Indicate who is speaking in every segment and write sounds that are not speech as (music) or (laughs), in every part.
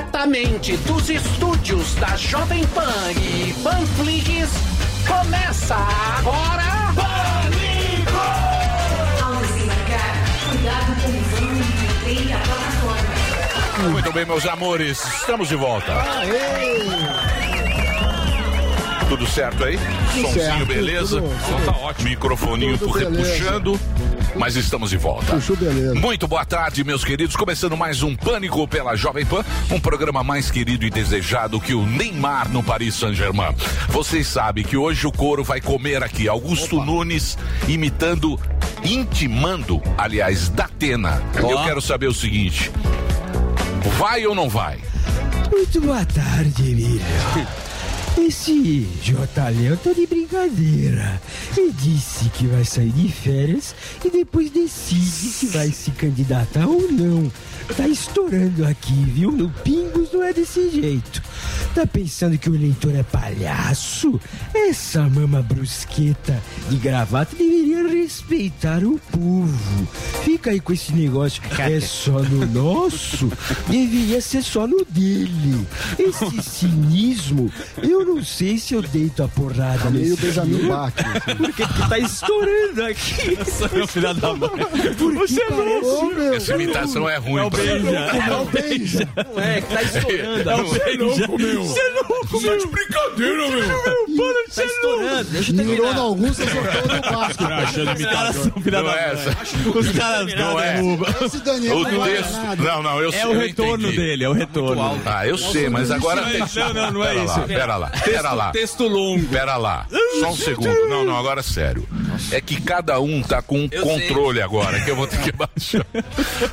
Speaker 1: diretamente dos estúdios da Jovem Pan e Panflix, começa agora... Pânico!
Speaker 2: Ao desembarcar, cuidado com o vão e trem da plataforma.
Speaker 3: Muito bem, meus amores, estamos de volta.
Speaker 4: Aê!
Speaker 3: Tudo certo aí?
Speaker 4: Tudo
Speaker 3: Somzinho,
Speaker 4: certo,
Speaker 3: beleza?
Speaker 4: tudo
Speaker 3: Som tá ótimo. Microfoninho
Speaker 4: Tudo
Speaker 3: pu-
Speaker 4: beleza.
Speaker 3: puxando, mas estamos de volta.
Speaker 4: Puxou beleza.
Speaker 3: Muito boa tarde, meus queridos. Começando mais um Pânico pela Jovem Pan, um programa mais querido e desejado que o Neymar no Paris Saint-Germain. Vocês sabem que hoje o couro vai comer aqui. Augusto Nunes imitando, intimando, aliás, Datena. Eu quero saber o seguinte: vai ou não vai?
Speaker 5: Muito boa tarde, Emílio. Esse Jotalhão tá de brincadeira. E disse que vai sair de férias e depois decide se vai se candidatar ou não. Tá estourando aqui, viu? No Pingos não é desse jeito. Tá pensando que o eleitor é palhaço? Essa mama brusqueta de gravata deveria respeitar o povo. Fica aí com esse negócio, é só no nosso, deveria ser só no dele. Esse cinismo, eu não sei se eu deito a porrada
Speaker 4: Tá Meio
Speaker 5: nesse
Speaker 4: Benjamin
Speaker 5: filme,
Speaker 4: Bach.
Speaker 5: (laughs)
Speaker 4: assim.
Speaker 5: Porque que tá estourando aqui.
Speaker 6: Meu filho da mãe.
Speaker 5: Você
Speaker 4: Ô, meu.
Speaker 3: Essa imitação é ruim pra mim.
Speaker 2: né?
Speaker 4: Não beija.
Speaker 5: é, que tá estourando.
Speaker 3: É
Speaker 5: É
Speaker 3: o
Speaker 6: louco,
Speaker 2: né?
Speaker 6: meu.
Speaker 5: Você é louco, meu.
Speaker 3: de brincadeira,
Speaker 2: é
Speaker 3: meu!
Speaker 5: Tá estourando. Deixa eu
Speaker 4: Mirou
Speaker 5: terminar.
Speaker 4: na Augusta, soltou no Vasco.
Speaker 6: Os caras são filha da
Speaker 3: Tá Não é
Speaker 6: mãe.
Speaker 3: essa.
Speaker 6: Os caras
Speaker 3: Não é.
Speaker 6: derrubam.
Speaker 4: Esse Daniel
Speaker 3: O
Speaker 4: não
Speaker 7: é
Speaker 4: vai
Speaker 3: texto.
Speaker 4: nada.
Speaker 3: Não, não, eu sei.
Speaker 6: É o
Speaker 3: eu
Speaker 6: retorno
Speaker 3: entendi.
Speaker 6: dele, é o retorno.
Speaker 3: Ah, eu sei, mas agora.
Speaker 6: Não, não, não é
Speaker 3: Pera
Speaker 6: isso.
Speaker 3: lá, pera lá, pera lá.
Speaker 6: Texto longo.
Speaker 3: Pera lá, só um segundo. Não, não, agora é sério. É que cada um tá com um controle agora, que eu vou ter que baixar.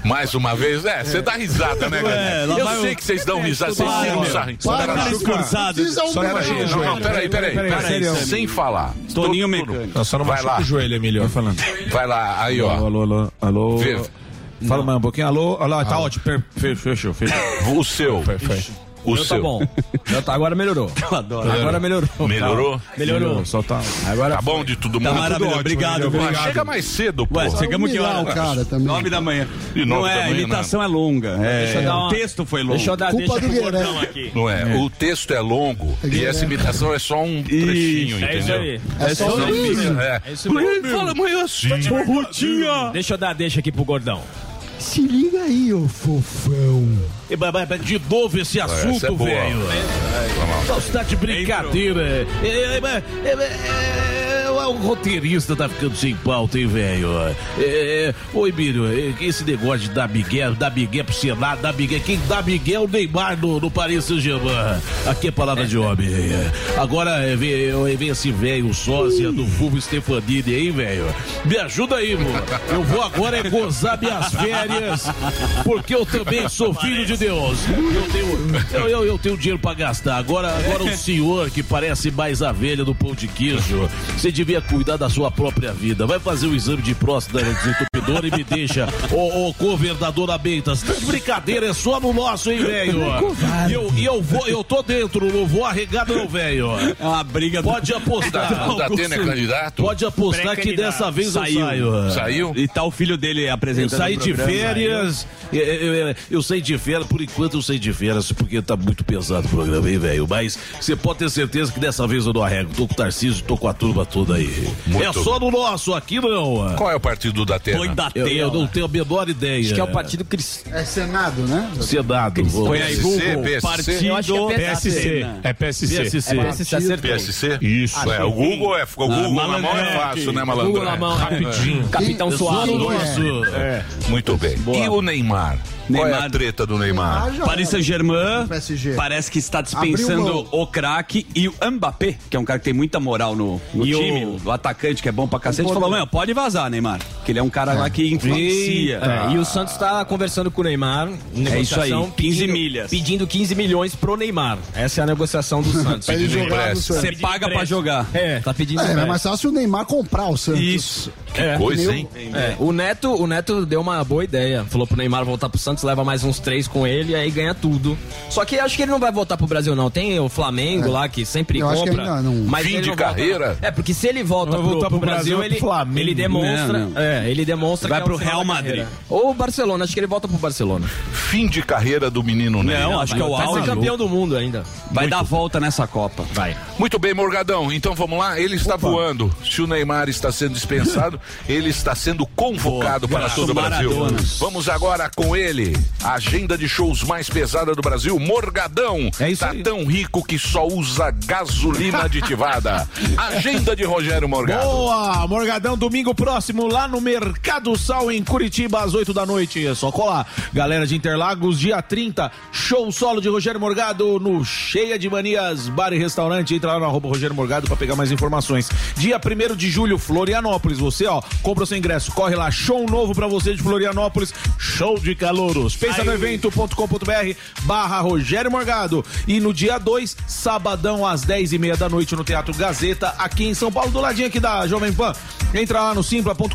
Speaker 3: Mais uma vez, é, você dá risada, né, galera?
Speaker 6: lá vai
Speaker 3: Eu
Speaker 6: o-
Speaker 3: sei que vocês dão risada, vocês
Speaker 6: Para,
Speaker 3: tiram
Speaker 6: meu.
Speaker 3: sarrinho.
Speaker 4: Para,
Speaker 3: Pera lá.
Speaker 6: Aquela
Speaker 4: Chuca.
Speaker 6: discursada.
Speaker 4: Precisa um
Speaker 6: Só
Speaker 4: pra
Speaker 6: pra
Speaker 4: gente.
Speaker 6: gente.
Speaker 3: Não, não, peraí, peraí, peraí.
Speaker 6: Sério,
Speaker 3: Sem falar.
Speaker 6: Toninho
Speaker 3: Tô-
Speaker 6: Mecânico.
Speaker 8: Não, só não
Speaker 3: Vai
Speaker 8: machuca
Speaker 3: lá.
Speaker 8: o joelho, Emílio. Vai falando.
Speaker 3: Vai lá, aí, ó.
Speaker 8: Alô, alô, alô.
Speaker 3: Vê.
Speaker 8: Fala mais um pouquinho. Alô, alô, tá ótimo. Per- fe- Fechou, fechou.
Speaker 3: (laughs) O seu.
Speaker 8: Perfeito.
Speaker 3: O
Speaker 5: Então tá
Speaker 3: seu. (laughs)
Speaker 5: bom. Já tá- agora melhorou.
Speaker 6: Eu adoro.
Speaker 5: Agora melhorou.
Speaker 3: Melhorou?
Speaker 5: Melhorou.
Speaker 8: Só tá.
Speaker 5: Agora
Speaker 3: Tá bom de todo
Speaker 6: Tá
Speaker 3: mundo?
Speaker 6: maravilhoso. Obrigado,
Speaker 3: Pô,
Speaker 6: obrigado.
Speaker 3: Chega mais cedo, pô.
Speaker 6: Ué, chegamos que
Speaker 4: humilhar
Speaker 6: hora?
Speaker 4: o cara também.
Speaker 6: Nove da manhã.
Speaker 3: E nove
Speaker 6: Não
Speaker 3: da
Speaker 6: é, a
Speaker 3: manhã,
Speaker 6: imitação é longa. É,
Speaker 5: eu dar
Speaker 6: O
Speaker 5: uma-
Speaker 6: texto foi longo.
Speaker 5: Deixa eu dar, deixa
Speaker 4: Culpa do
Speaker 5: eu botar
Speaker 4: Guerreiro.
Speaker 5: aqui.
Speaker 3: Não é? O texto é longo e essa imitação é só um trechinho,
Speaker 5: É isso
Speaker 3: entendeu?
Speaker 5: aí.
Speaker 4: É só
Speaker 3: Não
Speaker 4: isso.
Speaker 3: fica, é.
Speaker 5: É isso mesmo.
Speaker 3: Ele fala amanhã
Speaker 5: é
Speaker 3: assim.
Speaker 5: um
Speaker 6: Rotinha.
Speaker 5: Deixa eu dar, deixa aqui pro gordão.
Speaker 8: Se liga aí, ô fofão.
Speaker 6: De novo esse
Speaker 3: Essa é boa.
Speaker 6: Você tá de brincadeira. É, o roteirista tá ficando sem pauta, hein, velho? É, Oi, Mírio, esse negócio de dar Miguel, dar Miguel pro Senado, dar Miguel. Quem dá Miguel é o Neymar no, no Paris Saint-Germain. Aqui é palavra de homem. Agora é, vem, é, vem esse velho sósia do Fulvio Stefanini aí, velho. Me ajuda aí, mano. Eu vou agora é gozar minhas férias, porque eu também sou filho de Deus. Eu tenho, eu, eu, eu tenho dinheiro pra gastar. Agora, agora o senhor que parece mais avelha do pão de queijo, você devia cuidar da sua própria vida. Vai fazer o exame de próstata desentupidora e me deixa. Ô, ô, governador Abeitas, tá de brincadeira, é só no nosso, hein, velho? E eu, e eu vou, eu tô dentro, não vou arregar, não, velho.
Speaker 5: É uma briga
Speaker 6: Pode
Speaker 3: O Da- (laughs)
Speaker 6: apostar.
Speaker 3: O Datena é candidato?
Speaker 6: Pode apostar que dessa vez eu saio.
Speaker 3: Saiu?
Speaker 6: E tá o filho dele
Speaker 5: Eu
Speaker 6: apresentando.
Speaker 5: saí de férias.
Speaker 6: Eu, eu- eu- é, eu saí de férias, por enquanto eu saí de férias, porque tá muito pesado o programa, hein, velho? Mas você pode ter certeza que dessa vez eu não arrego. Tô com o Tarcísio, tô com a turma toda aí.
Speaker 3: Muito
Speaker 6: é só no nosso, aqui não.
Speaker 3: Qual é o partido do Datena?
Speaker 6: Põe da eu, eu não tenho a menor ideia.
Speaker 5: Acho que é o Partido Cristão.
Speaker 4: É Senado, né?
Speaker 6: Senado. vou-
Speaker 3: Põe aí,
Speaker 6: PSC,
Speaker 3: Google.
Speaker 6: Partido
Speaker 5: Eu acho que é
Speaker 8: PSC. É PSC.
Speaker 6: PSC.
Speaker 5: Parece acertou.
Speaker 3: PSC? Isso. é, o Google é, o Google na mão é
Speaker 6: malandro,
Speaker 3: fácil, né, malandro?
Speaker 5: Google na mão. né?
Speaker 8: Rapidinho.
Speaker 5: Capitão
Speaker 6: Eu sou
Speaker 5: Suave.
Speaker 6: do
Speaker 4: é.
Speaker 6: nosso.
Speaker 3: Muito bem. E o Neymar? Qual é a
Speaker 6: Neymar-
Speaker 3: treta do Neymar?
Speaker 4: Ah, já
Speaker 6: Paris Saint-Germain
Speaker 4: PSG.
Speaker 6: parece que está
Speaker 4: Abriu
Speaker 6: dispensando
Speaker 4: mão.
Speaker 6: o craque e o Mbappé, que é um cara que tem muita moral no, no
Speaker 5: E
Speaker 6: time,
Speaker 5: o-
Speaker 6: o... atacante que é bom pra cacete,
Speaker 4: Pode-
Speaker 6: falou, mano, pode vazar, Neymar, que ele é um cara lá que influencia.
Speaker 5: É, e o Santos tá conversando com o Neymar. negociação,
Speaker 6: isso aí, 15
Speaker 5: pedindo-
Speaker 6: milhas.
Speaker 5: Pedindo 15 milhões pro Neymar. Essa é a negociação do Santos.
Speaker 4: Pra ele
Speaker 3: Pedido
Speaker 4: jogar no
Speaker 3: empréstimo.
Speaker 4: Santos.
Speaker 6: Você paga pra jogar.
Speaker 5: É, tá pedindo
Speaker 4: É, mas é
Speaker 5: empréstimo.
Speaker 4: mais fácil o Neymar comprar o Santos.
Speaker 6: Isso.
Speaker 3: Coisa, hein?
Speaker 5: É, o Neto, o Neto deu uma boa ideia. Falou pro Neymar voltar pro Santos, leva mais uns três com ele, aí ganha tudo. Só que acho que ele não vai voltar pro Brasil, não. Tem o Flamengo lá que sempre
Speaker 4: É. Eu acho
Speaker 5: compra.
Speaker 4: que ele não- não-
Speaker 5: Mas
Speaker 3: Fim
Speaker 5: ele
Speaker 3: de
Speaker 5: não volta,
Speaker 3: carreira?
Speaker 5: não. É, porque se ele volta
Speaker 8: Não vai
Speaker 5: pro,
Speaker 8: voltar
Speaker 5: pro
Speaker 8: pro
Speaker 5: Brasil,
Speaker 8: Brasil,
Speaker 5: ele,
Speaker 8: pro Flamengo.
Speaker 5: ele demonstra.
Speaker 3: né,
Speaker 6: Não, não.
Speaker 5: É,
Speaker 9: É, ele demonstra
Speaker 10: Vai
Speaker 9: que é
Speaker 10: pro
Speaker 9: o final
Speaker 10: Real
Speaker 9: da
Speaker 10: Madrid.
Speaker 9: carreira. Ou Barcelona, acho que ele volta pro Barcelona.
Speaker 3: Fim de carreira do menino Ney.
Speaker 10: Não, acho que é o
Speaker 9: Vai
Speaker 10: auge.
Speaker 9: ser campeão do mundo ainda.
Speaker 10: Vai dar volta nessa Copa. Vai.
Speaker 3: Muito bem, Morgadão. Então vamos lá. Ele está voando. Se o Neymar está sendo
Speaker 8: (laughs)
Speaker 3: dispensado, ele está sendo convocado para
Speaker 10: graças
Speaker 3: todo o Brasil.
Speaker 10: Maradona.
Speaker 3: Vamos agora com ele. A agenda de shows mais pesada do Brasil, Morgadão.
Speaker 8: É isso
Speaker 3: tá
Speaker 8: aí.
Speaker 3: tão rico que só usa gasolina
Speaker 8: (laughs)
Speaker 3: aditivada. Agenda de Rogério Morgado.
Speaker 8: Boa! Morgadão, domingo próximo, lá no Mercado Sal, em Curitiba, às 8 da noite. É só colar. Galera de Interlagos, dia 30, show solo de Rogério Morgado no Cheia de Manias Bar e Restaurante. Entra lá no arroba Rogério Morgado pra pegar mais informações. Dia 1 de julho, Florianópolis. Você, ó, compra o seu ingresso, corre lá. Show novo pra você de Florianópolis. Show de calouros. Pensa no evento.com.br barra Rogério Morgado. E no dia 2, sabadão, às 10 e meia da noite, no Teatro Gazeta, aqui em São Paulo, do ladinho aqui da Jovem Pan. Entra lá no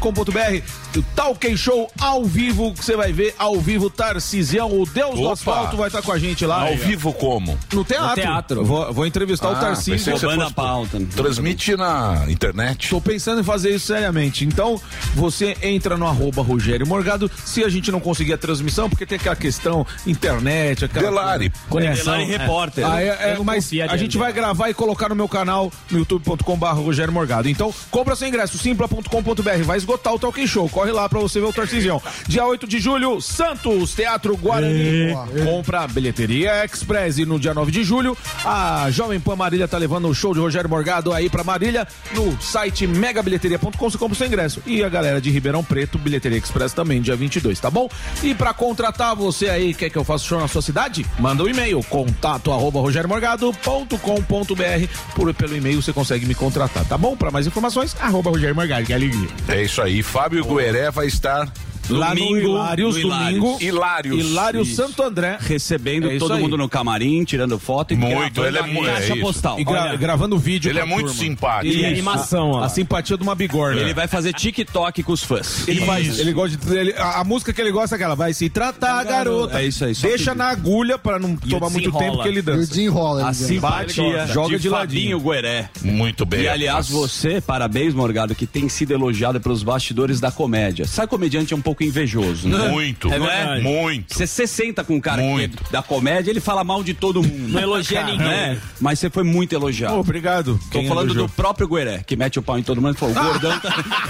Speaker 8: simpla.com.br, o Talking Show ao vivo, que você vai ver ao vivo Tarcisião, o Deus do
Speaker 3: Opa!
Speaker 8: Asfalto vai estar com a gente lá.
Speaker 3: Ao vivo como?
Speaker 8: No teatro.
Speaker 9: No teatro.
Speaker 8: Vou, vou entrevistar o
Speaker 3: Ah,
Speaker 8: Tarcísio.
Speaker 3: pensei que você
Speaker 10: Roubando a
Speaker 3: fosse-
Speaker 10: pauta.
Speaker 3: Transmite na internet.
Speaker 8: Tô pensando em fazer isso seriamente. Então, você entra no arroba Rogério Morgado. Se a gente não conseguir a transmissão, porque tem aquela questão internet, aquela.
Speaker 3: Delari.
Speaker 9: Conexão.
Speaker 10: Delari Repórter.
Speaker 8: Ah, é, é,
Speaker 9: Eu não
Speaker 8: mas
Speaker 9: confio
Speaker 8: a
Speaker 9: nele.
Speaker 8: gente vai gravar e colocar no meu canal no youtube.com.br Rogério Morgado. Então, compra seu ingresso, simpla.com.br. Vai esgotar o Talking Show. Corre lá pra você ver o Tarcisião. Dia 8 de julho, Santos, Teatro Guarani. Compra a bilheteria Express. E no dia 9 de julho, a Jovem Pan Marília tá levando o show de Rogério Morgado aí pra Marília no site megabilheteria.com. Você compra o seu ingresso. E a galera de Ribeirão Preto, Bilheteria Express também, dia 22, tá bom? E pra contratar você aí, quer que eu faça show na sua cidade? Manda um e-mail, contato arroba rogeriomorgado.com.br. Por, pelo e-mail você consegue me contratar, tá bom? Pra mais informações, arroba Rogério Morgado, que alegria.
Speaker 3: É isso aí. Fábio Gueré vai estar.
Speaker 8: Lá no
Speaker 10: Domingo,
Speaker 8: Hilários,
Speaker 10: no Hilários.
Speaker 8: domingo.
Speaker 3: Hilários.
Speaker 8: Hilário
Speaker 10: Isso.
Speaker 8: Santo André.
Speaker 10: Recebendo
Speaker 8: É isso
Speaker 10: todo
Speaker 8: aí.
Speaker 10: mundo no camarim, tirando foto e
Speaker 3: Muito,
Speaker 10: gravando
Speaker 3: ele é
Speaker 10: a
Speaker 3: muito- é
Speaker 10: Caixa
Speaker 3: isso.
Speaker 10: postal.
Speaker 8: E gra-
Speaker 10: Olha,
Speaker 8: gravando vídeo.
Speaker 3: Ele
Speaker 8: pra
Speaker 3: é muito
Speaker 8: turma.
Speaker 3: simpático.
Speaker 8: Isso.
Speaker 9: E a animação, ó.
Speaker 8: A simpatia de uma bigorna.
Speaker 10: ele vai fazer TikTok com os fãs.
Speaker 8: Ele faz, ele gosta de, ele- a, a música que ele gosta é aquela, vai se tratar, garota.
Speaker 10: É isso aí, só
Speaker 8: Deixa
Speaker 10: pedir.
Speaker 8: na agulha pra não tomar muito
Speaker 9: desenrola.
Speaker 8: tempo que ele
Speaker 4: Eu
Speaker 8: dança.
Speaker 4: desenrola.
Speaker 10: A
Speaker 4: ele,
Speaker 10: simpatia
Speaker 8: Joga
Speaker 10: Assim de,
Speaker 8: de
Speaker 10: Fabinho
Speaker 8: ladinho.
Speaker 10: Gueré.
Speaker 3: Muito bem.
Speaker 10: E aliás,
Speaker 3: Mas-
Speaker 10: você, parabéns, Morgado, que tem sido elogiado pelos bastidores da comédia. Sabe, comediante é um pouco invejoso, né?
Speaker 3: Muito.
Speaker 10: É verdade.
Speaker 3: Muito.
Speaker 10: Você se senta com um cara que
Speaker 3: Muito.
Speaker 10: é da comédia, ele fala mal de todo mundo.
Speaker 9: Não elogia ninguém.
Speaker 10: né? Mas você foi muito elogiado.
Speaker 8: Obrigado.
Speaker 10: Tô
Speaker 8: Quem
Speaker 10: falando
Speaker 8: elogiou?
Speaker 10: do próprio Gueré, que mete o pau em todo mundo e falou: o gordão tá, (laughs)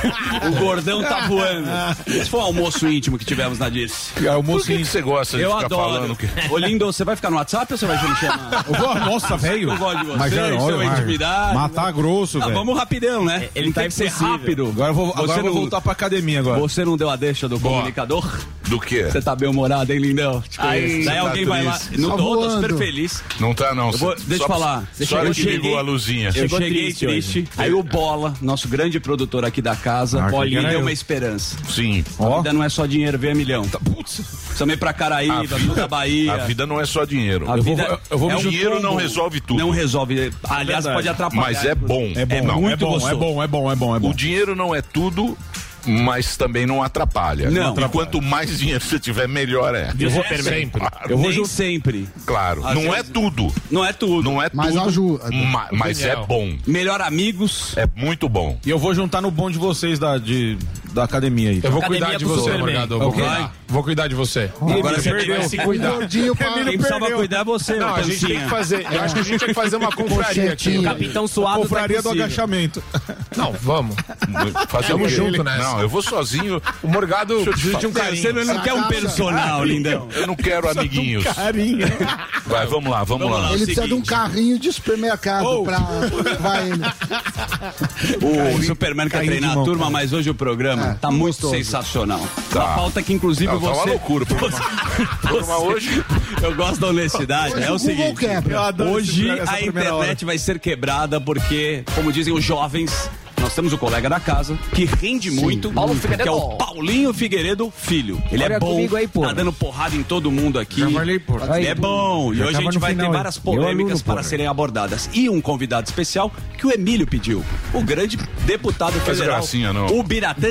Speaker 10: o gordão
Speaker 8: (laughs)
Speaker 10: tá voando. Esse foi o almoço íntimo que tivemos na Dirce.
Speaker 8: É, o
Speaker 3: Por que, que
Speaker 8: mocinho.
Speaker 3: você gosta de
Speaker 10: Eu
Speaker 3: ficar
Speaker 10: adoro.
Speaker 3: falando que.
Speaker 10: Ô, Lindo, você vai ficar no WhatsApp ou você vai me chamar?
Speaker 8: Eu vou- Nossa, velho.
Speaker 10: Eu gosto de você,
Speaker 8: Mas já
Speaker 10: isso é uma
Speaker 8: Marcos.
Speaker 10: intimidade.
Speaker 8: Matar grosso,
Speaker 10: Ah,
Speaker 8: velho.
Speaker 10: vamos rapidão, né?
Speaker 9: ele tá
Speaker 10: tem que ser
Speaker 9: impossível.
Speaker 10: rápido.
Speaker 8: Agora eu vou, agora
Speaker 10: você
Speaker 8: eu vou
Speaker 10: não-
Speaker 8: voltar pra academia agora.
Speaker 10: Você não deu a deixa do comunicador?
Speaker 3: Do que?
Speaker 10: Você tá bem-humorado, hein, lindão? Te conheço. Daí
Speaker 3: tá
Speaker 10: alguém vai lá.
Speaker 3: triste.
Speaker 10: No
Speaker 4: Tá
Speaker 10: todo,
Speaker 4: voando.
Speaker 10: super feliz.
Speaker 3: Não tá, não.
Speaker 10: vou-
Speaker 3: Só-
Speaker 10: deixa eu
Speaker 3: só-
Speaker 10: falar.
Speaker 3: Só hora
Speaker 10: Eu
Speaker 3: que
Speaker 10: cheguei-
Speaker 3: ligou a luzinha.
Speaker 10: Eu
Speaker 9: Chegou
Speaker 10: cheguei
Speaker 9: triste
Speaker 10: triste.
Speaker 9: hoje.
Speaker 10: Aí o Bola, nosso grande produtor aqui da casa,
Speaker 8: Ah, que
Speaker 10: me
Speaker 8: era
Speaker 10: deu
Speaker 8: eu.
Speaker 10: uma esperança.
Speaker 3: Sim. Tá,
Speaker 8: Ó.
Speaker 10: A vida não é só dinheiro, vem a milhão.
Speaker 8: Putz.
Speaker 10: Também pra
Speaker 3: A
Speaker 10: Caraíba,
Speaker 3: vida-
Speaker 10: toda a Bahia.
Speaker 3: A vida não é só dinheiro.
Speaker 10: A
Speaker 8: Eu vou-
Speaker 10: vida
Speaker 8: eu vou
Speaker 10: é
Speaker 8: me
Speaker 10: um
Speaker 8: juntar
Speaker 3: dinheiro
Speaker 10: combo.
Speaker 3: não resolve tudo.
Speaker 10: Não resolve. Aliás,
Speaker 8: Verdade.
Speaker 10: pode atrapalhar.
Speaker 3: Mas é bom.
Speaker 8: É bom,
Speaker 3: não,
Speaker 8: é, bom é
Speaker 10: gostoso.
Speaker 8: bom, é bom, é bom, é
Speaker 3: O
Speaker 8: bom.
Speaker 3: dinheiro não é tudo, mas também não atrapalha.
Speaker 10: Não.
Speaker 3: E quanto mais dinheiro você tiver, melhor é.
Speaker 9: Diz o
Speaker 3: É,
Speaker 9: Superman.
Speaker 3: sempre. Claro.
Speaker 10: Eu vou Nem sempre.
Speaker 3: Claro.
Speaker 10: Às
Speaker 3: não
Speaker 10: vezes-
Speaker 3: é tudo.
Speaker 10: Não é tudo.
Speaker 3: Não é
Speaker 4: Mas
Speaker 3: tudo.
Speaker 4: ajuda.
Speaker 3: ma- mas é bom.
Speaker 10: Melhor amigos.
Speaker 3: É muito bom.
Speaker 8: E eu vou juntar no bom de vocês da, de, da academia aí. Eu vou
Speaker 9: Academia do Superman.
Speaker 8: vou cuidar.
Speaker 11: Vou cuidar de você.
Speaker 8: Agora você perdeu.
Speaker 11: Se
Speaker 4: Um
Speaker 11: cuidar.
Speaker 4: gordinho pra...
Speaker 10: Quem precisava cuidar é você,
Speaker 11: Não, a gente tem que fazer. Eu acho que a gente tem que fazer uma confraria aqui.
Speaker 4: Pochetinho.
Speaker 9: Capitão suado tá
Speaker 8: Confraria do
Speaker 9: impossível.
Speaker 8: agachamento.
Speaker 11: Não, vamos.
Speaker 3: Fazer
Speaker 11: Tamo
Speaker 3: o quê?
Speaker 11: junto nessa.
Speaker 3: Não, eu vou sozinho.
Speaker 11: O Morgado precisa de um
Speaker 10: Você
Speaker 11: carinho.
Speaker 10: não, não quer um personal, lindão.
Speaker 3: Eu não quero amiguinhos.
Speaker 8: Carinho.
Speaker 3: Vai, (laughs) vamos lá, vamos,
Speaker 10: um
Speaker 3: lá.
Speaker 10: Vamos lá.
Speaker 4: Um Ele precisa de um
Speaker 10: seguinte.
Speaker 4: carrinho de supermercado pra né? levar ele.
Speaker 10: O Superman quer
Speaker 8: caiu de
Speaker 10: treinar a
Speaker 8: mão,
Speaker 10: turma, mas hoje o programa
Speaker 4: É,
Speaker 10: tá muito
Speaker 4: gostoso.
Speaker 10: sensacional.
Speaker 3: Tá.
Speaker 10: Uma pauta é que, inclusive,
Speaker 3: Não, tá uma
Speaker 10: você.
Speaker 3: loucura o programa.
Speaker 10: (laughs) Você-
Speaker 3: Programa hoje.
Speaker 10: (laughs) Eu gosto da honestidade.
Speaker 4: Hoje
Speaker 10: é
Speaker 4: o Google
Speaker 10: o seguinte.
Speaker 4: quebra.
Speaker 8: Eu adoro esse
Speaker 10: Hoje
Speaker 8: programa, essa
Speaker 10: a
Speaker 8: primeira
Speaker 10: internet vai ser quebrada porque, como dizem os jovens, nós temos o colega da casa que rende muito,
Speaker 9: Paulo
Speaker 10: que é
Speaker 9: Figueiredo.
Speaker 10: o Paulinho Figueiredo Filho. Ele é
Speaker 5: Olha
Speaker 10: bom,
Speaker 5: comigo aí, porra.
Speaker 10: tá dando porrada em todo mundo aqui.
Speaker 8: por.
Speaker 10: Ele é bom. E
Speaker 5: Já
Speaker 10: hoje a
Speaker 5: tava
Speaker 10: gente
Speaker 5: no
Speaker 10: vai
Speaker 5: final,
Speaker 10: ter
Speaker 5: hein?
Speaker 10: várias
Speaker 5: Meu aluno,
Speaker 10: polêmicas para
Speaker 5: porra.
Speaker 10: serem abordadas. E um convidado especial que o Emílio pediu. O grande deputado federal.
Speaker 3: gracinha, não.
Speaker 10: O Biratã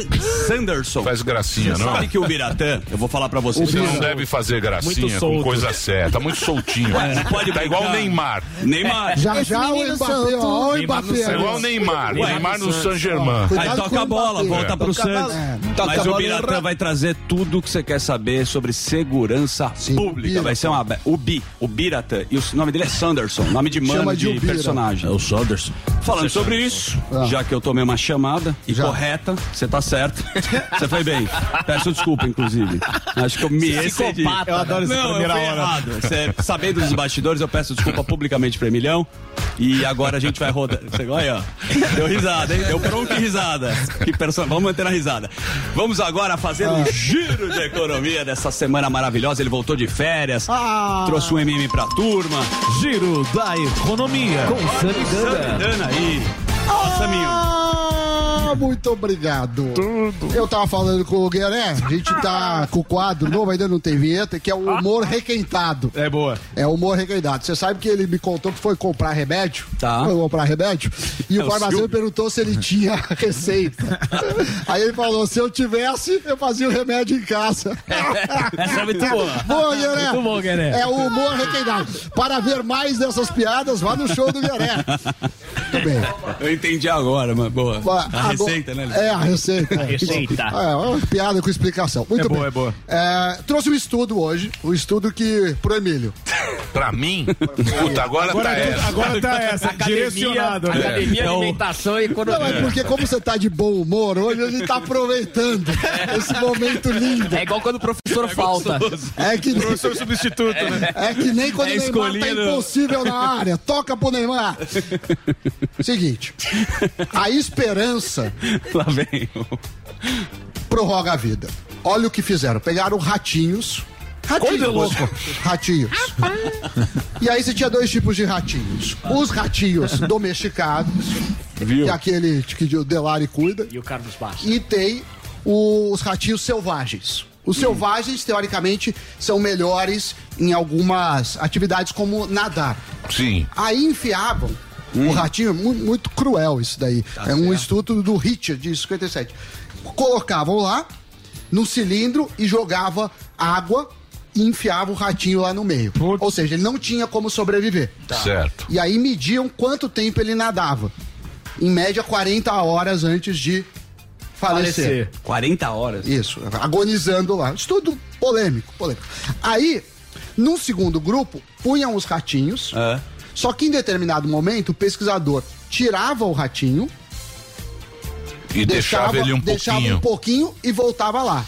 Speaker 10: Sanderson.
Speaker 3: Faz gracinha, não?
Speaker 10: Sabe que o Biratã, eu vou falar pra vocês. é um
Speaker 3: Você não
Speaker 10: não-
Speaker 3: deve fazer gracinha com
Speaker 9: solto.
Speaker 3: coisa séria. Tá muito soltinho.
Speaker 10: Não pode
Speaker 3: tá igual o
Speaker 10: brincar.
Speaker 3: Neymar.
Speaker 10: Neymar.
Speaker 4: É, Já já o Mbappé, ó,
Speaker 9: Neymar
Speaker 4: o
Speaker 9: no
Speaker 4: Mbappé.
Speaker 3: Tá igual o Neymar.
Speaker 9: Ué,
Speaker 3: Neymar no
Speaker 9: Santos.
Speaker 3: Saint-Germain.
Speaker 10: Aí toca a bola, volta pro Santos.
Speaker 3: é.
Speaker 6: Toca a
Speaker 10: Mas o
Speaker 6: bola
Speaker 10: Biratã vai trazer tudo que você quer saber sobre segurança pública. Vai ser uma. be- O Bi, o Biratã. E o s- nome dele é Sanderson, nome de mano
Speaker 4: Chama de
Speaker 10: de, Ah.
Speaker 4: o Bira.
Speaker 10: personagem. É o Sanderson. Falando sobre isso,
Speaker 8: Ah.
Speaker 10: já que eu tomei uma chamada e correta, você
Speaker 8: (laughs)
Speaker 10: tá certo. Você foi bem. Peço desculpa, inclusive. Acho que eu me excedi.
Speaker 6: Psicopata. Eu adoro essa
Speaker 10: Não,
Speaker 6: primeira
Speaker 10: eu fui
Speaker 6: hora.
Speaker 10: errado. Você- sabendo dos bastidores, eu peço desculpa publicamente pra Emilhão. E agora a gente vai rodar. Você- Olha, ó. Deu risada, hein? Deu pronto e risada. Que perso... Vamos manter a risada. Vamos agora fazer
Speaker 8: Ah.
Speaker 10: um giro de economia dessa semana maravilhosa. Ele voltou de férias, trouxe um MM pra turma.
Speaker 8: Ah. Giro da economia.
Speaker 10: Com
Speaker 4: É.
Speaker 10: Samidana aí. Nossa, minha.
Speaker 4: Ah, muito obrigado. Eu tava falando com o Guilherme, né? a gente
Speaker 10: Ah.
Speaker 4: tá com o quadro novo, ainda não tem vinheta, que é o humor requentado.
Speaker 8: É boa.
Speaker 4: É o humor requentado. Você sabe que ele me contou que foi comprar remédio?
Speaker 10: Tá.
Speaker 4: Foi comprar remédio? E
Speaker 10: É
Speaker 4: o
Speaker 10: o
Speaker 4: farmacêutico
Speaker 10: Silvio.
Speaker 4: perguntou se ele tinha (laughs) receita. Aí ele falou: se eu tivesse, eu fazia o remédio em casa.
Speaker 10: (laughs) Essa é muito boa.
Speaker 4: Boa, Guilherme.
Speaker 5: Muito bom, Guilherme.
Speaker 4: É o humor requeitado. Para ver mais dessas piadas, vá no show do Guilherme. Muito bem.
Speaker 10: Eu entendi agora, mas boa.
Speaker 4: Ba-
Speaker 10: A
Speaker 4: agora-
Speaker 10: receita, né?
Speaker 4: É, a receita. A
Speaker 9: receita.
Speaker 4: É, uma piada com explicação. Muito
Speaker 8: É
Speaker 4: bem.
Speaker 8: boa, é boa.
Speaker 4: É, trouxe um estudo hoje, um estudo que, pro Emílio.
Speaker 3: Pra mim, puta, agora, tá
Speaker 8: é
Speaker 3: essa.
Speaker 8: Agora tá essa, direcionado. né?
Speaker 9: Academia, alimentação e economia.
Speaker 4: Não, é porque como você tá de bom humor hoje, a gente tá aproveitando esse momento lindo.
Speaker 9: É igual quando o professor falta.
Speaker 4: É que nem,
Speaker 11: Professor substituto, né?
Speaker 4: é que nem quando
Speaker 10: É
Speaker 4: o Neymar tá
Speaker 10: escolhido.
Speaker 4: impossível na área. Toca pro Neymar. Seguinte, a esperança
Speaker 10: Lá vem. o-
Speaker 4: prorroga a vida. Olha o que fizeram. Pegaram ratinhos. Ratinhos. Ratinhos. E aí você tinha dois tipos de ratinhos. Os ratinhos domesticados, que é aquele que o Delari cuida.
Speaker 9: E o Carlos Bastos.
Speaker 4: E tem os ratinhos selvagens. Os selvagens, teoricamente, são melhores em algumas atividades como nadar.
Speaker 3: Sim.
Speaker 4: Aí enfiavam o ratinho, é mu- muito cruel isso daí. é um estudo do Richard, de 57. Colocavam lá no cilindro e jogava água e enfiava o ratinho lá no meio. Ou seja, ele não tinha como sobreviver.
Speaker 3: Certo.
Speaker 4: E aí mediam quanto tempo ele nadava. Em média, 40 horas antes de falecer.
Speaker 10: 40 horas.
Speaker 4: Isso, agonizando lá. Estudo polêmico, polêmico. Aí, num segundo grupo, punham os ratinhos.
Speaker 10: É.
Speaker 4: Só que em determinado momento, o pesquisador tirava o ratinho,
Speaker 3: E deixava, ele um
Speaker 4: deixava
Speaker 3: pouquinho.
Speaker 4: um pouquinho e voltava lá.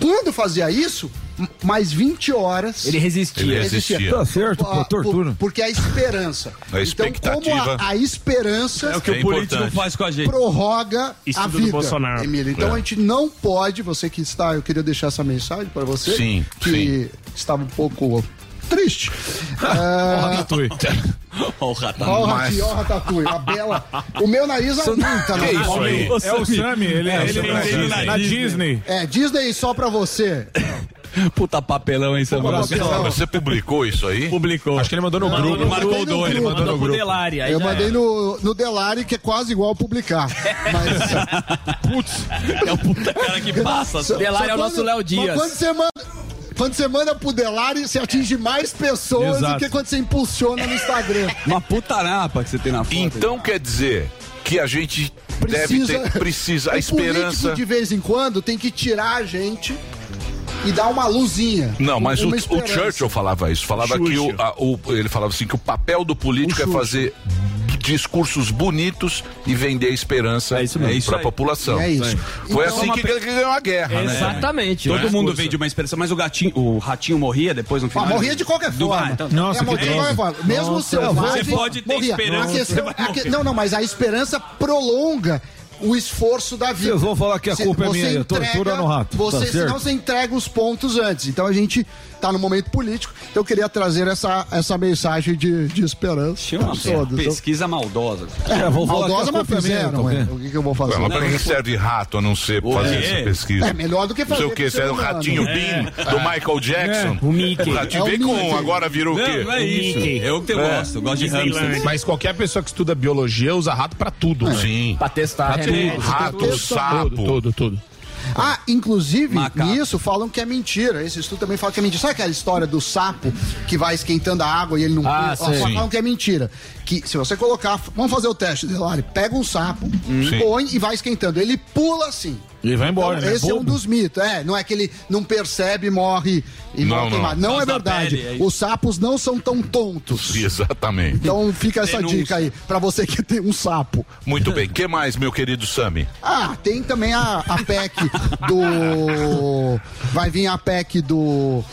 Speaker 4: Quando fazia isso, m- mais 20 horas.
Speaker 9: Ele resistia.
Speaker 3: Ele
Speaker 4: existia.
Speaker 3: existia.
Speaker 5: Tá certo, pô,
Speaker 4: Ah,
Speaker 5: tortura.
Speaker 4: por- porque a esperança.
Speaker 3: (laughs) A expectativa.
Speaker 4: Então, como a, a esperança
Speaker 10: É o que
Speaker 3: É
Speaker 10: o político
Speaker 3: importante.
Speaker 10: faz com a gente.
Speaker 4: prorroga a
Speaker 11: Estudo do
Speaker 4: vida.
Speaker 11: Bolsonaro.
Speaker 4: Emílio. Então
Speaker 3: É.
Speaker 4: a gente não pode, você que está, eu queria deixar essa mensagem para você,
Speaker 3: Sim,
Speaker 4: que
Speaker 3: sim.
Speaker 4: estava um pouco
Speaker 3: (laughs)
Speaker 4: triste. Ah,
Speaker 3: tá
Speaker 12: (laughs)
Speaker 10: Ó, o ratão.
Speaker 12: tá
Speaker 4: Ó, o
Speaker 3: Mas-
Speaker 4: ratinho, ó, o ratatouille, tá a bela. O meu nariz aumenta, né?
Speaker 3: isso aí?
Speaker 10: Ô,
Speaker 8: É o
Speaker 10: Samir.
Speaker 8: Sammy, ele é,
Speaker 10: É,
Speaker 8: ele
Speaker 10: o
Speaker 8: na,
Speaker 10: Sammy.
Speaker 8: Disney. na Disney.
Speaker 4: É, Disney só pra você.
Speaker 10: Puta papelão, hein, Samuel?
Speaker 4: Puta papelão.
Speaker 3: Não, Você publicou isso aí?
Speaker 10: Publicou.
Speaker 8: Acho que ele mandou no grupo.
Speaker 10: Ele marcou o
Speaker 4: Mandei no
Speaker 10: dois, ele
Speaker 4: grupo.
Speaker 10: mandou no grupo.
Speaker 9: Delari, aí
Speaker 4: eu
Speaker 9: já
Speaker 4: mandei
Speaker 9: era.
Speaker 4: no, no Delari, que é quase
Speaker 9: (laughs)
Speaker 4: igual publicar. Mas.
Speaker 10: É o puta cara que passa.
Speaker 4: só-
Speaker 9: Delari
Speaker 4: só
Speaker 9: é o nosso
Speaker 4: quando-
Speaker 9: Léo
Speaker 4: mas
Speaker 9: Dias.
Speaker 4: Quando você manda. Quando você manda pro Delari, você atinge mais pessoas
Speaker 8: Exato.
Speaker 4: do que quando você impulsiona no Instagram.
Speaker 10: Uma putarapa que você tem na foto.
Speaker 3: Então quer dizer que a gente deve ter. Precisa. A
Speaker 4: O
Speaker 3: esperança.
Speaker 4: é político, de vez em quando tem que tirar a gente e dar uma luzinha.
Speaker 3: Não, mas o,
Speaker 4: Uma
Speaker 3: o
Speaker 4: esperança.
Speaker 3: Churchill falava isso. Falava que o, a- o- ele falava assim que o papel do político
Speaker 4: O
Speaker 3: é
Speaker 4: Churchill.
Speaker 3: fazer discursos bonitos e vender esperança
Speaker 10: É isso mesmo. É isso
Speaker 3: para a
Speaker 10: aí.
Speaker 3: população.
Speaker 4: É isso.
Speaker 3: Foi
Speaker 4: Então,
Speaker 3: assim que ele ganhou a guerra, né?
Speaker 9: Exatamente.
Speaker 10: Todo
Speaker 9: né?
Speaker 10: mundo vende uma esperança, mas o gatinho, o ratinho morria depois no
Speaker 4: Ah,
Speaker 10: final.
Speaker 4: morria de qualquer
Speaker 10: Do-
Speaker 4: forma.
Speaker 10: Ah, então-
Speaker 8: Nossa,
Speaker 4: é,
Speaker 8: que
Speaker 4: morria de
Speaker 8: droga. é
Speaker 4: qualquer forma. Mesmo o selvagem.
Speaker 10: você pode ter
Speaker 4: morria.
Speaker 10: esperança,
Speaker 4: A questão-
Speaker 10: você vai
Speaker 4: a que-
Speaker 10: morrer.
Speaker 4: não, não, mas a esperança prolonga o esforço da vida.
Speaker 8: Vocês vão falar que a
Speaker 4: Você-
Speaker 8: culpa é
Speaker 4: você
Speaker 8: minha, eu
Speaker 4: entrega-
Speaker 8: tortura no rato, tá
Speaker 4: Você,
Speaker 8: certo?
Speaker 4: senão você entrega os pontos antes. Então a gente tá no momento político. Então eu queria trazer essa, essa mensagem de, de esperança.
Speaker 10: Tinha uma
Speaker 4: pra todos.
Speaker 10: pesquisa maldosa.
Speaker 8: É, vou falar que
Speaker 4: Maldosa, mas
Speaker 8: a culpa é minha,
Speaker 4: fizeram,
Speaker 8: tá
Speaker 4: ué.
Speaker 8: vendo?
Speaker 4: O que, que eu vou fazer?
Speaker 3: Mas pra que serve é rato a não ser fazer
Speaker 10: é.
Speaker 3: essa pesquisa?
Speaker 4: É melhor do que
Speaker 3: Não
Speaker 4: fazer.
Speaker 3: sei o que,
Speaker 4: com
Speaker 3: se
Speaker 4: ser
Speaker 3: era um
Speaker 4: humano.
Speaker 3: ratinho Bean do
Speaker 10: É.
Speaker 3: Michael Jackson.
Speaker 9: O Mickey.
Speaker 3: O ratinho
Speaker 4: É o
Speaker 3: veio com,
Speaker 4: Mickey.
Speaker 3: agora virou o quê?
Speaker 10: Não, não é isso.
Speaker 9: Mickey.
Speaker 10: Eu que gosto, eu gosto de hamster.
Speaker 11: Mas qualquer pessoa que estuda biologia usa Tá. rato pra tudo.
Speaker 3: Sim.
Speaker 4: Tá
Speaker 9: Pra
Speaker 4: É.
Speaker 9: testar remédio.
Speaker 3: Rato,
Speaker 11: Tudo,
Speaker 3: sapo.
Speaker 11: tudo, tudo.
Speaker 4: Ah, inclusive,
Speaker 10: Macaco.
Speaker 4: nisso falam que é mentira. Esse estudo também fala que é mentira. Sabe aquela história do sapo que vai esquentando a água e ele não.
Speaker 9: Ah,
Speaker 4: Ó,
Speaker 9: sim.
Speaker 4: falam que é mentira. Que se você colocar. Vamos fazer o teste, Delari. Pega um sapo, põe e vai esquentando. Ele pula assim.
Speaker 8: E vai embora,
Speaker 4: Então,
Speaker 8: né?
Speaker 4: Esse é um
Speaker 8: Bobo.
Speaker 4: dos mitos. É, não é que ele não percebe, morre e
Speaker 3: Não,
Speaker 4: morre
Speaker 3: não.
Speaker 4: queimado. Não é
Speaker 10: Faz da
Speaker 4: verdade.
Speaker 10: pele, é isso.
Speaker 4: Os sapos não são tão tontos.
Speaker 3: Exatamente.
Speaker 4: Então fica essa
Speaker 10: Denúncia.
Speaker 4: dica aí, pra você que tem um sapo.
Speaker 3: Muito bem. que mais, meu querido Sami?
Speaker 4: Ah, tem também a, a PEC do. Vai vir a PEC do.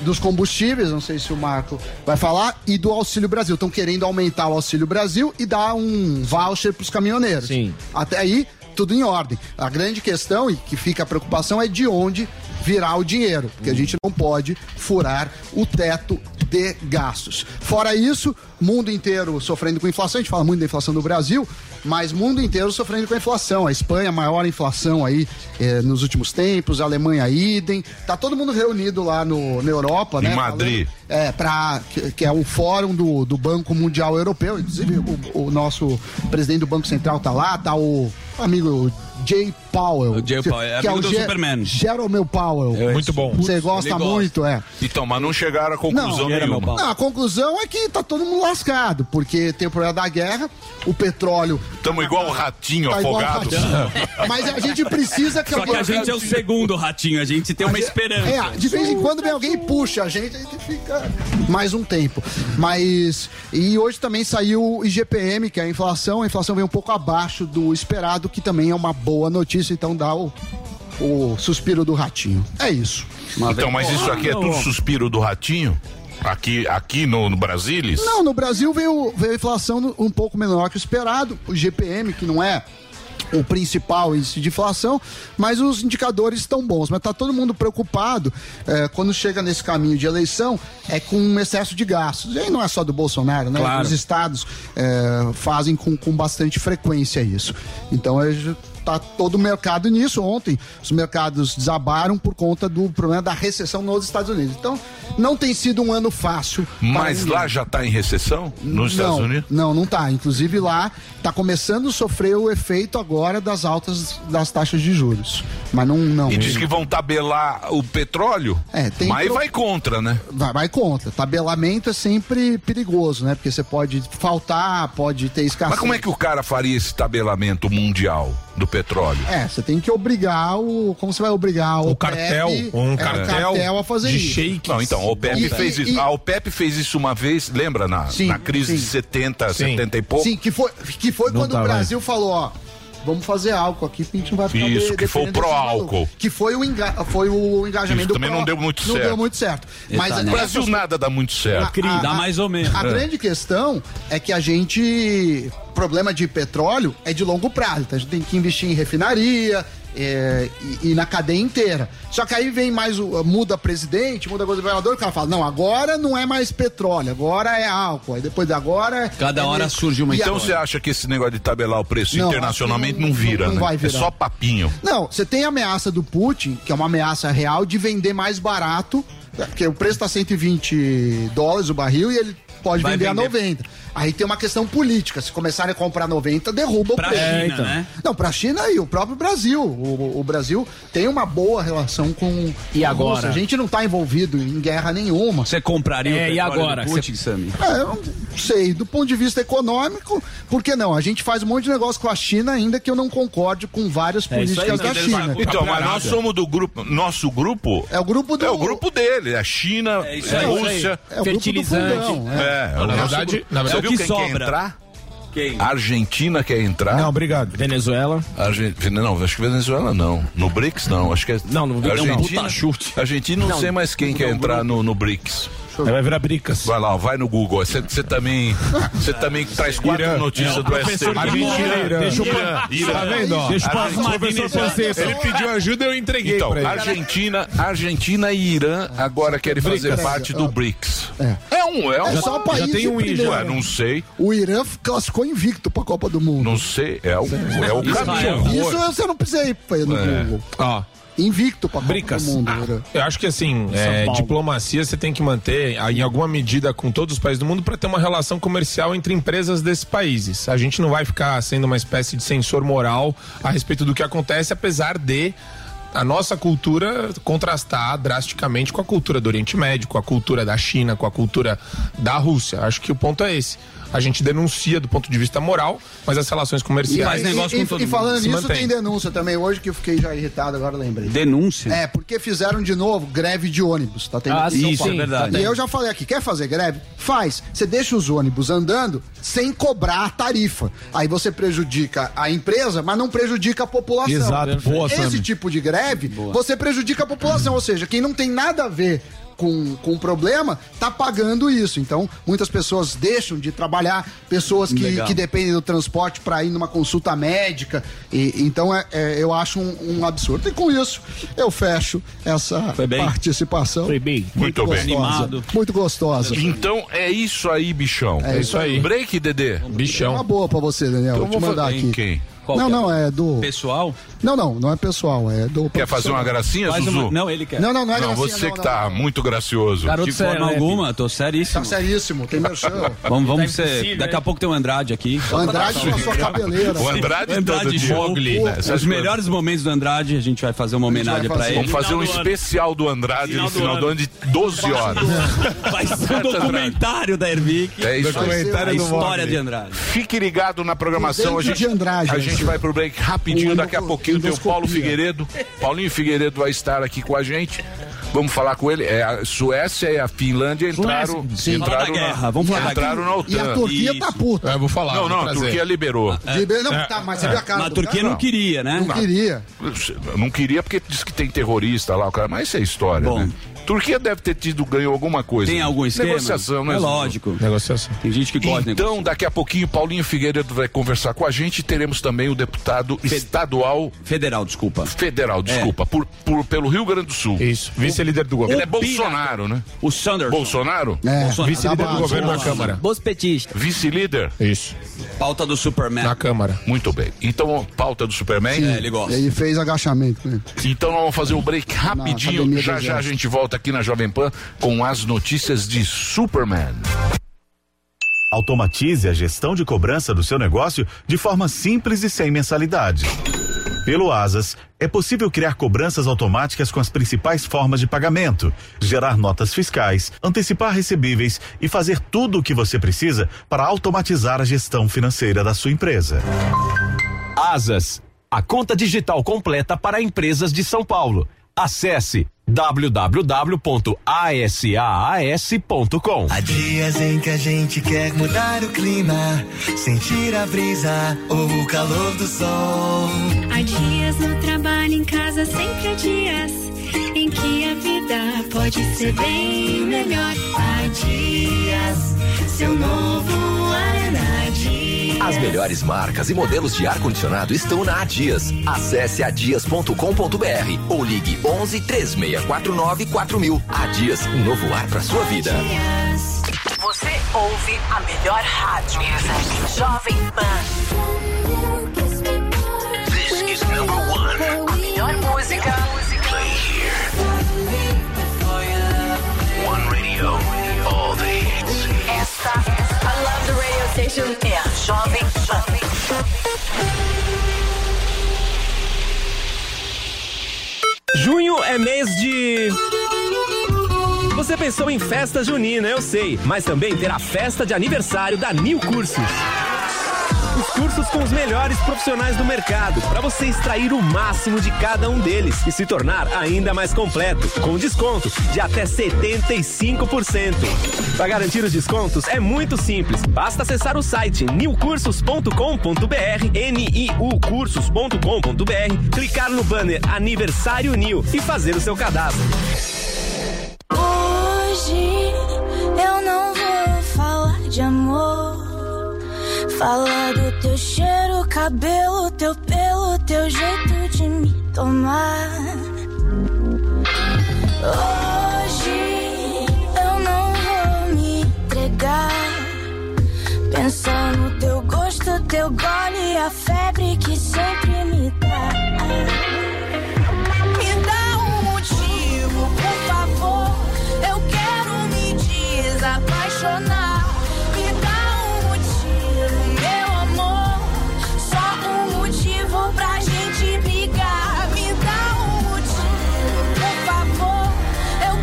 Speaker 4: Dos combustíveis, não sei se o Marco vai falar, e do Auxílio Brasil. Estão querendo aumentar o Auxílio Brasil e dar um voucher para os caminhoneiros.
Speaker 9: Sim.
Speaker 4: Até aí, tudo em ordem. A grande questão, e que fica a preocupação, é de onde virá o dinheiro, porque a gente não pode furar o teto de gastos. Fora isso, mundo inteiro sofrendo com inflação, a gente fala muito da inflação do Brasil, mas mundo inteiro sofrendo com a inflação. A Espanha, a maior inflação aí eh, nos últimos tempos, a Alemanha, idem. Tá todo mundo reunido lá no, na Europa, né?
Speaker 3: Em Madrid.
Speaker 4: Falando- é, pra, que, que é o fórum do, do Banco Mundial Europeu. Inclusive, o, o nosso presidente do Banco Central tá lá, tá o amigo Jay Powell.
Speaker 10: O Jay Powell, é amigo do
Speaker 4: Ge-
Speaker 10: Superman. É
Speaker 4: Jerome Powell.
Speaker 11: Muito bom.
Speaker 4: Você gosta
Speaker 10: ele gosta.
Speaker 4: muito, é.
Speaker 3: Então, mas não chegaram a conclusão
Speaker 4: Não,
Speaker 10: era meu
Speaker 3: nenhuma.
Speaker 10: pau.
Speaker 4: Não, a conclusão é que tá todo mundo lascado, porque tem o problema da guerra, o petróleo
Speaker 3: Estamos igual o ratinho
Speaker 4: tá igual
Speaker 3: afogado.
Speaker 4: ratinho. Mas a gente precisa que
Speaker 10: Só que
Speaker 4: alguém-
Speaker 10: a gente é o segundo ratinho, a gente tem uma esperança.
Speaker 4: É, de vez em quando vem alguém e puxa a gente, a gente fica mais um tempo. Mas. E hoje também saiu o IGPM, que é a inflação. A inflação veio um pouco abaixo do esperado, que também é uma boa notícia, então dá o, o suspiro do ratinho. É isso.
Speaker 3: Então, mas isso aqui é tudo suspiro do ratinho? Aqui, aqui no, no Brasilis?
Speaker 4: Não, no Brasil veio, veio a inflação no- um pouco menor que o esperado, o GPM, que não é o principal índice de inflação, mas os indicadores estão bons. Mas está todo mundo preocupado eh, quando chega nesse caminho de eleição, é com um excesso de gastos. E aí não é só do Bolsonaro, né?
Speaker 10: Claro.
Speaker 4: Os estados eh, fazem com, com bastante frequência isso. Então está todo o mercado nisso. Ontem os mercados desabaram por conta do problema da recessão nos Estados Unidos. Então não tem sido um ano fácil. para
Speaker 3: Mas
Speaker 4: ninguém.
Speaker 3: lá já está em recessão? Nos
Speaker 4: não,
Speaker 3: Estados Unidos?
Speaker 4: Não, não tá. Inclusive lá tá começando a sofrer o efeito agora das altas das taxas de juros. Mas não. não
Speaker 3: E diz que vão tabelar o petróleo?
Speaker 4: É, tem
Speaker 3: Mas
Speaker 4: pro-
Speaker 3: vai contra, né?
Speaker 4: vai, vai contra. Tabelamento é sempre perigoso, né? Porque você pode faltar, pode ter escassez.
Speaker 3: Mas como é que o cara faria esse tabelamento mundial do petróleo?
Speaker 4: É, você tem que obrigar o. Como você vai obrigar o,
Speaker 11: O cartel,
Speaker 4: OPEP,
Speaker 11: um
Speaker 4: é, o
Speaker 11: cartel
Speaker 4: a fazer
Speaker 11: de
Speaker 4: isso.
Speaker 11: shake.
Speaker 3: Não, então, a OPEP,
Speaker 4: E-
Speaker 3: fez
Speaker 4: e-
Speaker 3: isso, a OPEP fez isso uma vez, lembra, na,
Speaker 4: Sim,
Speaker 3: na crise de
Speaker 4: sim.
Speaker 3: 70, 70 e pouco?
Speaker 4: Sim, que foi, que foi
Speaker 8: Não
Speaker 4: quando
Speaker 8: tá
Speaker 4: o
Speaker 8: mais.
Speaker 4: Brasil falou, ó. Vamos fazer álcool aqui, porque a gente não vai ficar
Speaker 3: Isso,
Speaker 4: de-
Speaker 3: que foi o
Speaker 4: dependendo desse
Speaker 3: pró-álcool.
Speaker 4: valor. Que foi o, enga foi o engajamento
Speaker 3: Isso
Speaker 4: do
Speaker 3: também não
Speaker 4: pró-
Speaker 3: deu muito
Speaker 4: Não
Speaker 3: certo.
Speaker 4: deu muito certo. Mas
Speaker 10: Exato.
Speaker 3: O
Speaker 4: essas
Speaker 3: Brasil nada dá muito certo.
Speaker 10: Cri- dá mais ou menos.
Speaker 4: A
Speaker 10: É.
Speaker 4: grande questão é que a gente. problema de petróleo é de longo prazo. Então a gente tem que investir em refinaria. é, e, e na cadeia inteira. Só que aí vem mais o. muda presidente, muda governador, o cara fala: não, agora não é mais petróleo, agora é álcool. Aí depois de agora.
Speaker 10: Cada
Speaker 4: é
Speaker 10: hora
Speaker 4: ne-
Speaker 10: surge uma
Speaker 4: E
Speaker 3: Então
Speaker 4: a-
Speaker 3: você acha que esse negócio de tabelar o preço
Speaker 4: Não,
Speaker 3: internacionalmente
Speaker 4: acho que
Speaker 3: não,
Speaker 4: não-
Speaker 3: vira,
Speaker 4: não
Speaker 3: né?
Speaker 4: vai
Speaker 3: É
Speaker 4: virar.
Speaker 3: só papinho.
Speaker 4: Não, você tem a ameaça do Putin, que é uma ameaça real, de vender mais barato, porque o preço tá 120 dólares o barril e ele pode
Speaker 10: Vai
Speaker 4: vender, a
Speaker 10: vender.
Speaker 4: 90. Aí tem uma questão política, se começarem a comprar 90, derruba o
Speaker 10: Pra
Speaker 4: preço.
Speaker 10: China, É, então. né?
Speaker 4: Não, pra China e o próprio Brasil. O, o Brasil tem uma boa relação com
Speaker 9: E
Speaker 4: com a
Speaker 9: agora?
Speaker 4: Rússia. A gente não tá envolvido em guerra nenhuma.
Speaker 10: Você compraria
Speaker 9: É,
Speaker 10: o
Speaker 9: e
Speaker 10: petróleo
Speaker 9: agora?
Speaker 10: do Putin, Sammy?
Speaker 4: É, eu não sei, do ponto de vista econômico, por que não? A gente faz um monte de negócio com a China, ainda que eu não concorde com várias
Speaker 9: É isso aí,
Speaker 4: políticas
Speaker 9: não,
Speaker 4: da China.
Speaker 3: Então, mas nós somos do grupo. Nosso grupo
Speaker 4: É o grupo do.
Speaker 3: é o grupo dele. A China,
Speaker 10: isso
Speaker 3: a
Speaker 10: aí.
Speaker 3: Rússia.
Speaker 4: É o
Speaker 9: Fertilizante.
Speaker 4: grupo do fundão. É.
Speaker 3: É,
Speaker 11: Na
Speaker 3: o-
Speaker 11: verdade, na
Speaker 3: Você
Speaker 11: verdade
Speaker 3: viu
Speaker 10: que
Speaker 3: quem quer
Speaker 10: sobra.
Speaker 3: entrar?
Speaker 10: Quem?
Speaker 3: A Argentina quer entrar?
Speaker 11: Não, obrigado.
Speaker 8: Venezuela.
Speaker 3: Argentina, não, acho que Venezuela não. No BRICS não, acho que é.
Speaker 8: Não, no BRICS não.
Speaker 3: Argentina,
Speaker 10: Puta chute.
Speaker 3: Argentina não, sei mais quem quer entrar no, no BRICS.
Speaker 8: Ela vai virar bricas.
Speaker 3: Vai lá, vai no Google. Você você também, você também traz quatro
Speaker 11: Irã.
Speaker 3: notícias do STB.
Speaker 11: Argentina, Irã.
Speaker 8: Deixa eu-
Speaker 3: Irã.
Speaker 11: Tá vendo, ó?
Speaker 8: Deixa eu
Speaker 3: Ah,
Speaker 8: passar.
Speaker 11: Professor francês, ele pediu ajuda eu entreguei
Speaker 3: Então,
Speaker 11: pra ele.
Speaker 3: Argentina, Argentina e Irã agora querem fazer
Speaker 4: Bricas.
Speaker 3: parte do BRICS.
Speaker 4: É.
Speaker 3: É um, é um.
Speaker 4: É só o país.
Speaker 8: já tem
Speaker 4: em
Speaker 8: um
Speaker 4: primeiro.
Speaker 3: Ué, não sei,
Speaker 4: O Irã classificou invicto pra Copa do Mundo.
Speaker 3: não sei. É o, é o
Speaker 10: Israel.
Speaker 3: caminho. É. Ah.
Speaker 4: Isso você não precisa ir pra- no Google.
Speaker 11: Ó,
Speaker 4: Invicto pra Copa
Speaker 8: Bricas.
Speaker 4: do Mundo. Irã.
Speaker 11: eu acho que assim, é, diplomacia você tem que manter ah, em alguma medida com todos os países do mundo para ter uma relação comercial entre empresas desses países. A gente não vai ficar sendo uma espécie de censor moral a respeito do que acontece, apesar de a nossa cultura contrastar drasticamente com a cultura do Oriente Médio, com a cultura da China, com a cultura da Rússia. Acho que o ponto é esse. A gente denuncia do ponto de vista moral, mas as relações comerciais.
Speaker 4: e, e falando nisso, tem denúncia também hoje que eu fiquei já irritado, agora lembrei.
Speaker 10: Denúncia?
Speaker 4: É, porque fizeram de novo greve de ônibus. Tá tendo
Speaker 10: Ah,
Speaker 4: aqui em São
Speaker 10: isso,
Speaker 4: Paulo.
Speaker 10: é verdade.
Speaker 4: E eu já falei aqui, quer fazer greve? Faz. Você deixa os ônibus andando sem cobrar a tarifa. Aí você prejudica a empresa, mas não prejudica a população.
Speaker 8: Exato. Boa,
Speaker 4: Esse
Speaker 8: Sammy.
Speaker 4: tipo de greve, você prejudica a população. Ou seja, quem não tem nada a ver com, com o problema, tá pagando isso. Então, muitas pessoas deixam de trabalhar, pessoas que,
Speaker 10: Legal.
Speaker 4: que dependem do transporte para ir numa consulta médica. E, então, é, é- eu acho um, um absurdo. E com isso, eu fecho essa
Speaker 10: Foi bem.
Speaker 4: participação.
Speaker 8: Foi bem.
Speaker 3: Muito bem.
Speaker 4: Gostosa,
Speaker 10: Animado.
Speaker 4: Muito gostosa.
Speaker 11: assim.
Speaker 3: Então é isso aí, bichão.
Speaker 4: É isso aí.
Speaker 3: Break, Dedê.
Speaker 4: É uma
Speaker 11: Bichão.
Speaker 4: boa pra você, Daniel.
Speaker 3: Então
Speaker 4: vou te
Speaker 3: vou
Speaker 4: mandar
Speaker 3: fazer-
Speaker 4: aqui.
Speaker 3: Quem?
Speaker 10: Qual
Speaker 4: não,
Speaker 10: que é?
Speaker 4: não, é do.
Speaker 10: Pessoal,
Speaker 4: Não, não, não é pessoal, é do.
Speaker 3: Quer fazer uma gracinha,
Speaker 10: faz
Speaker 3: Zuzu?
Speaker 10: uma... Não, ele quer.
Speaker 4: Não, não, não é
Speaker 3: Não,
Speaker 4: gracinha,
Speaker 3: você que
Speaker 4: não,
Speaker 3: tá
Speaker 4: não.
Speaker 3: muito gracioso.
Speaker 9: Garoto é
Speaker 10: De forma
Speaker 9: serelepe.
Speaker 10: alguma, tô seríssimo.
Speaker 4: Tá seríssimo, tem meu show.
Speaker 10: Vamos, vamos
Speaker 9: Tá
Speaker 10: ser.
Speaker 9: impossível,
Speaker 10: Daqui
Speaker 9: hein?
Speaker 10: a pouco tem o Andrade aqui.
Speaker 4: O Andrade com a sua cabeleira.
Speaker 3: O Andrade, todo
Speaker 10: Andrade
Speaker 3: dia.
Speaker 10: Show.
Speaker 3: Mogli, né?
Speaker 10: Os
Speaker 3: Essas
Speaker 10: melhores momentos do Andrade, a gente vai fazer uma
Speaker 4: gente vai
Speaker 10: homenagem pra
Speaker 4: fazer.
Speaker 3: Vamos
Speaker 10: ele.
Speaker 3: fazer um
Speaker 9: Final do ano.
Speaker 3: especial do Andrade
Speaker 9: Final
Speaker 3: no
Speaker 9: do
Speaker 3: final
Speaker 9: ano.
Speaker 3: do ano de 12 horas.
Speaker 10: Vai ser um documentário da Ervic.
Speaker 3: É isso aí.
Speaker 10: A
Speaker 11: Documentário do
Speaker 10: história
Speaker 11: Mogli.
Speaker 10: de Andrade.
Speaker 3: Fique ligado na programação.
Speaker 4: Dentro
Speaker 3: A gente,
Speaker 4: de Andrade,
Speaker 3: a
Speaker 4: né?
Speaker 3: gente vai pro break rapidinho.
Speaker 4: O
Speaker 3: Daqui a
Speaker 4: endo-
Speaker 3: pouquinho tem o Paulo
Speaker 4: endoscopia.
Speaker 3: Figueiredo. Paulinho Figueiredo vai estar aqui com a gente. Vamos falar com ele. É, a Suécia e a Finlândia entraram,
Speaker 10: Falar da
Speaker 3: entraram,
Speaker 10: guerra,
Speaker 3: na,
Speaker 10: vamos falar da
Speaker 3: entraram
Speaker 4: E
Speaker 3: na
Speaker 4: a
Speaker 3: OTAN.
Speaker 4: Turquia
Speaker 10: Isso.
Speaker 4: tá puta.
Speaker 11: É, eu vou falar.
Speaker 3: Não,
Speaker 11: vou
Speaker 3: não, a
Speaker 11: trazer.
Speaker 3: Turquia é liberou.
Speaker 4: De- Não, tá, mas você viu a cara
Speaker 10: Mas a
Speaker 4: do
Speaker 10: Turquia
Speaker 4: cara?
Speaker 10: não queria, né?
Speaker 4: Não queria.
Speaker 3: Eu Não queria porque diz que tem terrorista lá, o cara, mas isso é história,
Speaker 10: Bom.
Speaker 3: né? Turquia deve ter tido ganho alguma coisa.
Speaker 10: Tem
Speaker 3: né?
Speaker 10: algum esquema?
Speaker 3: Negociação, né?
Speaker 10: É
Speaker 3: Zuzu?
Speaker 10: lógico.
Speaker 11: Negociação.
Speaker 10: Tem gente que gosta de negociar.
Speaker 3: Então, daqui a pouquinho, Paulinho Figueiredo vai conversar com a gente e teremos também o deputado estadual
Speaker 10: Federal, desculpa. É.
Speaker 3: federal, desculpa, por, por- pelo Rio Grande do Sul.
Speaker 11: Isso. Vice-líder do
Speaker 3: Ele
Speaker 11: governo.
Speaker 3: é Bolsonaro, né?
Speaker 10: O Sanderson.
Speaker 3: Bolsonaro?
Speaker 4: É,
Speaker 11: Vice-líder
Speaker 4: tá
Speaker 11: do
Speaker 4: bom.
Speaker 11: governo na Câmara.
Speaker 9: Os petistas.
Speaker 3: Vice-líder?
Speaker 11: Isso.
Speaker 10: Pauta do Superman.
Speaker 11: Na Câmara.
Speaker 3: Muito bem. Então, pauta do Superman.
Speaker 10: É, ele gosta.
Speaker 4: Ele fez agachamento. né?
Speaker 3: Então nós vamos fazer um break rapidinho.
Speaker 4: Academia
Speaker 3: Já
Speaker 4: do
Speaker 3: já a
Speaker 4: Exército.
Speaker 3: gente volta aqui na Jovem Pan com as notícias de Superman.
Speaker 13: Automatize a gestão de cobrança do seu negócio de forma simples e sem mensalidade. Pelo Asas, é possível criar cobranças automáticas com as principais formas de pagamento, gerar notas fiscais, antecipar recebíveis e fazer tudo o que você precisa para automatizar a gestão financeira da sua empresa.
Speaker 14: Asas, a conta digital completa para empresas de São Paulo. Acesse www.asaas.com.
Speaker 1: Há dias em que a gente quer mudar o clima, sentir a brisa ou o calor do sol.
Speaker 2: Há dias no trabalho, em casa, sempre há dias em que a vida pode ser bem melhor. Há dias, seu novo ar. Há dias.
Speaker 14: As melhores marcas e modelos de ar-condicionado estão na Adias. Acesse adias.com.br ou ligue 11 3649 4000. Adias, um novo ar para sua vida.
Speaker 15: Você ouve a melhor rádio. Jovem Pan. This is number one. A melhor música. Play here. One radio. All the hits. Esta, I love the radio station. É a Jovem Pan.
Speaker 14: Junho é mês de. Você pensou em festa junina, eu sei, mas também terá festa de aniversário da Nil Cursos. Os cursos com os melhores profissionais do mercado, para você extrair o máximo de cada um deles e se tornar ainda mais completo, com desconto de até 75%. Para garantir os descontos é muito simples, basta acessar o site newcursos.com.br, niucursos.com.br, clicar no banner Aniversário Nil e fazer o seu cadastro.
Speaker 2: Hoje eu não vou falar de amor. Falar do teu cheiro, cabelo, teu pelo, teu jeito de me tomar. Hoje eu não vou me entregar. Pensar no teu gosto, teu gole, a febre que sempre me dá. Me dá um motivo, por favor. Eu quero me desapaixonar. Me dá um motivo, meu amor. Só um motivo pra gente brigar. Me dá um motivo. um um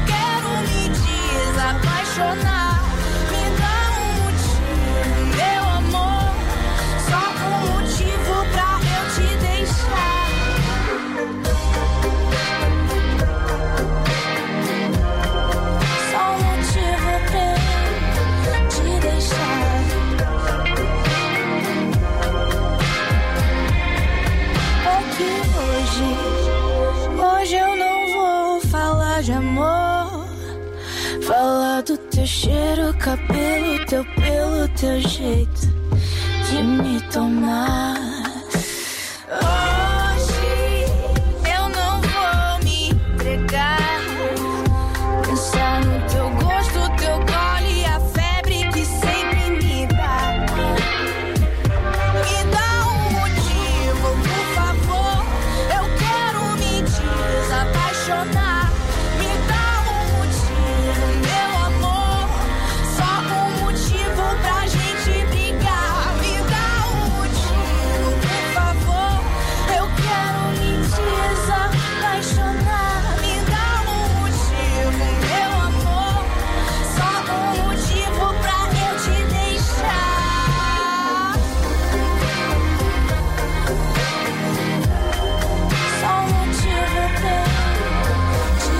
Speaker 2: de amor. Fala do teu cheiro, cabelo, teu pelo, teu jeito de me tomar. Hoje eu não vou me entregar. Pensar no teu gosto, teu gole e a febre que sempre me dá. Me dá um motivo, por favor. Eu quero me desapaixonar. Me dá um motivo, meu amor. Só um motivo pra gente brigar. Me dá um motivo, por favor. Eu quero me desapaixonar. Me dá um motivo, meu amor. Só um motivo pra eu te deixar. Só um motivo pra eu te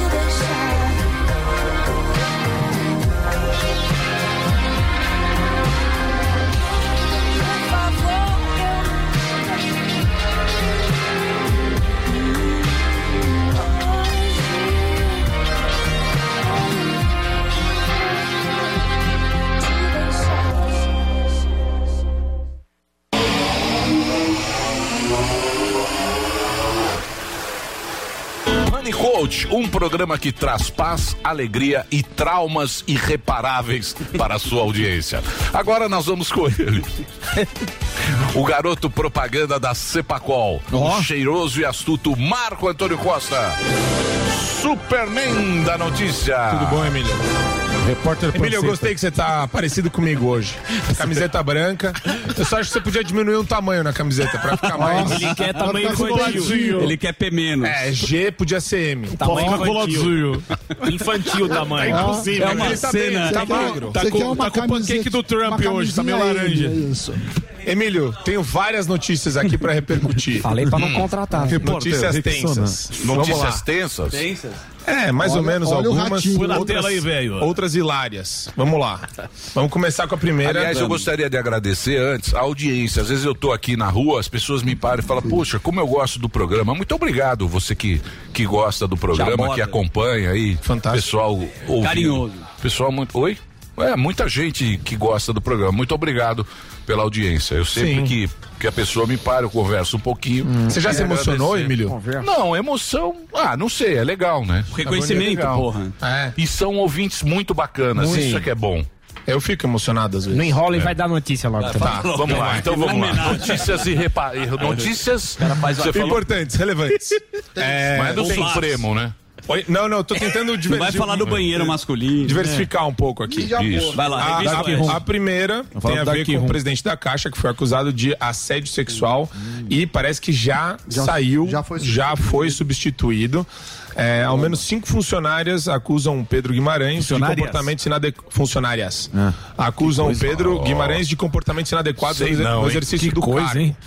Speaker 2: deixar. Por favor,
Speaker 3: Money Coach, um programa que traz paz, alegria e traumas irreparáveis para a sua audiência. Agora nós vamos com ele. O garoto propaganda da Cepacol, o cheiroso e astuto Marco Antônio Costa. Superman da notícia.
Speaker 11: Tudo bom, Emílio?
Speaker 3: Repórter
Speaker 11: Emílio, eu gostei que você tá parecido comigo hoje. Camiseta branca. Eu só acho que você podia diminuir um tamanho na camiseta pra ficar mais.
Speaker 10: Nossa, Ele quer tamanho
Speaker 4: tá
Speaker 11: pra ficar
Speaker 10: infantil.
Speaker 11: coladinho.
Speaker 10: Ele quer P menos.
Speaker 11: É, G podia ser M.
Speaker 10: Tamanho
Speaker 11: Pô, fica
Speaker 10: infantil.
Speaker 11: coladinho.
Speaker 10: Infantil o tamanho.
Speaker 11: Tá impossível.
Speaker 10: É uma
Speaker 11: Ele tá
Speaker 10: cena.
Speaker 11: bem, Tá
Speaker 10: Você quer-
Speaker 11: magro.
Speaker 10: tá Você com- quer uma tá com o
Speaker 11: pancake do Trump
Speaker 10: uma hoje, tá meio camisinha laranja. ele, é
Speaker 11: Emílio, tenho várias notícias aqui pra repercutir.
Speaker 9: Falei pra não contratar.
Speaker 11: Notícias
Speaker 9: Repórter,
Speaker 11: tensas.
Speaker 9: Rixona.
Speaker 11: Vamos
Speaker 9: Notícias
Speaker 11: lá.
Speaker 3: tensas?
Speaker 10: Tensas?
Speaker 11: É, mais ou
Speaker 10: Olha-
Speaker 11: menos
Speaker 10: olha o
Speaker 11: algumas.
Speaker 10: ratinho. Põe na
Speaker 11: outras-
Speaker 10: tela aí, velho.
Speaker 11: Outras hilárias. Vamos lá. Vamos começar com a primeira.
Speaker 3: Aliás, eu gostaria de agradecer antes a audiência. Às vezes eu tô aqui na rua, as pessoas me param e falam, poxa, como eu gosto do programa. Muito obrigado, você que, que gosta do programa,
Speaker 10: moda.
Speaker 3: que acompanha aí. Fantástico. Pessoal ouvindo.
Speaker 10: Carinhoso.
Speaker 3: Pessoal muito. Oi? É, muita gente que gosta do programa. Muito obrigado pela audiência. Eu sempre
Speaker 11: Sim. Hum.
Speaker 3: que, que a pessoa me para, eu converso um pouquinho.
Speaker 11: Você já
Speaker 3: E
Speaker 11: se emocionou,
Speaker 3: agradecer.
Speaker 11: Emílio?
Speaker 3: Não, emoção. Ah, não sei, é legal, né?
Speaker 11: Reconhecimento,
Speaker 3: É legal.
Speaker 11: porra.
Speaker 3: E são ouvintes muito bacanas.
Speaker 11: Muito.
Speaker 3: Isso é que é bom.
Speaker 11: Eu fico emocionado às vezes.
Speaker 9: Não enrola e
Speaker 11: É.
Speaker 9: vai dar notícia logo. também.
Speaker 11: Tá,
Speaker 3: Vamos lá, então vamos lá. Notícias e repa... e Notícias Você falou-
Speaker 11: importantes, relevantes. É,
Speaker 3: Mas é do
Speaker 11: bom,
Speaker 3: Supremo, né?
Speaker 11: Oi, Não, não, eu tô tentando um
Speaker 10: Não vai falar do banheiro masculino.
Speaker 11: Diversificar um pouco aqui.
Speaker 10: Mídia Isso. boa. Vai lá,
Speaker 11: A-
Speaker 10: revista
Speaker 11: a,
Speaker 10: Oeste.
Speaker 11: a primeira
Speaker 10: Vamos falar
Speaker 11: tem a
Speaker 10: do
Speaker 11: ver
Speaker 10: Dark
Speaker 11: com
Speaker 10: Room.
Speaker 11: o presidente da Caixa, que foi acusado de assédio sexual e parece que já, saiu, já foi, substituído. É, ao menos cinco funcionárias acusam Pedro Guimarães de
Speaker 10: Funcionárias?
Speaker 11: comportamentos inadequados. Funcionárias. Acusam
Speaker 10: coisa.
Speaker 11: Pedro
Speaker 10: Oh.
Speaker 11: Guimarães de comportamentos inadequados
Speaker 10: Sei
Speaker 11: no exer-
Speaker 10: não,
Speaker 11: no
Speaker 10: hein?
Speaker 11: exercício
Speaker 10: Que
Speaker 11: do
Speaker 10: coisa,
Speaker 11: cargo.
Speaker 10: hein?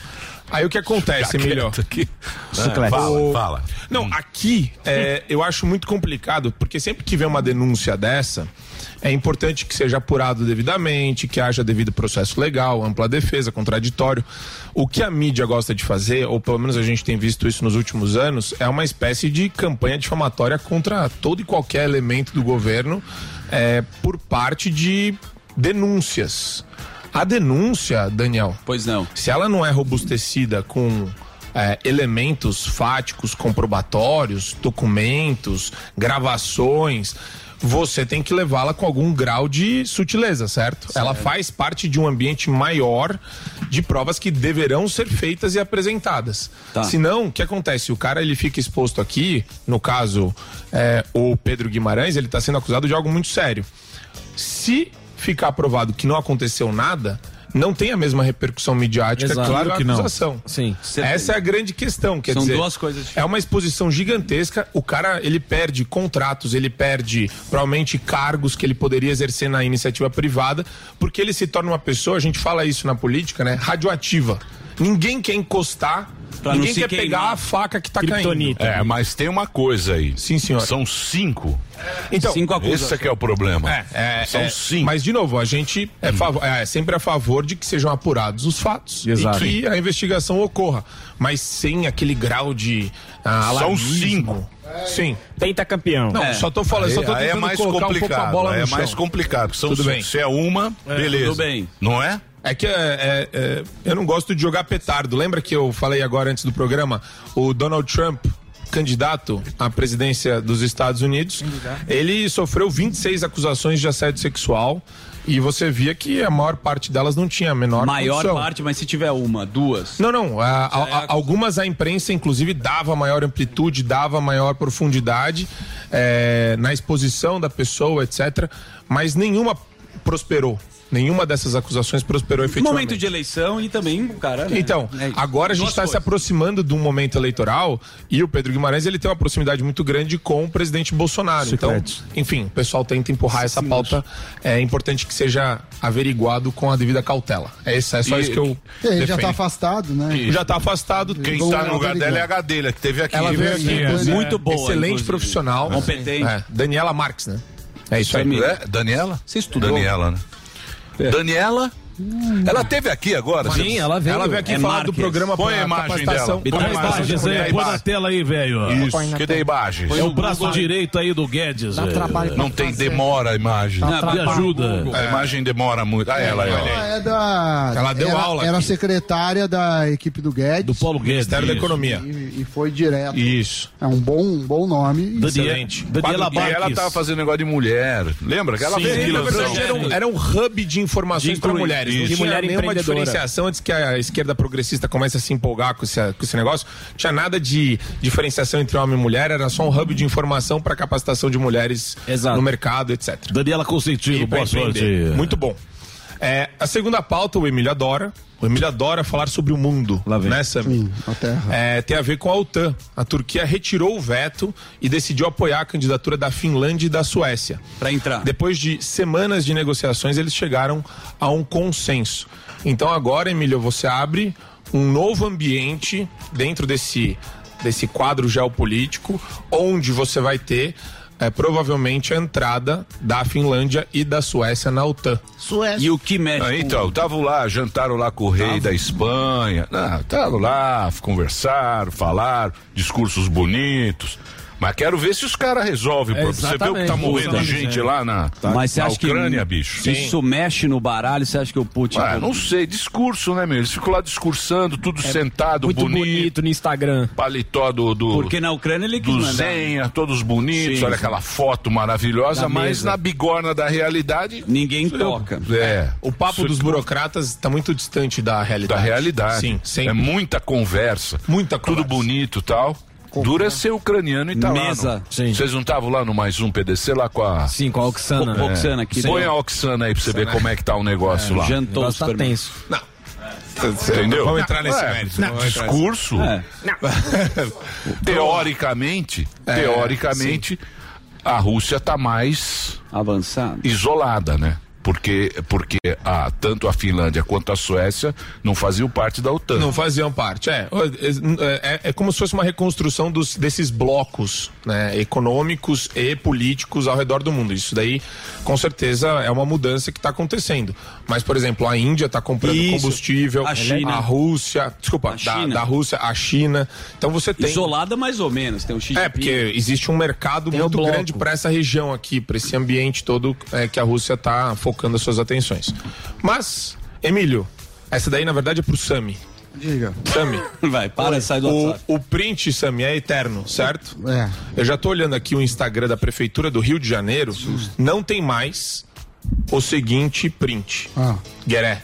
Speaker 11: Aí o que acontece,
Speaker 10: Fica
Speaker 11: melhor?
Speaker 10: quieto aqui. Chiclete. É, Fala, fala. Hum.
Speaker 11: Não, aqui é, eu acho muito complicado, porque sempre que vem uma denúncia dessa, é importante que seja apurado devidamente, que haja devido processo legal, ampla defesa, contraditório. O que a mídia gosta de fazer, ou pelo menos a gente tem visto isso nos últimos anos, é uma espécie de campanha difamatória contra todo e qualquer elemento do governo é, por parte de denúncias. A denúncia, Daniel,
Speaker 10: Pois não.
Speaker 11: se ela não é robustecida com é, elementos fáticos, comprobatórios, documentos, gravações, você tem que levá-la com algum grau de sutileza, certo? Ela faz parte de um ambiente maior de provas que deverão ser feitas e apresentadas.
Speaker 10: Tá.
Speaker 11: Senão, o que acontece? O cara ele fica exposto aqui, no caso, é, o Pedro Guimarães, ele está sendo acusado de algo muito sério. Se ficar provado que não aconteceu nada, não tem a mesma repercussão midiática
Speaker 10: Exato.
Speaker 11: é que
Speaker 10: Claro
Speaker 11: a
Speaker 10: que não.
Speaker 11: acusação.
Speaker 10: Sim.
Speaker 11: Essa é a grande questão, quer
Speaker 10: São
Speaker 11: dizer.
Speaker 10: duas coisas
Speaker 11: É uma exposição gigantesca, o cara, ele perde contratos, ele perde provavelmente cargos que ele poderia exercer na iniciativa privada, porque ele se torna uma pessoa, a gente fala isso na política, né, radioativa. Ninguém quer encostar,
Speaker 3: Pra não
Speaker 11: ninguém
Speaker 3: se
Speaker 11: quer
Speaker 3: queimar.
Speaker 11: pegar a faca que tá caindo.
Speaker 3: É, mas tem uma coisa aí. Sim, senhor. São cinco.
Speaker 11: Então,
Speaker 3: Esse é que é o problema.
Speaker 11: É, é,
Speaker 3: São
Speaker 11: é,
Speaker 3: cinco. Hum.
Speaker 11: Mas, de novo, a gente é, fav- é sempre a favor de que sejam apurados os fatos
Speaker 3: Exato.
Speaker 11: e que a investigação ocorra, mas sem aquele grau de ah,
Speaker 3: São
Speaker 11: alarmismo.
Speaker 3: cinco.
Speaker 11: Sim.
Speaker 9: Tenta campeão.
Speaker 11: Não,
Speaker 3: É.
Speaker 11: só tô falando, só tô
Speaker 3: Aí- aí é
Speaker 11: tentando
Speaker 3: mais
Speaker 11: colocar um pouco a
Speaker 3: complicado,
Speaker 11: bola
Speaker 3: aí
Speaker 11: no
Speaker 3: é
Speaker 11: chão.
Speaker 3: mais complicado, porque são
Speaker 11: tudo
Speaker 3: cinco.
Speaker 11: bem.
Speaker 3: Se é uma, É, beleza. tudo bem. Não é?
Speaker 11: É que é, é, é, eu não gosto de jogar petardo. Lembra que eu falei agora antes do programa? O Donald Trump, candidato à presidência dos Estados Unidos, ele sofreu 26 acusações de assédio sexual e você via que a maior parte delas não tinha a menor
Speaker 4: tá
Speaker 10: Maior
Speaker 11: condição.
Speaker 10: parte, mas se tiver uma, duas.
Speaker 11: Não, não. a- a- a- algumas a imprensa, inclusive, dava maior amplitude, dava maior profundidade é, na exposição da pessoa, etc. Mas nenhuma prosperou. Nenhuma dessas acusações prosperou efetivamente.
Speaker 10: Momento de eleição e também, cara. né?
Speaker 11: Então,
Speaker 10: É isso.
Speaker 11: agora a gente
Speaker 10: Duas
Speaker 11: está se
Speaker 10: coisas.
Speaker 11: aproximando de um momento eleitoral e o Pedro Guimarães ele tem uma proximidade muito grande com o presidente Bolsonaro.
Speaker 9: Secretos.
Speaker 11: Então, enfim, o pessoal tenta empurrar essa pauta. É importante que seja averiguado com a devida cautela. É isso, é só
Speaker 4: E-
Speaker 11: isso que eu.
Speaker 4: Ele já
Speaker 11: defendo.
Speaker 4: tá afastado, né?
Speaker 11: Já tá afastado.
Speaker 4: Quem tá no lugar dela é a
Speaker 3: dele, que teve aqui.
Speaker 11: Ela veio
Speaker 3: Sim,
Speaker 11: aqui,
Speaker 3: é.
Speaker 11: inclusive.
Speaker 3: Muito boa,
Speaker 11: Excelente
Speaker 3: inclusive.
Speaker 11: profissional.
Speaker 3: Competente.
Speaker 11: É, Daniela Marques, né? É isso aí.
Speaker 3: É, Daniela? Você estudou? Daniela, né? Daniela? Ela teve aqui agora?
Speaker 11: Sim,
Speaker 3: você-
Speaker 11: ela veio.
Speaker 3: Ela veio aqui
Speaker 11: É
Speaker 3: falar
Speaker 11: Marques.
Speaker 3: do programa
Speaker 11: Põe
Speaker 3: pra
Speaker 11: a imagem
Speaker 3: capacitação.
Speaker 11: dela.
Speaker 6: Então
Speaker 3: Põe
Speaker 6: é
Speaker 11: Dá
Speaker 3: a
Speaker 11: imagens
Speaker 3: imagem,
Speaker 11: aí,
Speaker 3: põe a
Speaker 11: põe
Speaker 3: imagem.
Speaker 11: na
Speaker 6: tela aí, velho.
Speaker 3: Isso,
Speaker 6: Põe na
Speaker 3: que
Speaker 6: tela.
Speaker 3: dê imagens.
Speaker 6: É o braço direito aí do Guedes. velho.
Speaker 3: Não tem demora a imagem.
Speaker 6: Dá Não, me trabalho. ajuda.
Speaker 3: A imagem demora muito. Ah, ela, ela.
Speaker 4: Ela é da.
Speaker 3: Ela deu
Speaker 4: era,
Speaker 3: aula
Speaker 4: Era secretária da equipe do Guedes. Do
Speaker 6: Paulo Guedes.
Speaker 11: Ministério da isso. Economia.
Speaker 4: E, e foi direto.
Speaker 11: Isso.
Speaker 4: É um bom, um bom nome.
Speaker 3: Quadro- E ela tava fazendo negócio de mulher. Lembra? Que ela
Speaker 11: Sim,
Speaker 3: fez
Speaker 11: na
Speaker 3: aquilo.
Speaker 11: verdade, era, um, era um hub de informações
Speaker 3: De
Speaker 11: para
Speaker 3: incluir,
Speaker 11: mulheres.
Speaker 3: isso.
Speaker 11: Não
Speaker 3: De
Speaker 11: tinha
Speaker 3: mulher
Speaker 11: nenhuma
Speaker 3: empreendedora.
Speaker 11: diferenciação antes que a esquerda progressista comece a se empolgar com esse, com esse negócio. Tinha nada de diferenciação entre homem e mulher, era só um hub de informação para capacitação de mulheres no mercado, etc.
Speaker 6: Daniela Consentino,
Speaker 11: E pra
Speaker 6: boa
Speaker 11: empreender.
Speaker 6: sorte.
Speaker 11: Muito bom. É, a segunda pauta, o Emílio adora. O Emílio adora falar sobre o mundo, né, Samir? É, tem a ver com a OTAN. A Turquia retirou o veto e decidiu apoiar a candidatura da Finlândia e da Suécia.
Speaker 10: Para entrar.
Speaker 11: Depois de semanas de negociações, eles chegaram a um consenso. Então agora, Emílio, você abre um novo ambiente dentro desse, desse quadro geopolítico, onde você vai ter é, provavelmente a entrada da Finlândia e da Suécia na OTAN.
Speaker 4: Suécia.
Speaker 10: E o que mexe?
Speaker 3: Ah, então, estavam lá, jantaram lá com o rei da Espanha. Estavam lá, conversaram, falaram, discursos bonitos. Mas quero ver se os caras resolvem.
Speaker 10: É,
Speaker 3: pô. Você vê o que tá
Speaker 10: exatamente,
Speaker 3: morrendo
Speaker 10: exatamente,
Speaker 3: gente
Speaker 10: é.
Speaker 3: lá na,
Speaker 10: Mas você
Speaker 3: na
Speaker 10: acha que
Speaker 3: Ucrânia, bicho.
Speaker 10: isso mexe no baralho? Você acha que o Putin.
Speaker 3: Ah, não sei, discurso, né, meu? Eles ficam lá discursando, tudo sentado,
Speaker 10: É muito
Speaker 3: bonito.
Speaker 9: no Instagram.
Speaker 3: Paletó do. do
Speaker 10: Porque na Ucrânia ele quis
Speaker 3: do
Speaker 10: mandar. né?
Speaker 3: Zenha, todos bonitos,
Speaker 10: Sim,
Speaker 3: olha
Speaker 10: sim.
Speaker 3: aquela foto maravilhosa,
Speaker 10: Da
Speaker 3: mas
Speaker 10: mesa.
Speaker 3: na bigorna da realidade.
Speaker 10: Ninguém
Speaker 3: toca. É.
Speaker 11: O papo dos burocratas está muito distante da realidade.
Speaker 3: da realidade.
Speaker 11: Sim, sempre.
Speaker 3: É muita conversa.
Speaker 11: Muita
Speaker 3: conversa. Tudo bonito e tal. Dura ser ucraniano e tá
Speaker 10: Mesa.
Speaker 3: lá. no- Vocês não estavam lá no mais um PDC lá com a.
Speaker 9: Sim, com a Oxana.
Speaker 3: É.
Speaker 10: Oxana, que
Speaker 3: Põe
Speaker 10: deu.
Speaker 3: a Oxana aí pra você ver
Speaker 10: Oxana.
Speaker 3: como é que tá o negócio
Speaker 10: É,
Speaker 3: lá.
Speaker 10: jantou O negócio tá super- tenso.
Speaker 11: Não.
Speaker 3: Entendeu?
Speaker 11: Vamos entrar nesse
Speaker 3: Ué,
Speaker 11: mérito,
Speaker 3: não,
Speaker 11: vamos entrar nesse-
Speaker 3: discurso.
Speaker 11: É.
Speaker 3: (laughs) Teoricamente,
Speaker 11: É,
Speaker 3: teoricamente, a Rússia tá mais
Speaker 10: avançada,
Speaker 3: isolada, né? Porque, porque a, tanto a Finlândia quanto a Suécia não faziam parte da OTAN.
Speaker 11: Não faziam parte, é. É, é como se fosse uma reconstrução dos, desses blocos né, econômicos e políticos ao redor do mundo. Isso daí, com certeza, é uma mudança que está acontecendo. Mas, por exemplo, a Índia está comprando
Speaker 10: Isso.
Speaker 11: combustível,
Speaker 10: A China.
Speaker 11: Rússia, desculpa, da,
Speaker 10: China.
Speaker 11: da Rússia, a China. Então você tem.
Speaker 10: Isolada é mais ou menos. Tem um o Xi
Speaker 11: É,
Speaker 10: Jinping.
Speaker 11: porque existe um mercado muito grande para essa região aqui, para esse ambiente todo é, que a Rússia está focando as suas atenções. Mas, Emílio, essa daí na verdade é pro Sami.
Speaker 4: Diga.
Speaker 11: Sami.
Speaker 10: (laughs) Vai, para, sai do
Speaker 11: o,
Speaker 10: WhatsApp.
Speaker 11: o print, Sami, é eterno, certo?
Speaker 4: É.
Speaker 11: Eu já tô olhando aqui o Instagram da Prefeitura do Rio de Janeiro. Não tem mais o seguinte print.
Speaker 4: Ah.
Speaker 11: Gueré.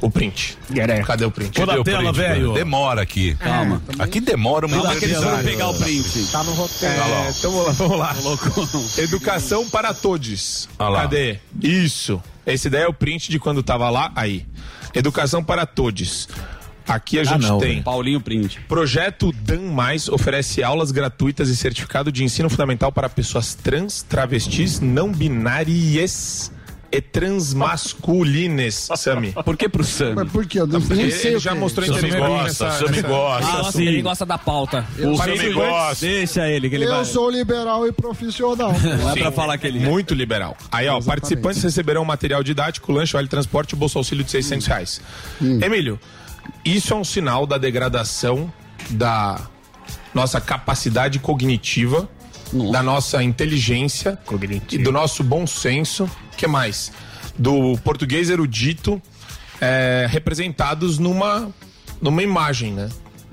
Speaker 11: O print. Cadê o print?
Speaker 3: Cadê
Speaker 11: Cadê
Speaker 3: o print, Bruno? Demora aqui.
Speaker 11: Calma.
Speaker 3: Aqui demora uma
Speaker 11: Calma que eles vão pegar o
Speaker 10: print.
Speaker 9: Tá no roteiro.
Speaker 11: É, então vamos lá, (laughs) vamos lá. Educação para todos. Cadê? Isso. Esse daí é o print de quando tava lá. Aí. Educação para todos. Aqui a gente
Speaker 10: não,
Speaker 11: tem.
Speaker 10: velho. Paulinho Print.
Speaker 11: Projeto Dan Mais oferece aulas gratuitas e certificado de ensino fundamental para pessoas trans, travestis, não binárias e transmasculines, Sami. Tá,
Speaker 10: Por que pro Sami?
Speaker 4: Mas por que? Eu não, nem sei
Speaker 11: Ele
Speaker 4: o
Speaker 11: já
Speaker 4: que é.
Speaker 11: mostrou
Speaker 4: Sami
Speaker 11: interesse
Speaker 4: gosta,
Speaker 11: nessa-
Speaker 4: Sami
Speaker 11: nessa-
Speaker 4: gosta.
Speaker 11: Ah,
Speaker 4: sim.
Speaker 9: Ele gosta da pauta.
Speaker 4: Eu-
Speaker 10: O
Speaker 11: Sami
Speaker 10: Sami
Speaker 11: gosta.
Speaker 10: Deixa ele que ele
Speaker 4: eu
Speaker 10: vai.
Speaker 4: sou liberal e profissional.
Speaker 11: Sim. Muito liberal. Aí, ó, participantes receberão material didático, lanche, vale transporte e bolsa auxílio de 600 reais. Emílio, isso é um sinal da degradação da nossa capacidade cognitiva, da nossa inteligência e do nosso bom senso. que mais? Do português erudito é, representados numa, numa imagem, né?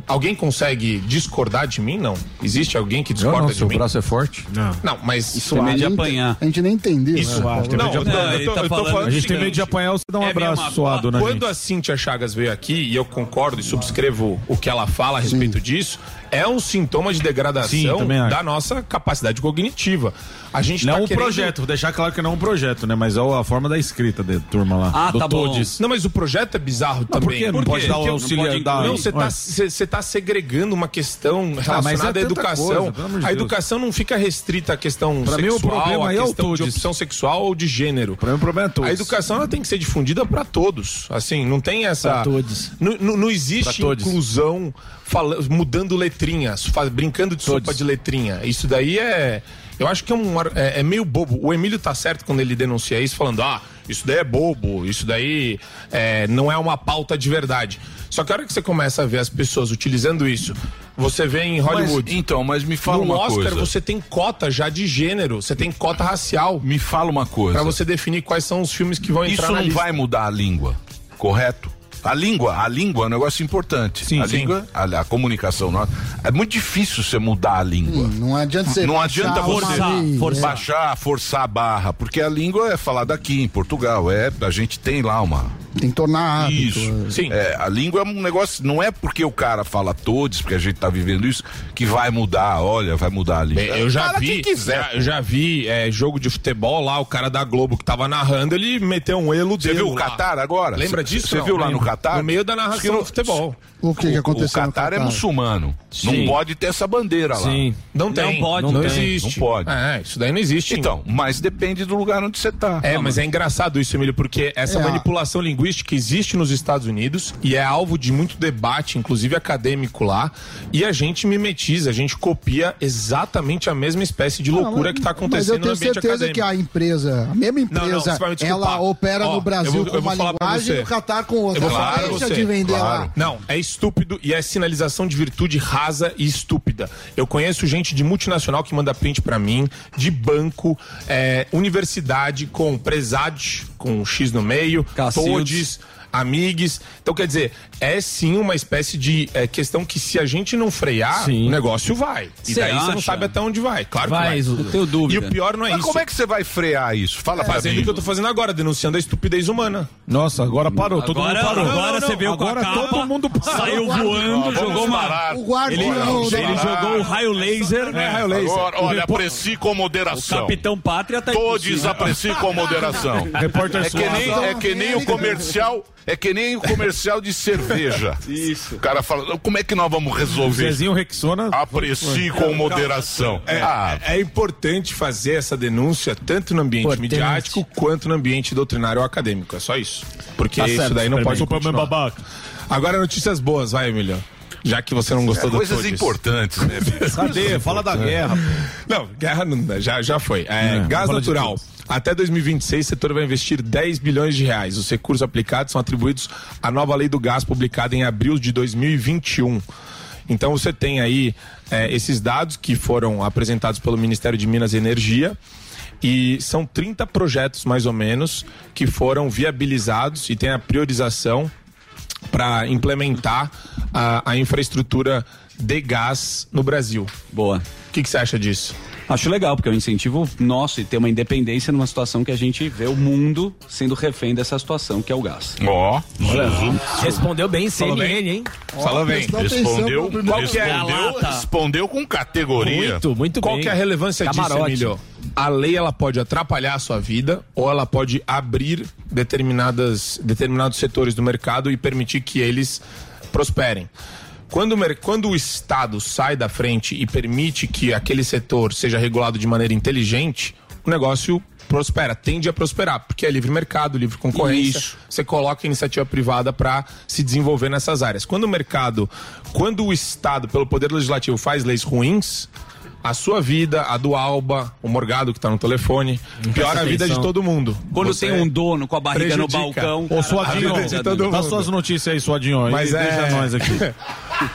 Speaker 11: Alguém consegue discordar de mim? Não. Existe alguém que discorda de mim?
Speaker 8: é forte?
Speaker 11: Não. Não, mas
Speaker 10: Isso é medo de apanhar.
Speaker 4: A gente nem entendeu.
Speaker 11: Isso,
Speaker 4: né?
Speaker 11: acho. Não, eu tô,
Speaker 10: apanhar.
Speaker 11: eu tô-
Speaker 10: Ele tá
Speaker 11: eu tô
Speaker 10: falando
Speaker 11: falando
Speaker 10: o
Speaker 8: A gente tem medo de
Speaker 11: seguinte.
Speaker 8: apanhar, você dá um
Speaker 11: É meio
Speaker 8: abraço
Speaker 11: uma-
Speaker 8: suado, né?
Speaker 11: Quando a Cintia Chagas veio aqui, e eu concordo e subscrevo o que ela fala a respeito disso, é um sintoma de
Speaker 8: Sim,
Speaker 11: degradação
Speaker 8: também acho.
Speaker 11: da nossa capacidade cognitiva. A gente
Speaker 8: Não
Speaker 11: tá
Speaker 8: um
Speaker 11: querendo-
Speaker 8: projeto, vou deixar claro que não é um projeto, né? Mas é a forma da escrita de turma lá.
Speaker 10: Ah,
Speaker 8: do
Speaker 10: tá bom.
Speaker 8: Todes.
Speaker 11: Não, mas o projeto é bizarro
Speaker 8: por
Speaker 11: também.
Speaker 8: quê? Não pode dar o
Speaker 11: Porque
Speaker 8: auxílio-
Speaker 11: pode
Speaker 8: dar-
Speaker 11: incluir. Não, você
Speaker 8: Ué.
Speaker 11: tá, você- você tá segregando uma questão
Speaker 8: mas é
Speaker 11: relacionada
Speaker 8: tanta
Speaker 11: à educação.
Speaker 8: coisa, pelo amor de
Speaker 11: a
Speaker 8: Deus.
Speaker 11: educação não fica restrita à questão
Speaker 8: Pra mim, o
Speaker 11: sexual,
Speaker 8: problema
Speaker 11: à
Speaker 8: aí é o
Speaker 11: questão de
Speaker 8: Todes.
Speaker 11: opção sexual ou de gênero.
Speaker 8: Pra mim, o problema é todos.
Speaker 11: A educação ela tem que ser difundida para todos. Assim, não tem essa.
Speaker 8: Pra todos.
Speaker 11: Não, não- não existe
Speaker 8: Pra todos.
Speaker 11: inclusão fala- mudando letrinhas, fa- brincando de sopa de letrinha. Isso daí é. Eu acho que é, um, ar- é, é meio bobo. O Emílio tá certo quando ele denuncia isso, falando: ah, isso daí é bobo, isso daí é, não é uma pauta de verdade. Só que a hora que você começa a ver as pessoas utilizando isso, você vê em Hollywood.
Speaker 3: Mas, então, mas me fala
Speaker 11: no
Speaker 3: uma
Speaker 11: Oscar
Speaker 3: coisa.
Speaker 11: você tem cota já de gênero, você tem cota racial.
Speaker 3: Me fala uma coisa.
Speaker 11: Pra você definir quais são os filmes que vão entrar
Speaker 3: Isso
Speaker 11: na
Speaker 3: não
Speaker 11: lista.
Speaker 3: vai mudar a língua, correto? A língua, a língua é um negócio importante.
Speaker 11: Sim,
Speaker 3: a
Speaker 11: sim.
Speaker 3: língua, a, a comunicação nossa. É muito difícil você mudar a língua.
Speaker 4: Não adianta você né?
Speaker 3: Não
Speaker 4: baixar
Speaker 3: adianta
Speaker 4: uma
Speaker 3: forçar,
Speaker 4: linha.
Speaker 3: forçar. baixar, forçar a barra, porque a língua é falada aqui em Portugal, é, a gente tem lá uma
Speaker 4: Tem que tornar hábito.
Speaker 3: isso.
Speaker 11: Sim.
Speaker 3: É, a língua é um negócio, não é porque o cara fala todos, porque a gente tá vivendo isso, que vai mudar, olha, vai mudar a língua.
Speaker 11: Bem, Eu já
Speaker 3: Fala
Speaker 11: vi,
Speaker 3: quem quiser.
Speaker 11: já- eu já vi é, jogo de futebol lá, o cara da Globo que tava narrando, ele meteu um elo
Speaker 3: Você viu o
Speaker 11: lá.
Speaker 3: Catar agora?
Speaker 11: Lembra
Speaker 3: Cê-
Speaker 11: disso?
Speaker 3: Você
Speaker 11: Não,
Speaker 3: viu lá
Speaker 11: lembro.
Speaker 3: no Catar?
Speaker 11: No meio da
Speaker 3: Diz que
Speaker 11: narração
Speaker 3: não-
Speaker 11: do futebol.
Speaker 4: O que, que
Speaker 3: O
Speaker 4: aconteceu? no
Speaker 3: Catar é muçulmano.
Speaker 10: Sim.
Speaker 3: Não pode ter essa bandeira lá.
Speaker 9: Sim.
Speaker 11: Não tem.
Speaker 10: pode,
Speaker 11: não,
Speaker 10: não tem.
Speaker 11: existe.
Speaker 3: Não pode.
Speaker 11: É, isso daí não existe.
Speaker 3: Então, mas depende do lugar onde você tá.
Speaker 11: É, mas é engraçado isso, Emílio, porque essa
Speaker 4: É, a-
Speaker 11: manipulação linguística existe nos Estados Unidos e é alvo de muito debate, inclusive acadêmico lá, e a gente mimetiza, a gente copia exatamente a mesma espécie de loucura que está
Speaker 4: Mas eu
Speaker 11: acontecendo no
Speaker 4: tenho
Speaker 11: ambiente
Speaker 4: certeza
Speaker 11: acadêmico.
Speaker 4: que a empresa, a mesma
Speaker 11: não,
Speaker 4: empresa,
Speaker 11: você vai me desculpar.
Speaker 4: ela opera
Speaker 11: Ó,
Speaker 4: no Brasil
Speaker 11: eu vou-
Speaker 4: com
Speaker 11: eu vou
Speaker 4: uma
Speaker 11: falar pra
Speaker 4: linguagem
Speaker 11: você.
Speaker 4: e no Catar com outra.
Speaker 11: Eu vou
Speaker 4: Ela
Speaker 11: falar pra
Speaker 4: deixa
Speaker 11: você,
Speaker 4: de vender
Speaker 11: claro.
Speaker 4: lá.
Speaker 11: Não, é estúpido e é sinalização de virtude rasa e estúpida. Eu conheço gente de multinacional que manda print pra mim, de banco, é, universidade com presade, com um X no meio,
Speaker 10: Cacildes.
Speaker 11: todes, amigues. Então, quer dizer, é sim uma espécie de é, questão que se a gente não frear,
Speaker 9: Sim.
Speaker 11: o negócio vai. E
Speaker 10: Cê
Speaker 11: daí você não
Speaker 10: acha?
Speaker 11: sabe até onde vai. Claro
Speaker 9: Vai,
Speaker 11: que vai.
Speaker 9: Zuzu. Eu tenho
Speaker 10: dúvida.
Speaker 11: E o pior não é
Speaker 3: Mas
Speaker 11: isso.
Speaker 3: como é que você vai frear isso? Fala pra
Speaker 11: É. Fazendo
Speaker 3: mim.
Speaker 11: o que eu tô fazendo agora, denunciando a estupidez humana.
Speaker 8: Nossa, agora parou, todo mundo
Speaker 10: Agora,
Speaker 8: parou.
Speaker 10: agora você veio com
Speaker 8: Agora
Speaker 10: a capa,
Speaker 8: todo mundo parou.
Speaker 10: saiu voando,
Speaker 3: Ó,
Speaker 10: jogou
Speaker 3: vamos
Speaker 10: uma...
Speaker 3: parar.
Speaker 4: O guardião
Speaker 10: Ele,
Speaker 4: da-
Speaker 10: ele jogou é o raio laser.
Speaker 11: É, raio laser.
Speaker 3: Agora, olha, aprecie com moderação.
Speaker 10: Capitão Pátria tá
Speaker 3: Todos
Speaker 10: impossível.
Speaker 3: aprecie com moderação.
Speaker 8: Repórter
Speaker 3: É que,
Speaker 8: suado.
Speaker 3: nem, é que nem o comercial, é que nem o comercial de cerveja. Isso. O cara fala, como é que nós vamos resolver? isso?
Speaker 8: Zezinho Rexona.
Speaker 11: Ah,
Speaker 3: Aprecie com moderação.
Speaker 11: É,
Speaker 3: Ah,
Speaker 11: é importante fazer essa denúncia tanto no ambiente
Speaker 9: Importante.
Speaker 11: midiático quanto no ambiente doutrinário ou acadêmico. É só isso. Porque
Speaker 9: Tá
Speaker 11: isso
Speaker 9: certo,
Speaker 11: daí não pode
Speaker 9: Superman.
Speaker 11: continuar. Agora notícias boas, vai, Emílio. Já que você não gostou do
Speaker 3: É, coisas
Speaker 11: Todes.
Speaker 3: importantes,
Speaker 11: (laughs)
Speaker 3: né, bicho?
Speaker 8: Cadê? Fala da guerra.
Speaker 11: É. Não, guerra não dá, já, já foi. É,
Speaker 8: É,
Speaker 11: gás
Speaker 8: fala de
Speaker 11: natural. Até 2026, o setor vai investir 10 bilhões de reais. Os recursos aplicados são atribuídos à nova lei do gás publicada em abril de 2021. Então você tem aí é, esses dados que foram apresentados pelo Ministério de Minas e Energia. E são 30 projetos, mais ou menos, que foram viabilizados e tem a priorização para implementar a, a infraestrutura de gás no Brasil.
Speaker 10: Boa.
Speaker 11: O que que você acha disso?
Speaker 10: Acho legal, porque é um incentivo nosso e ter uma independência numa situação que a gente vê o mundo sendo refém dessa situação, que é o gás.
Speaker 3: Ó, Zuzu.
Speaker 9: Respondeu bem CNN, hein?
Speaker 11: Fala bem.
Speaker 4: prestou atenção
Speaker 3: Respondeu,
Speaker 4: pra primeira-
Speaker 11: que é?
Speaker 3: respondeu, respondeu com categoria.
Speaker 9: Muito, muito
Speaker 11: Qual
Speaker 9: bem.
Speaker 11: que é a relevância disso,
Speaker 9: Camarote.
Speaker 11: Emílio? A lei ela pode atrapalhar a sua vida ou ela pode abrir determinadas, determinados setores do mercado e permitir que eles prosperem. Quando o, mer- quando o Estado sai da frente e permite que aquele setor seja regulado de maneira inteligente, o negócio prospera, tende a prosperar, porque é livre mercado, livre concorrência.
Speaker 8: Isso.
Speaker 11: Você coloca a iniciativa privada para se desenvolver nessas áreas. Quando o mercado, quando o Estado, pelo poder legislativo, faz leis ruins, a sua vida, a do Alba, o Morgado que tá no telefone, piora a vida de todo mundo.
Speaker 10: Quando
Speaker 11: Você
Speaker 10: tem um dono com a barriga no
Speaker 11: prejudica.
Speaker 10: balcão.
Speaker 11: Ô,
Speaker 10: cara,
Speaker 11: Suadinho,
Speaker 10: a vida de
Speaker 11: todo
Speaker 10: mundo.
Speaker 11: mundo.
Speaker 8: Dá suas notícias aí, Suadinho. aí,
Speaker 11: Mas é-
Speaker 8: deixa nós aqui.
Speaker 11: (laughs)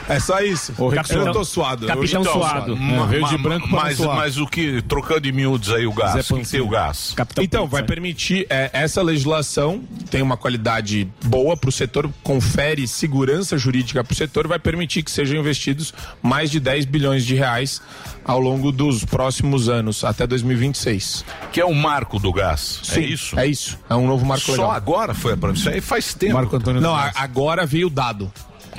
Speaker 11: É só isso.
Speaker 8: Ô,
Speaker 11: Capitão-
Speaker 8: Ricardo.
Speaker 11: Eu tô suado.
Speaker 8: Capitão
Speaker 11: Hoje eu tô
Speaker 8: suado.
Speaker 11: suado.
Speaker 8: É, veio de
Speaker 11: Ma-
Speaker 8: branco para
Speaker 3: Mas,
Speaker 8: suar.
Speaker 3: mas o que, trocando em miúdos aí o
Speaker 11: Zé
Speaker 3: gás, o que que
Speaker 11: Panfilo.
Speaker 3: tem o gás?
Speaker 11: então, vai permitir. é, essa legislação tem uma qualidade boa para o setor, confere segurança jurídica para o setor, vai permitir que sejam investidos mais de 10 bilhões de reais ao longo dos próximos anos, até 2026.
Speaker 3: Que é o marco do gás.
Speaker 11: Sim,
Speaker 3: é isso?
Speaker 11: É isso. É um novo marco
Speaker 3: Só
Speaker 11: legal.
Speaker 3: agora foi a Isso aí faz tempo.
Speaker 11: Marco Antônio Não, a- agora veio o dado.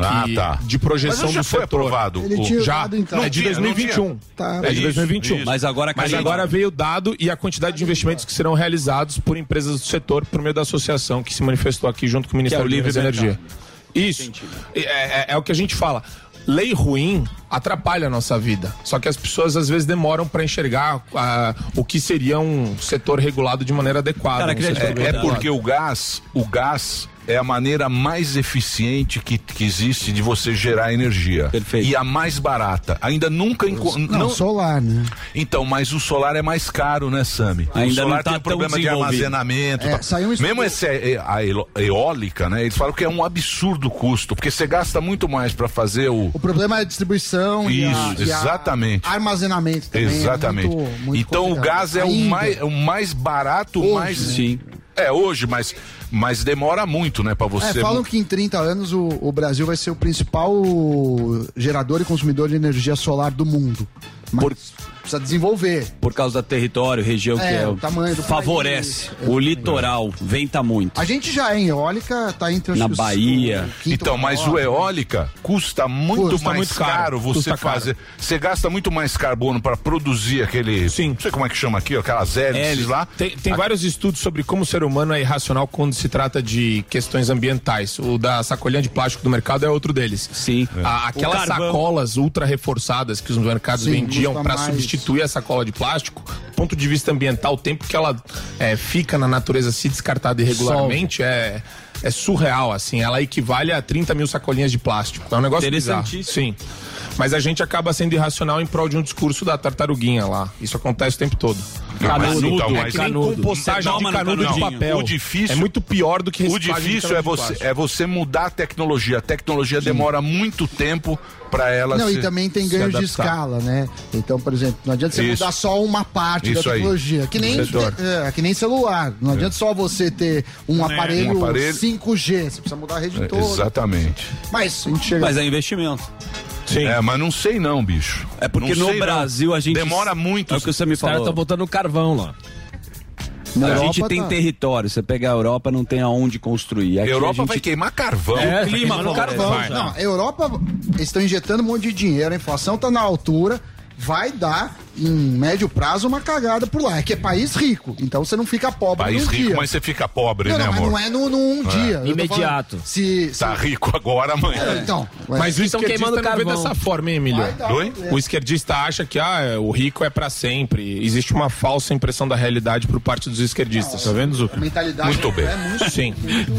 Speaker 3: Ah,
Speaker 11: que-
Speaker 3: tá.
Speaker 11: De projeção
Speaker 3: Mas já
Speaker 11: do
Speaker 3: foi
Speaker 11: setor.
Speaker 3: aprovado, Ele o- tinha o
Speaker 11: já.
Speaker 3: dado, então.
Speaker 11: É de
Speaker 3: Não tinha, não
Speaker 11: 2021.
Speaker 3: tinha. Tá.
Speaker 11: É de
Speaker 3: Isso,
Speaker 11: 2021.
Speaker 3: isso. Mas agora
Speaker 11: Mas
Speaker 3: caiu.
Speaker 11: agora veio o dado e a quantidade
Speaker 3: Tá
Speaker 11: de investimentos que serão realizados por empresas do setor por meio da associação que se manifestou aqui junto com o
Speaker 3: é
Speaker 11: Ministério
Speaker 10: o
Speaker 11: da
Speaker 10: livre
Speaker 11: Minas e Energia.
Speaker 10: mercado.
Speaker 11: Isso. É, é- é o que a gente fala. Lei ruim atrapalha a nossa vida. Só que as pessoas às vezes demoram para enxergar ah, o que seria um setor regulado de maneira adequada. um setor
Speaker 3: é, é
Speaker 11: adequado.
Speaker 3: porque o gás, o gás é a maneira mais eficiente que, que existe de você gerar energia. Perfeito. E a mais barata. Ainda nunca enco-
Speaker 4: Não, solar, né?
Speaker 3: Então, mas o solar é mais caro, né, Sami?
Speaker 10: Ainda
Speaker 3: o solar
Speaker 10: não tá
Speaker 3: tem
Speaker 10: tão
Speaker 3: problema de
Speaker 10: desenvolvido.
Speaker 3: armazenamento.
Speaker 4: É,
Speaker 3: tá.
Speaker 4: saiu um estudo-
Speaker 3: Mesmo esse, é, a eó- eólica, né? Eles falam que é um absurdo custo, porque você gasta muito mais para fazer o.
Speaker 4: O problema é a distribuição e a-
Speaker 3: Isso,
Speaker 4: e a-
Speaker 3: exatamente.
Speaker 4: armazenamento também. é
Speaker 3: Exatamente.
Speaker 4: muito- muito
Speaker 3: então o
Speaker 4: complicado.
Speaker 3: gás é o
Speaker 4: Ainda.
Speaker 3: mais, é o mais barato,
Speaker 4: Hoje,
Speaker 3: mais.
Speaker 4: né?
Speaker 3: É hoje, mas, mas demora muito, né, para você.
Speaker 4: É, falam que em 30 anos o, o Brasil vai ser o principal gerador e consumidor de energia solar do mundo. Mas precisa desenvolver.
Speaker 10: Por causa do território, região que
Speaker 4: Tá É,
Speaker 10: é.
Speaker 4: o tamanho do
Speaker 10: favorece.
Speaker 4: país.
Speaker 10: O litoral venta muito.
Speaker 4: A gente já é em eólica, tá entre os
Speaker 10: Na
Speaker 4: os-
Speaker 10: Bahia.
Speaker 4: o quinto
Speaker 3: Então, mas
Speaker 4: maior.
Speaker 3: o eólica custa muito
Speaker 4: Custa
Speaker 3: mais
Speaker 4: muito
Speaker 3: caro,
Speaker 4: caro,
Speaker 3: você
Speaker 4: custa caro.
Speaker 3: fazer. Você gasta muito mais carbono para produzir aquele. Sim. Não sei como é que chama aqui, ó, aquelas hélices lá.
Speaker 11: Tem, tem vários estudos sobre como o ser humano é irracional quando se trata de questões ambientais. O da sacolinha de plástico do mercado é outro deles.
Speaker 10: Sim.
Speaker 11: Ah, aquelas
Speaker 10: O carvão.
Speaker 11: sacolas ultra reforçadas que os mercados
Speaker 4: Sim,
Speaker 11: vendiam
Speaker 4: custa
Speaker 11: para
Speaker 4: mais.
Speaker 11: substituir a sacola de plástico, do ponto de vista ambiental, o tempo que ela é, fica na natureza se descartada irregularmente é, é surreal. assim. Ela equivale a 30 mil sacolinhas de plástico. É um negócio bizarro. Sim. Mas a gente acaba sendo irracional em prol de um discurso da tartaruguinha lá. Isso acontece o tempo todo.
Speaker 3: Não, mas
Speaker 11: Canudo,
Speaker 3: então,
Speaker 11: é
Speaker 3: mas
Speaker 11: que nem
Speaker 3: canudo.
Speaker 11: compostagem
Speaker 3: Você
Speaker 11: de
Speaker 3: toma no
Speaker 11: canudo de
Speaker 3: canudinho.
Speaker 11: papel.
Speaker 3: O difícil-
Speaker 11: é muito pior do que
Speaker 3: O
Speaker 11: reciclagem de
Speaker 3: difícil é
Speaker 11: canudo de
Speaker 3: você,
Speaker 11: plástico.
Speaker 3: é você mudar a tecnologia. A tecnologia demora muito tempo para ela
Speaker 4: Não,
Speaker 3: se
Speaker 4: e também tem
Speaker 3: se
Speaker 4: ganhos de
Speaker 3: adaptar.
Speaker 4: escala, né? Então, por exemplo, não adianta você
Speaker 3: Isso.
Speaker 4: mudar só uma parte
Speaker 3: Isso
Speaker 4: da
Speaker 3: aí.
Speaker 4: tecnologia. Que nem,
Speaker 3: Do setor.
Speaker 4: é, que nem celular. Não adianta só você ter um
Speaker 3: É.
Speaker 4: aparelho,
Speaker 3: Um aparelho.
Speaker 4: 5G. Você precisa mudar a rede
Speaker 3: É,
Speaker 4: toda.
Speaker 3: Exatamente.
Speaker 4: Mas a gente chega.
Speaker 10: Mas é investimento.
Speaker 3: Sim. É, mas não sei não, bicho.
Speaker 10: É porque
Speaker 3: Não
Speaker 10: no
Speaker 3: sei, não.
Speaker 10: Brasil a gente.
Speaker 3: Demora muito.
Speaker 10: É o que você me
Speaker 9: Os caras
Speaker 10: falou.
Speaker 9: estão botando carvão lá.
Speaker 10: Na
Speaker 9: Na
Speaker 10: a gente
Speaker 9: Europa
Speaker 10: tem
Speaker 9: tá.
Speaker 10: território. Você pega a Europa, não tem aonde construir. Aqui
Speaker 3: Europa
Speaker 10: a gente...
Speaker 3: vai queimar carvão.
Speaker 10: É,
Speaker 3: Tá
Speaker 10: clima
Speaker 3: queimando
Speaker 10: favorece.
Speaker 3: carvão.
Speaker 4: Não, a Europa estão injetando um monte de dinheiro, a inflação tá na altura, vai dar em médio prazo uma cagada por lá. É que é país rico, então você não fica pobre
Speaker 3: País
Speaker 4: num
Speaker 3: rico,
Speaker 4: Um dia.
Speaker 3: mas você fica pobre,
Speaker 4: não,
Speaker 3: né,
Speaker 4: não, mas
Speaker 3: amor?
Speaker 4: não é num, num dia. Eu tô
Speaker 9: Imediato.
Speaker 4: falando, Se, se-
Speaker 3: Tá rico agora, amanhã.
Speaker 4: É, então,
Speaker 11: Mas, o
Speaker 9: Estão
Speaker 11: esquerdista não
Speaker 9: queimando
Speaker 11: vê
Speaker 9: carvão.
Speaker 11: dessa forma, hein, Emílio?
Speaker 4: Vai dar, um Oi?
Speaker 10: né?
Speaker 11: O esquerdista acha que ah, é, o rico é pra sempre. Existe uma falsa impressão da realidade por parte dos esquerdistas. Tá vendo, Zucca?
Speaker 4: a mentalidade
Speaker 3: Muito bem.
Speaker 4: é muito (laughs)
Speaker 11: Sim.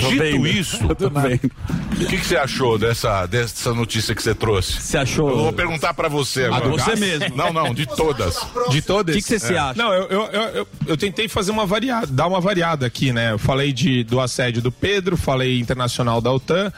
Speaker 3: Dito
Speaker 10: né?
Speaker 3: isso, tá o que, que você achou dessa, dessa notícia que você trouxe?
Speaker 10: Você achou?
Speaker 3: Eu vou perguntar pra você
Speaker 10: Ah,
Speaker 3: agora.
Speaker 10: você mesmo.
Speaker 3: Não, não, de todas. É.
Speaker 11: De todas? É.
Speaker 10: O que que você se acha?
Speaker 11: Não, eu, eu, eu, eu- eu tentei fazer uma variada, dar uma variada aqui, né? Eu falei de, do assédio do Pedro, falei internacional da OTAN,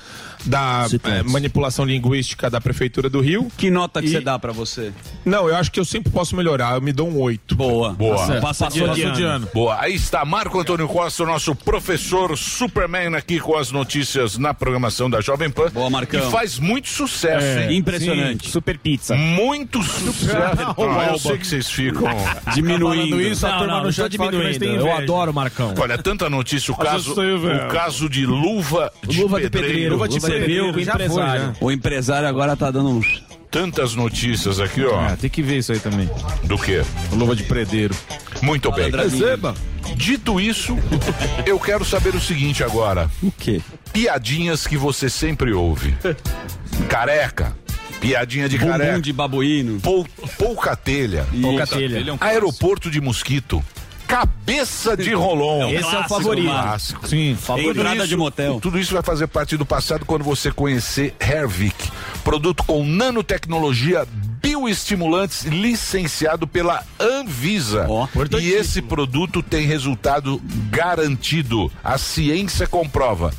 Speaker 11: da eh, manipulação linguística da Prefeitura do Rio.
Speaker 10: Que nota que
Speaker 11: E-
Speaker 10: você dá pra você?
Speaker 11: Não, eu acho que eu sempre posso melhorar, eu me dou um 8.
Speaker 10: Boa.
Speaker 3: Boa.
Speaker 10: Passa, de,
Speaker 9: Tá Passou de
Speaker 10: ano.
Speaker 9: ano.
Speaker 3: Boa, aí está Marco Antônio Costa, o nosso professor Superman aqui com as notícias na programação da Jovem Pan.
Speaker 10: Boa, Marcão.
Speaker 3: E faz muito sucesso, hein?
Speaker 10: É, Impressionante.
Speaker 9: Super pizza.
Speaker 3: Muito sucesso. Ah, eu sei que vocês ficam. Tá
Speaker 10: Diminuindo.
Speaker 9: isso, não, não, não tô diminuindo. Eu adoro o Marcão.
Speaker 3: Olha, tanta
Speaker 8: (laughs)
Speaker 3: notícia, o caso,
Speaker 8: assustou, velho.
Speaker 3: o caso de luva de
Speaker 9: Luva de
Speaker 3: pedreiro.
Speaker 9: pedreiro. Luva de pedreiro,
Speaker 8: já foi,
Speaker 9: empresário.
Speaker 10: O empresário agora tá dando um.
Speaker 3: Tantas notícias aqui, ó.
Speaker 8: Ah, tem que ver isso aí também.
Speaker 3: Do quê?
Speaker 8: Luva de predeiro.
Speaker 3: Muito bem.
Speaker 10: Receba.
Speaker 3: Dito isso, eu quero saber o seguinte agora.
Speaker 10: O quê?
Speaker 3: Piadinhas que você sempre ouve. Careca. Piadinha de
Speaker 10: Bumbum
Speaker 3: careca.
Speaker 10: de babuíno.
Speaker 3: Pou- pouca telha.
Speaker 10: Pouca
Speaker 9: telha.
Speaker 3: Aeroporto de mosquito. Cabeça de Rolon.
Speaker 10: Esse é o favorito.
Speaker 3: Clássico. Sim,
Speaker 10: favorito. Entrada de motel.
Speaker 3: Tudo isso vai fazer parte do passado quando você conhecer Hervik, produto com nanotecnologia bioestimulantes licenciado pela Anvisa. e esse produto tem resultado garantido. A ciência comprova.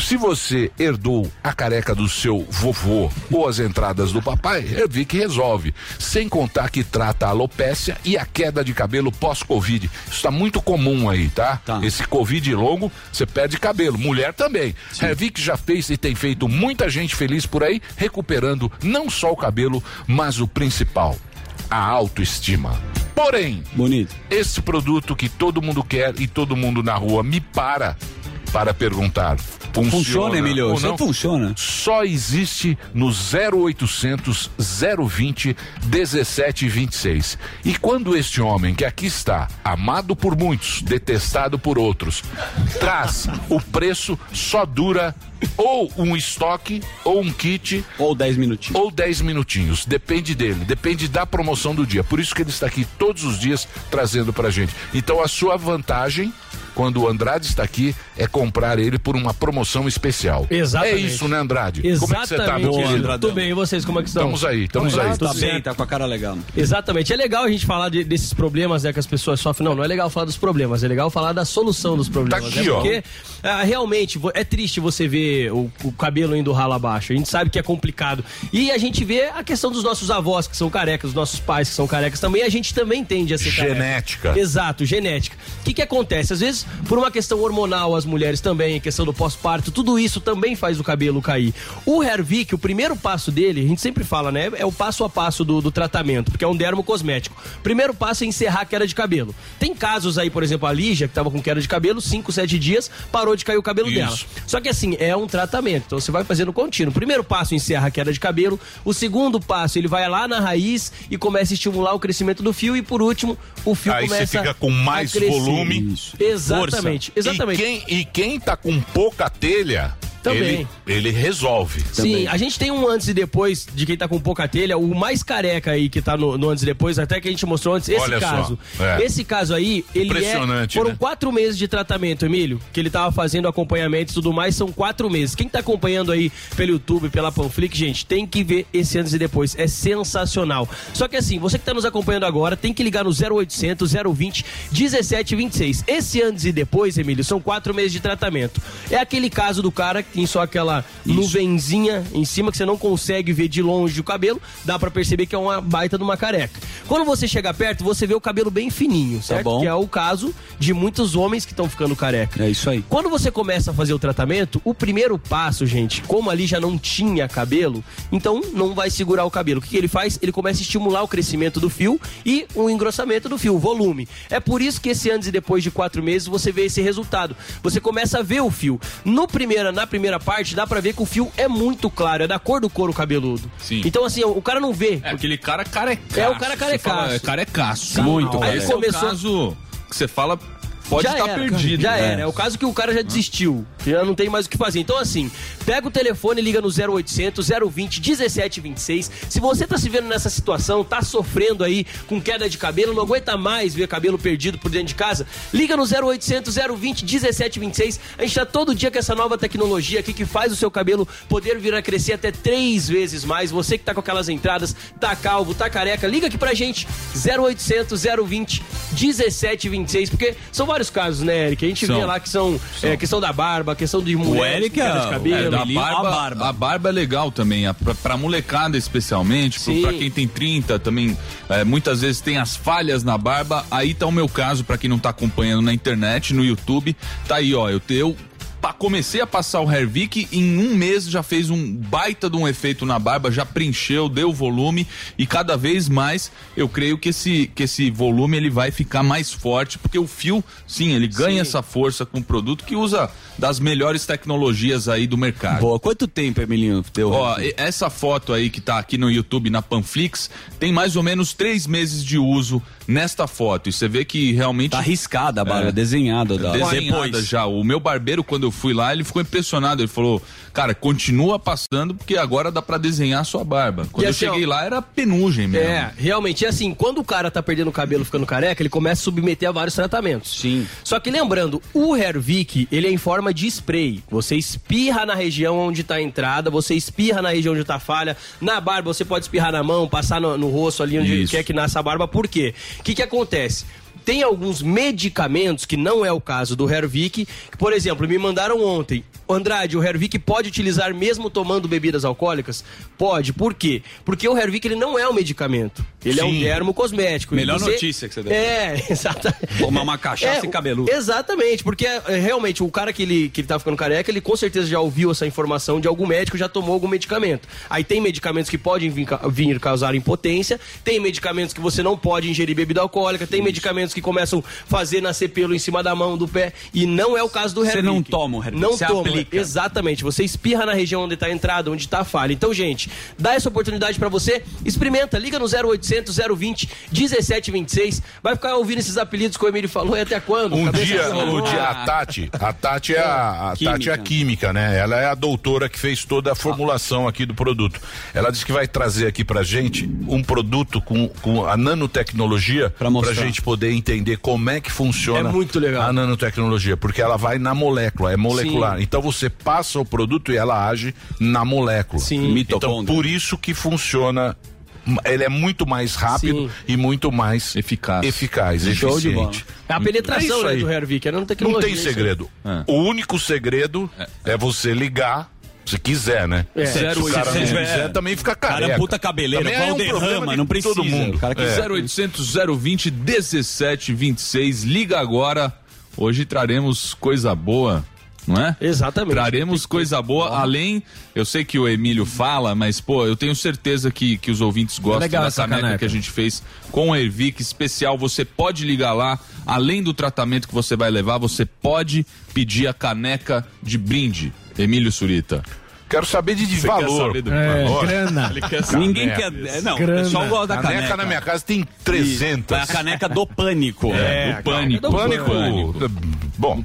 Speaker 3: Se você herdou a careca do seu vovô ou as entradas do papai, Hervik resolve. Sem contar que trata a alopécia e a queda de cabelo pós-Covid. Isso está muito comum aí, tá? Esse Covid longo, você perde cabelo. Mulher também. Hervik já fez e tem feito muita gente feliz por aí, recuperando não só o cabelo, mas o principal, a autoestima. Porém, bonito. Esse produto que todo mundo quer e todo mundo na rua me para para perguntar. Funciona,
Speaker 10: Funciona, Emílio?
Speaker 3: ou
Speaker 10: Isso aí
Speaker 3: não?
Speaker 10: funciona.
Speaker 3: Só existe no 0800 020 1726. E quando este homem que aqui está, amado por muitos, detestado por outros, traz o preço, só dura ou um estoque, ou um kit.
Speaker 10: Ou 10 minutinhos.
Speaker 3: Ou 10 minutinhos. Depende dele, depende da promoção do dia. Por isso que ele está aqui todos os dias trazendo pra gente. Então a sua vantagem. Quando o Andrade está aqui, é comprar ele por uma promoção especial.
Speaker 16: Exatamente.
Speaker 3: É isso, né, Andrade? Como é que você tá,
Speaker 16: Exatamente,
Speaker 3: meu
Speaker 16: Edu.
Speaker 3: querido?
Speaker 16: Tudo bem, e vocês, como é que estão?
Speaker 3: Estamos aí, estamos aí.
Speaker 16: Tudo
Speaker 3: Tá bem,
Speaker 16: certo.
Speaker 10: Tá com a cara legal.
Speaker 16: Exatamente. É legal a gente falar de- desses problemas né, que as pessoas sofrem. Não, não é legal falar dos problemas, é legal falar da solução dos problemas.
Speaker 3: Tá aqui,
Speaker 16: né?
Speaker 3: ó.
Speaker 16: Porque ah, realmente vo- é triste você ver o, o cabelo indo ralo abaixo. A gente sabe que é complicado. E a gente vê a questão dos nossos avós, que são carecas, dos nossos pais, que são carecas também. A gente também tende a ser careca.
Speaker 3: Genética.
Speaker 16: Exato, genética. O que, que acontece? Às vezes, por uma questão hormonal, as mulheres também, questão do pós-parto, tudo isso também faz o cabelo cair. O Hervik, o primeiro passo dele, a gente sempre fala, né? É o passo a passo do, do tratamento, porque é um dermo cosmético. Primeiro passo é encerrar a queda de cabelo. Tem casos aí, por exemplo, a Lígia, que tava com queda de cabelo, 5, 7 dias, parou de cair o cabelo dela. Só que assim, é um tratamento, então você vai fazendo contínuo. Primeiro passo, encerra a queda de cabelo. O segundo passo, ele vai lá na raiz e começa a estimular o crescimento do fio. E por último, o fio
Speaker 3: Aí você
Speaker 16: começa
Speaker 3: fica com
Speaker 16: a
Speaker 3: mais
Speaker 16: crescer.
Speaker 3: volume.
Speaker 16: Exatamente,
Speaker 3: força.
Speaker 16: exatamente.
Speaker 3: E quem, e quem tá com pouca telha,
Speaker 16: Também.
Speaker 3: Ele, ele resolve.
Speaker 16: Sim, a gente tem um antes e depois de quem tá com pouca telha, o mais careca aí que tá no, no antes e depois, até que a gente mostrou antes, esse
Speaker 3: Olha só,
Speaker 16: caso.
Speaker 3: é.
Speaker 16: Esse caso aí, ele é.
Speaker 3: Impressionante,
Speaker 16: Foram
Speaker 3: né?
Speaker 16: quatro meses de tratamento, Emílio, que ele tava fazendo acompanhamento e tudo mais, são quatro meses. Quem tá acompanhando aí pelo YouTube, pela Panflix, gente, tem que ver esse antes e depois. É sensacional. Só que assim, você que tá nos acompanhando agora, tem que ligar no 0800 020 1726. Esse antes e depois, Emílio, são quatro meses de tratamento. É aquele caso do cara que tem só aquela nuvenzinha em cima que você não consegue ver de longe o cabelo, dá pra perceber que é uma baita de uma careca. Quando você chega perto, você vê o cabelo bem fininho, certo?
Speaker 10: bom.
Speaker 16: Que é o caso de muitos homens que estão ficando careca. É isso aí. Quando você começa a fazer o tratamento, o primeiro passo, gente, como ali já não tinha cabelo, então não vai segurar o cabelo. O que que ele faz? Ele começa a estimular o crescimento do fio e o engrossamento do fio, o volume. É por isso que esse antes e depois de quatro meses você vê esse resultado. Você começa a ver o fio. No primeira, na primeira parte, dá pra ver que o fio é muito claro, é da cor do couro cabeludo. Sim. Então, assim, o cara não vê. É
Speaker 7: aquele cara carecaço.
Speaker 16: É o cara carecaço.
Speaker 7: Você fala, É carecaço.
Speaker 16: Muito
Speaker 7: Aí
Speaker 16: careca.
Speaker 7: esse é o
Speaker 16: Começou-
Speaker 7: caso que você fala, pode
Speaker 16: Já
Speaker 7: estar
Speaker 16: era,
Speaker 7: perdido.
Speaker 16: Já
Speaker 7: né?
Speaker 16: era. É o caso que o cara já desistiu. Já não tem mais o que fazer. Então, assim, pega o telefone, liga no 0800 020 1726. Se você tá se vendo nessa situação, tá sofrendo aí com queda de cabelo, não aguenta mais ver cabelo perdido por dentro de casa, liga no 0800 020 1726. A gente tá todo dia com essa nova tecnologia aqui que faz o seu cabelo poder vir a crescer até três vezes mais. Você que tá com aquelas entradas, tá calvo, tá careca, liga aqui pra gente, 0800 020 1726, porque são vários casos, né, Eric? A gente
Speaker 7: São.
Speaker 16: vê lá que são, é, questão da barba, questão de
Speaker 7: O
Speaker 16: mulher,
Speaker 7: Eric é,
Speaker 16: queda de cabelo,
Speaker 7: é da barba, a barba. é legal também, a- pra, pra molecada especialmente, pro- pra quem tem 30 também, é, muitas vezes tem as falhas na barba. Aí tá o meu caso, pra quem não tá acompanhando na internet, no YouTube, tá aí, ó, eu, eu pa- comecei a passar o Hervik em um mês já fez um baita de um efeito na barba, já preencheu, deu volume e cada vez mais eu creio que esse, que esse volume ele vai ficar mais forte, porque o fio, sim, ele ganha essa força com um produto que usa das melhores tecnologias aí do mercado.
Speaker 10: Boa, quanto tempo, Emilinho, deu?
Speaker 7: Ó, e- essa foto aí que tá aqui no YouTube, na Panflix, tem mais ou menos três meses de uso nesta foto. E você vê que realmente. Tá
Speaker 10: arriscada a barba, desenhada da-
Speaker 7: Desenhada
Speaker 10: Depois.
Speaker 7: já. O meu barbeiro, quando eu fui fui lá, ele ficou impressionado. Ele falou, cara, continua passando porque agora dá pra desenhar a sua barba. Quando
Speaker 16: E
Speaker 7: eu
Speaker 16: assim,
Speaker 7: cheguei
Speaker 16: ó,
Speaker 7: lá era penugem mesmo.
Speaker 16: É, realmente. E assim, quando o cara tá perdendo o cabelo ficando careca, ele começa a submeter a vários tratamentos. Sim. Só que lembrando, o Hervik, ele é em forma de spray. Você espirra na região onde tá a entrada, você espirra na região onde tá a falha. Na barba, você pode espirrar na mão, passar no, no rosto ali onde
Speaker 7: Isso.
Speaker 16: quer que nasça a barba. Por quê? O que que acontece? Tem alguns medicamentos, que não é o caso do Hervik, que, por exemplo, me mandaram ontem. Andrade, o Hervik pode utilizar mesmo tomando bebidas alcoólicas? Pode. Por quê? Porque o Hervik ele não é um medicamento. Ele é um
Speaker 10: Sim.
Speaker 16: dermo cosmético.
Speaker 10: Melhor notícia que você deu. (laughs)
Speaker 16: É, exatamente.
Speaker 10: Tomar uma cachaça
Speaker 16: É,
Speaker 10: e cabeludo.
Speaker 16: Exatamente, porque é, realmente o cara que ele, que ele tá ficando careca, ele com certeza já ouviu essa informação de algum médico, já tomou algum medicamento. Aí tem medicamentos que podem vir, ca- vir causar impotência, tem medicamentos que você não pode ingerir bebida alcoólica, tem medicamentos que começam a fazer nascer pelo em cima da mão, do pé, e não é o caso do
Speaker 10: Você
Speaker 16: Hervik.
Speaker 10: não toma o Hervik,
Speaker 16: Não
Speaker 10: você
Speaker 16: toma,
Speaker 10: aplica.
Speaker 16: exatamente. Você espirra na região onde tá a entrada, onde tá a falha. Então, gente, dá essa oportunidade pra você, experimenta, liga no 0800 020 1726, vai ficar ouvindo esses apelidos que o Emílio falou e até quando?
Speaker 3: Um
Speaker 16: Cabeça Ah,
Speaker 3: dia,
Speaker 16: azul.
Speaker 3: um dia a Tati, a Tati é a, a Tati é a química, né? Ela é a doutora que fez
Speaker 16: Ah.
Speaker 3: toda a formulação aqui do produto. Ela disse que vai trazer aqui pra gente um produto com, com a nanotecnologia pra,
Speaker 10: mostrar.
Speaker 3: gente poder entender como é que
Speaker 10: né?
Speaker 3: funciona
Speaker 16: É muito legal.
Speaker 10: Ah,
Speaker 3: a nanotecnologia, porque ela vai na molécula, é molecular.
Speaker 16: Sim.
Speaker 3: Então você passa o produto e ela age na molécula. Sim. Então por isso que funciona ele é muito mais rápido
Speaker 16: Sim.
Speaker 3: e muito mais eficaz, eficaz
Speaker 16: Show de bola.
Speaker 3: eficiente.
Speaker 16: É a
Speaker 3: É
Speaker 16: penetração
Speaker 3: isso
Speaker 16: né,
Speaker 3: aí.
Speaker 16: do Hervik, é
Speaker 3: Não
Speaker 16: nanotecnologia.
Speaker 3: tem
Speaker 16: isso aí.
Speaker 3: segredo. O único segredo é, você ligar. Se quiser, né?
Speaker 10: É.
Speaker 3: Se o
Speaker 10: 0800,
Speaker 3: cara não
Speaker 10: é.
Speaker 3: quiser, também fica careca.
Speaker 10: Cara, puta cabeleiro,
Speaker 3: Também é um
Speaker 10: Valderrama,
Speaker 3: problema de
Speaker 10: não precisa.
Speaker 3: Todo mundo.
Speaker 7: Cara, que
Speaker 3: É.
Speaker 7: 0800 020 1726. Liga agora. Hoje traremos coisa boa. Não é?
Speaker 16: Exatamente.
Speaker 7: Traremos coisa boa, além. Eu sei que o Emílio fala, mas, pô, eu tenho certeza que, que os ouvintes gostam
Speaker 9: É legal
Speaker 7: da
Speaker 9: essa
Speaker 7: caneca,
Speaker 9: caneca.
Speaker 7: que a gente fez com o Ervic especial. Você pode ligar lá, além do tratamento que você vai levar, você pode pedir a caneca de brinde, Emílio Surita.
Speaker 3: Quero saber de,
Speaker 7: Você quer
Speaker 3: valor.
Speaker 7: saber do
Speaker 3: É,
Speaker 7: valor?
Speaker 3: grana.
Speaker 7: Ele quer saber.
Speaker 10: Ninguém quer. é, Não, o pessoal gosta da caneca.
Speaker 3: na minha casa tem 300.
Speaker 10: É a caneca do pânico.
Speaker 3: É,
Speaker 10: do pânico.
Speaker 3: do pânico. é, Bom,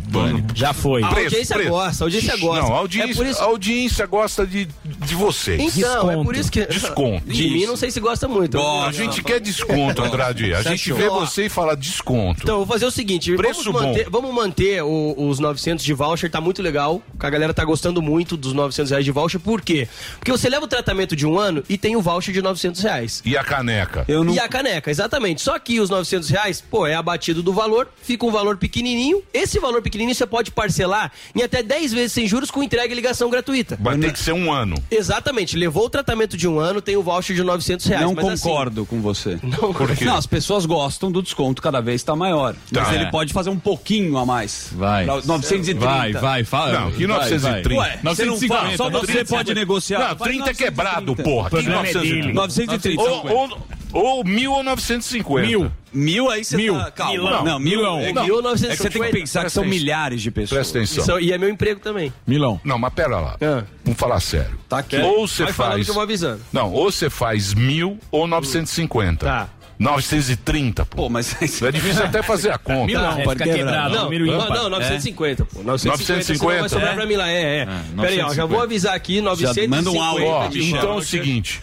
Speaker 9: já foi.
Speaker 16: A audiência gosta, a audiência gosta.
Speaker 3: Não, a
Speaker 16: É
Speaker 3: audiência,
Speaker 16: por isso-
Speaker 3: a audiência gosta de, de vocês.
Speaker 16: Então, é por isso que.
Speaker 3: Desconto.
Speaker 16: De mim, não sei se gosta muito. né?
Speaker 3: a gente quer desconto, Andrade. A gente vê
Speaker 16: Ó,
Speaker 3: você e fala desconto.
Speaker 16: Então, vou fazer o seguinte:
Speaker 3: Preço
Speaker 16: vamos
Speaker 3: bom.
Speaker 16: manter, vamos manter o- os 900 de voucher, tá muito legal. A galera tá gostando muito dos 900 reais de voucher. Por quê? Porque você leva o tratamento de um ano e tem o voucher de 900 reais.
Speaker 3: E a caneca?
Speaker 16: E a caneca, exatamente. Só que os 900 reais, pô, é abatido do valor, fica um valor pequenininho. Esse valor pequenininho você pode parcelar em até 10 vezes sem juros com entrega e ligação gratuita.
Speaker 3: Vai ter que ser um ano.
Speaker 16: Exatamente, levou o tratamento de um ano, tem o voucher de 900 reais.
Speaker 10: Não
Speaker 16: mas assim-
Speaker 10: concordo com você.
Speaker 16: Não, Por quê?
Speaker 10: Não, as pessoas gostam do desconto, cada vez está maior. Mas
Speaker 7: Tá.
Speaker 3: é.
Speaker 10: ele pode fazer um pouquinho a mais.
Speaker 7: Vai.
Speaker 10: Pra 930.
Speaker 7: Vai, vai, fala.
Speaker 10: Não, que
Speaker 7: Vai,
Speaker 10: 930?
Speaker 7: vai. Ué, você não fala,
Speaker 10: só você pode negociar.
Speaker 3: Não, 30 é quebrado, porra. Que
Speaker 10: é
Speaker 3: 930?
Speaker 10: 930.
Speaker 3: Ou, ou, ou 1.000 ou 950.
Speaker 10: Mil. Mil aí você tá... Calma.
Speaker 3: Não,
Speaker 10: Não, mil é um.
Speaker 3: Não.
Speaker 10: É que você tem que pensar que
Speaker 3: Presta
Speaker 10: são
Speaker 3: atenção.
Speaker 10: milhares de pessoas.
Speaker 3: Presta atenção.
Speaker 16: Isso- e é meu emprego também.
Speaker 3: Milão. Não, mas pera lá. Vamos falar sério. Tá
Speaker 16: aqui.
Speaker 3: Ou você
Speaker 16: É. Vai falando
Speaker 3: faz.
Speaker 16: que eu vou avisando.
Speaker 3: Não, ou você faz mil ou 950. Tá. 930, pô. Pô,
Speaker 10: mas
Speaker 3: é difícil até fazer a conta.
Speaker 16: Milão, pode quebrar. Não, um não, não, 950, pô. 950, senão vai sobrar pra mim lá. É, é. Pera aí, ó, já um vou avisar aqui, 950
Speaker 3: Ó,
Speaker 16: de
Speaker 3: Então é o
Speaker 16: voucher.
Speaker 3: seguinte.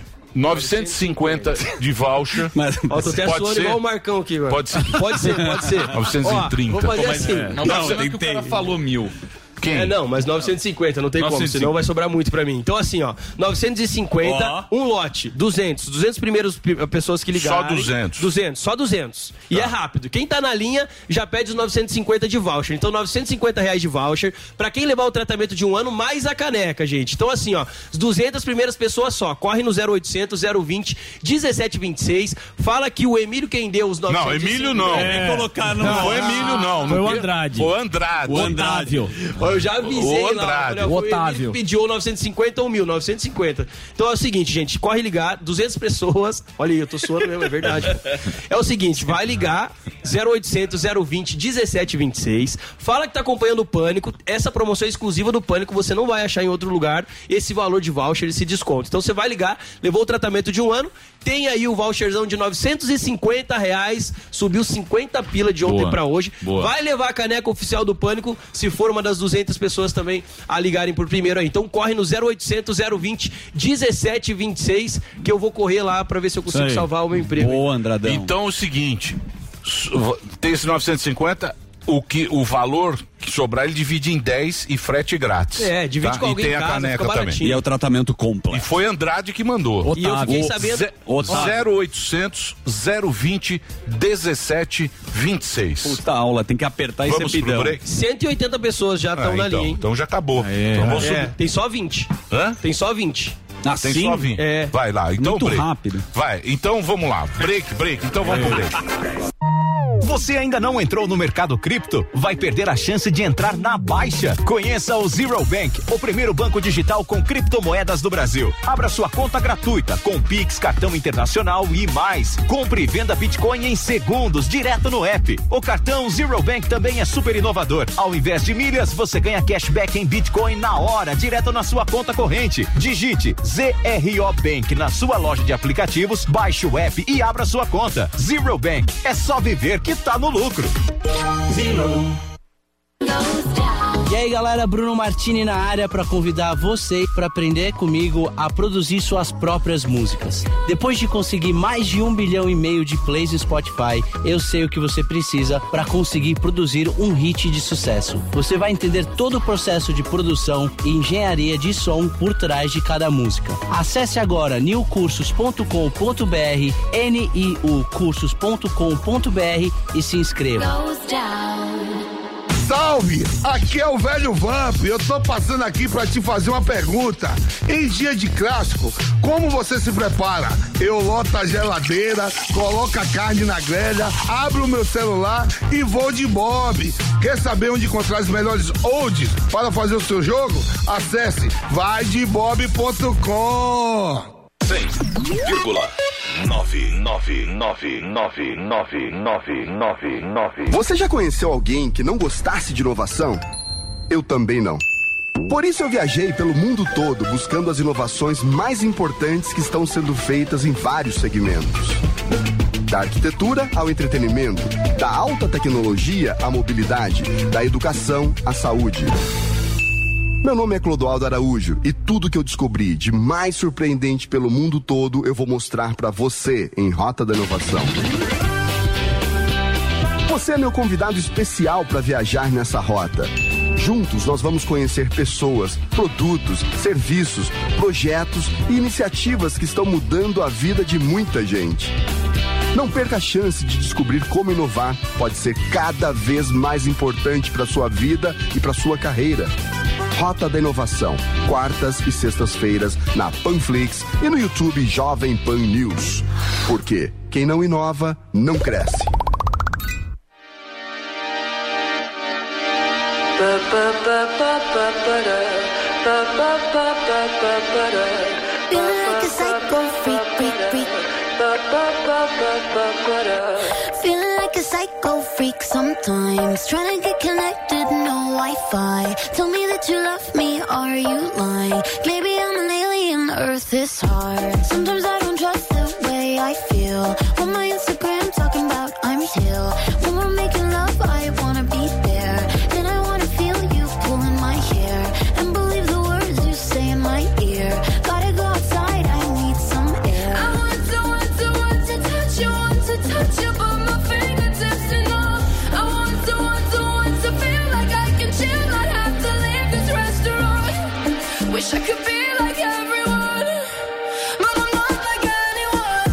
Speaker 3: 950 de voucher. Mas,
Speaker 16: Ó, tô até suando igual o Marcão aqui, mano.
Speaker 3: Pode ser.
Speaker 16: Pode ser, pode ser.
Speaker 3: 930.
Speaker 16: Ó, vou fazer
Speaker 3: Pô, mas
Speaker 16: assim.
Speaker 3: é. Não, mas será que o cara
Speaker 7: falou mil.
Speaker 3: Quem?
Speaker 16: É, não, mas 950, não tem como,
Speaker 7: 950.
Speaker 16: senão vai sobrar muito pra mim. Então, assim, ó, 950, um lote, 200, 200 primeiros pi- eh, pessoas que ligaram.
Speaker 3: Só 200.
Speaker 16: 200, só 200. E é rápido. Quem tá na linha já pede os 950 de voucher. Então, 950 reais de voucher pra quem levar o tratamento de um ano, mais a caneca, gente. Então, assim, ó, as 200 primeiras pessoas só. Corre no 0800 020 1726. Fala que o Emílio quem deu os 950.
Speaker 3: Não, Emílio não. É. Não, o Emílio não. não tem- O Andrade.
Speaker 16: O Andrade. Eu já avisei
Speaker 3: O
Speaker 16: lá.
Speaker 3: Andrade.
Speaker 16: né? Foi ele que pediu 950 ou 1.950. Então é o seguinte, gente.
Speaker 3: (laughs)
Speaker 16: Corre ligar. 200 pessoas. Olha aí, eu tô suando mesmo, é verdade. É o seguinte, vai ligar. 0800 020 1726. Fala que tá acompanhando o Pânico. Essa promoção é exclusiva do Pânico, você não vai achar em outro lugar esse valor de voucher, esse desconto. Então você vai ligar, levou o tratamento de um ano, tem aí o voucherzão de 950 reais, subiu 50 pila de ontem
Speaker 7: Boa.
Speaker 16: pra hoje.
Speaker 7: Boa.
Speaker 16: Vai levar a caneca oficial do Pânico, se for uma das 200 pessoas também a ligarem por primeiro aí. Então corre no 0800 020 1726, que eu vou correr lá pra ver se eu consigo
Speaker 7: Isso aí.
Speaker 16: salvar o meu emprego.
Speaker 10: Boa, Andradão.
Speaker 3: Então é o seguinte: su- tem esse 950, o, que, o valor que sobrar ele divide em 10 e frete grátis.
Speaker 16: É, divide com alguém
Speaker 3: Tá. E tem
Speaker 16: em
Speaker 3: a
Speaker 16: casa,
Speaker 3: caneca
Speaker 16: fica
Speaker 3: também.
Speaker 16: baratinho. E é o
Speaker 10: tratamento completo.
Speaker 3: E foi Andrade que mandou.
Speaker 16: E eu fiquei sabendo-
Speaker 3: Ze-
Speaker 16: Otávio.
Speaker 3: 0800 020 1726.
Speaker 10: Puta aula, tem que apertar
Speaker 3: esse Vamos pro bidão. break?
Speaker 16: 180 pessoas já estão
Speaker 3: Ah,
Speaker 16: na linha,
Speaker 3: então,
Speaker 16: tá hein?
Speaker 3: então já acabou. Então vamos
Speaker 16: É,
Speaker 3: subir.
Speaker 16: Tem só 20.
Speaker 3: Hã?
Speaker 16: Tem só É. 20.
Speaker 3: Ah, tem só 20. Vai lá, então
Speaker 16: Muito
Speaker 3: break.
Speaker 16: rápido.
Speaker 3: Vai, então vamos lá. Break, break. Então vamos pro
Speaker 10: É.
Speaker 3: break.
Speaker 17: Você ainda não entrou no mercado cripto? Vai perder a chance de entrar na baixa. Conheça o Zero Bank, o primeiro banco digital com criptomoedas do Brasil. Abra sua conta gratuita com Pix, cartão internacional e mais. Compre e venda Bitcoin em segundos, direto no app. O cartão Então, Zero Bank também é super inovador. Ao invés de milhas, você ganha cashback em Bitcoin na hora, direto na sua conta corrente. Digite ZRO Bank na sua loja de aplicativos, baixe o app e abra sua conta. Zero Bank, é só viver que tá no lucro.
Speaker 18: E aí galera, Bruno Martini na área para convidar você para aprender comigo a produzir suas próprias músicas. Depois de conseguir mais de um bilhão e meio de plays no Spotify, eu sei o que você precisa para conseguir produzir um hit de sucesso. Você vai entender todo o processo de produção e engenharia de som por trás de cada música. Acesse agora newcursos.com.br, niucursos.com.br e se inscreva.
Speaker 19: Salve! Aqui é o velho Vamp. Eu tô passando aqui pra te fazer uma pergunta. Em dia de clássico, como você se prepara? Eu loto a geladeira, coloco a carne na grelha, abro o meu celular e vou de Bob. Quer saber onde encontrar os melhores odds para fazer o seu jogo? Acesse vaidebob.com.
Speaker 12: 6,9999999.
Speaker 20: Você já conheceu alguém que não gostasse de inovação? Eu também não. Por isso eu viajei pelo mundo todo buscando as inovações mais importantes que estão sendo feitas em vários segmentos. Da arquitetura ao entretenimento, da alta tecnologia à mobilidade, da educação à saúde. Meu nome é Clodoaldo Araújo e tudo que eu descobri de mais surpreendente pelo mundo todo eu vou mostrar pra você em Rota da Inovação. Você é meu convidado especial para viajar nessa rota. Juntos nós vamos conhecer pessoas, produtos, serviços, projetos e iniciativas que estão mudando a vida de muita gente. Não perca a chance de descobrir como inovar pode ser cada vez mais importante para sua vida e para sua carreira. Rota da Inovação, quartas e sextas-feiras na Panflix e no YouTube Jovem Pan News. Porque quem não inova não cresce.
Speaker 2: Feeling like a psycho freak, freak, freak. Feeling like a psycho freak sometimes. Trying to get connected, no Wi Fi. Tell me that you love me, are you lying? Maybe I'm an alien, Earth is hard. Sometimes I don't trust the way I feel. On my Instagram, talking about I'm chill. When we're making love, I wanna be there. Then I wanna feel you pulling my hair. And believe the words you say in my ear. Gotta go outside, I need some air. I want to, want to, want to touch you, want to touch you, but my fingertips are numb. I want to, want to, want to feel like I can chill, not have to leave this restaurant. Wish I could be like everyone, but I'm not like anyone.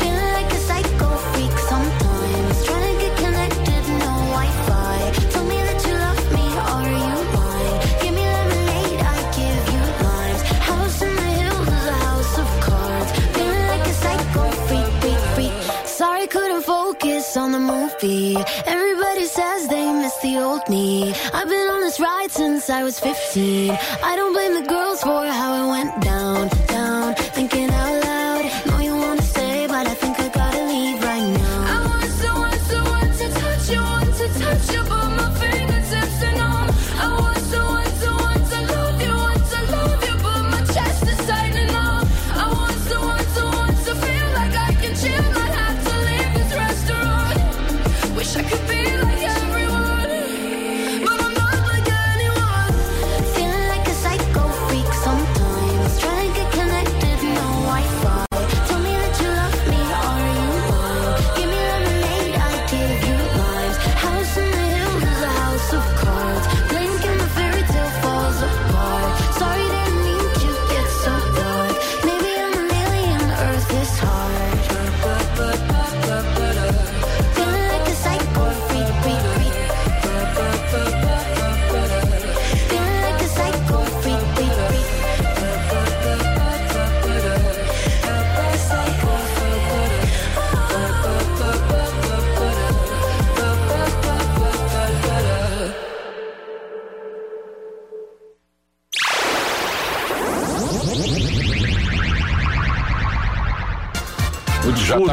Speaker 2: Feeling like a psycho freak sometimes. Trying to get connected, no Wi-Fi. Tell me that you love me, are you lying? Give me lemonade, I give you limes. House in the hills is a house of cards. Feeling like a psycho freak, freak, freak. Sorry, couldn't focus on the movie. Everybody says they miss the old me. I've been on this ride since I was 15. I don't blame the girls for how it went down, down. Thinking out loud, know you wanna stay, but I think I gotta leave right now. I want someone, someone to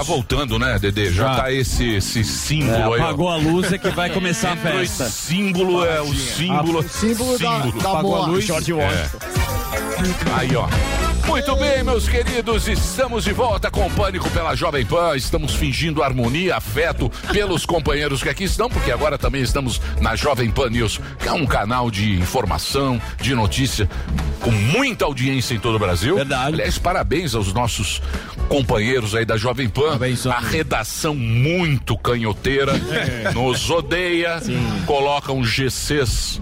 Speaker 3: voltando, né, Dedê? Já,
Speaker 7: Já.
Speaker 3: tá esse, esse símbolo
Speaker 7: É,
Speaker 3: aí. ó.
Speaker 7: apagou a luz, é que vai começar a
Speaker 3: Entrou
Speaker 7: festa.
Speaker 3: esse símbolo é o
Speaker 7: Paradinha.
Speaker 3: símbolo.
Speaker 7: Ah, o símbolo da- da Apagou a morte. luz. George Washington.
Speaker 3: É. Aí, ó. Muito bem, meus queridos, estamos de volta com o Pânico pela Jovem Pan. Estamos fingindo harmonia, afeto pelos companheiros que aqui estão, porque agora também estamos na Jovem Pan News, que é um canal de informação, de notícia, com muita audiência em todo o Brasil. Verdade. Aliás, parabéns aos nossos companheiros aí da Jovem Pan. A redação muito canhoteira,
Speaker 7: É.
Speaker 3: nos odeia, colocam GCs